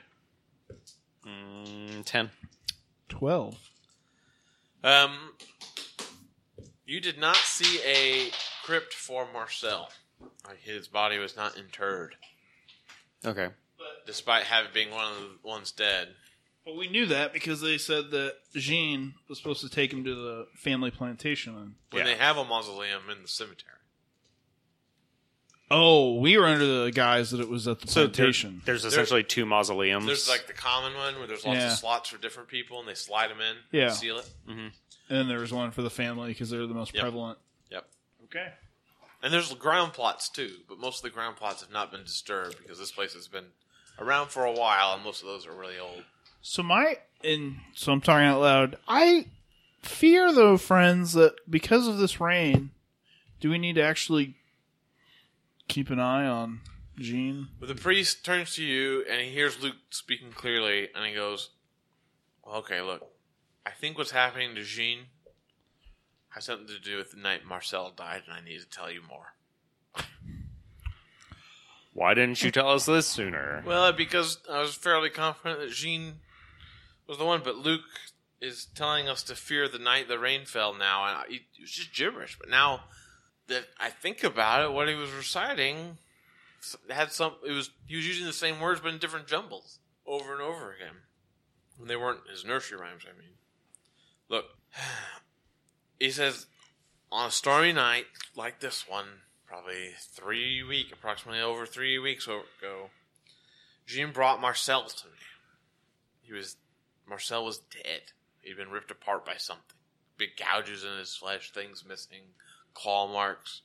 Speaker 2: mm, Ten.
Speaker 5: 12.
Speaker 4: Um, you did not see a crypt for Marcel. Like, His body was not interred.
Speaker 2: Okay.
Speaker 4: despite having being one of the ones dead.
Speaker 5: Well, we knew that because they said that Jean was supposed to take him to the family plantation. And,
Speaker 4: When they have a mausoleum in the cemetery.
Speaker 5: oh, we were under the guise that it was at the
Speaker 2: So there-
Speaker 5: plantation.
Speaker 2: there's essentially two mausoleums.
Speaker 4: There's like the common one where there's lots
Speaker 5: Yeah.
Speaker 4: of slots for different people, and they slide them in,
Speaker 5: Yeah.
Speaker 4: seal it.
Speaker 5: and then there was one for the family because they're the most
Speaker 4: Yep.
Speaker 5: prevalent.
Speaker 4: Yep.
Speaker 5: Okay.
Speaker 4: And there's ground plots too, but most of the ground plots have not been disturbed because this place has been around for a while, and most of those are really old.
Speaker 5: So my and so I'm talking out loud. I fear though, friends, that because of this rain, do we need to actually keep an eye on Jean?
Speaker 4: But the priest turns to you, and he hears Luke speaking clearly, and he goes, "Okay, look, I think what's happening to Jean has something to do with the night Marcel died, and I need to tell you more."
Speaker 2: Why didn't you tell us this sooner?
Speaker 4: Well, because I was fairly confident that Jean was the one, but Luke is telling us to fear the night the rain fell. Now, and I, it was just gibberish. But now that I think about it, what he was reciting had some. It was he was using the same words but in different jumbles over and over again. When they weren't his nursery rhymes, I mean. Look, he says on a stormy night like this one, probably three week, approximately over three weeks ago. Jean brought Marcel to me. He was Marcel was dead. He'd been ripped apart by something. Big gouges in his flesh, things missing, claw marks.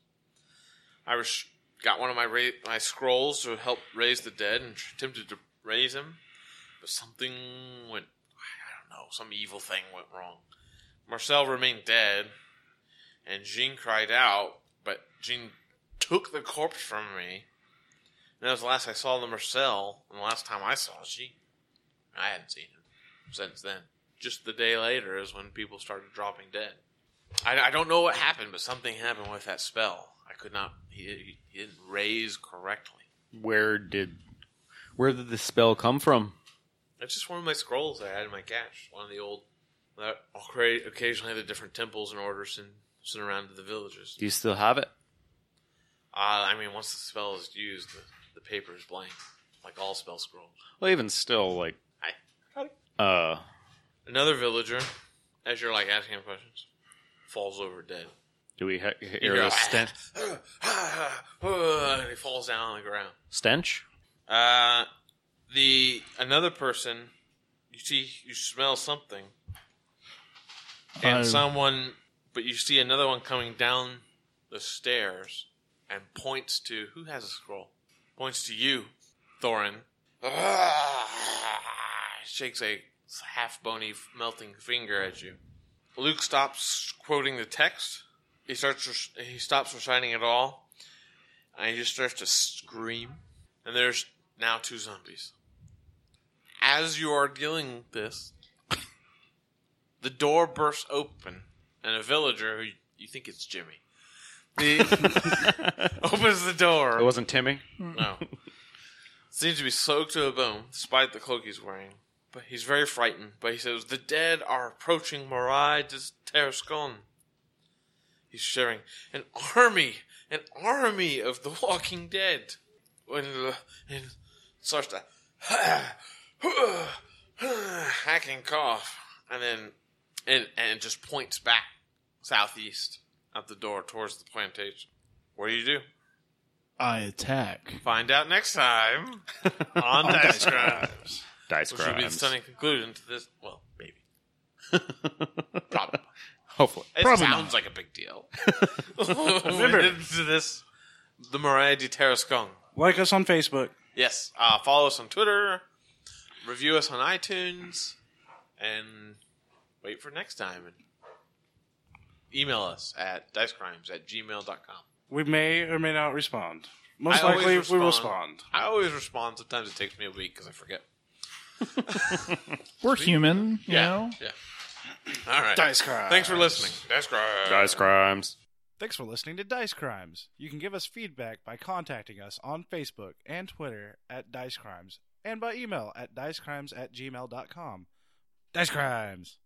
Speaker 4: I res- got one of my ra- my scrolls to help raise the dead and attempted to raise him, but something went. I don't know. Some evil thing went wrong. Marcel remained dead, and Jean cried out, but Jean took the corpse from me. And that was the last I saw the Marcel, and the last time I saw she. I hadn't seen him since then. Just the day later is when people started dropping dead. I, I don't know what happened, but something happened with that spell. I could not. He, he, he didn't raise correctly.
Speaker 2: Where did where did the spell come from?
Speaker 4: It's just one of my scrolls I had in my cache. One of the old. That I'll create occasionally the different temples and orders and sent around to the villages.
Speaker 2: Do you still have it?
Speaker 4: Uh, I mean, once the spell is used, the, the paper is blank, like all spell scrolls.
Speaker 2: Well, even still, like,
Speaker 4: I,
Speaker 2: uh,
Speaker 4: Another villager, as you're like asking him questions, falls over dead.
Speaker 2: do we ha- hear a sten-
Speaker 4: and he falls down on the ground.
Speaker 2: stench?
Speaker 4: Uh, the another person, you see, you smell something, and
Speaker 5: I-
Speaker 4: someone, but you see another one coming down the stairs and points to who has a scroll. Points to you, Thorin. Shakes a half bony, melting finger at you. Luke stops quoting the text. He starts. He stops reciting it all, and he just starts to scream. And there's now two zombies. As you are dealing with this, the door bursts open, and a villager who you think it's Jimmy the, opens the door.
Speaker 2: It wasn't Timmy.
Speaker 4: No. Seems to be soaked to a bone, despite the cloak he's wearing. But he's very frightened. But he says, The dead are approaching Morai de Tarascon. He's shouting, An army! An army of the walking dead! And, uh, and starts to hack and cough. And then and, and just points back southeast at the door towards the plantation. What do you do?
Speaker 5: I attack.
Speaker 4: Find out next time on Dice Crimes.
Speaker 2: Dice
Speaker 4: Which would be the
Speaker 2: crimes.
Speaker 4: stunning conclusion to this. Well, maybe. Probably.
Speaker 2: Hopefully.
Speaker 4: It sounds like a big deal. Remember to this, the Mariah de Tarascon.
Speaker 1: Like us on Facebook.
Speaker 4: Yes, uh, follow us on Twitter, review us on iTunes, and wait for next time. And email us at dicecrimes at gmail.com.
Speaker 1: We may or may not respond. Most
Speaker 4: I always
Speaker 1: likely, we will respond.
Speaker 4: I always respond. Sometimes it takes me a week because I forget.
Speaker 5: We're human, you know.
Speaker 4: Yeah. All right.
Speaker 1: Dice Crimes.
Speaker 4: Thanks for listening. Dice Crimes.
Speaker 2: Dice crimes.
Speaker 1: Thanks for listening to Dice Crimes. You can give us feedback by contacting us on Facebook and Twitter at Dice Crimes and by email at dicecrimes at gmail.com. Dice Crimes!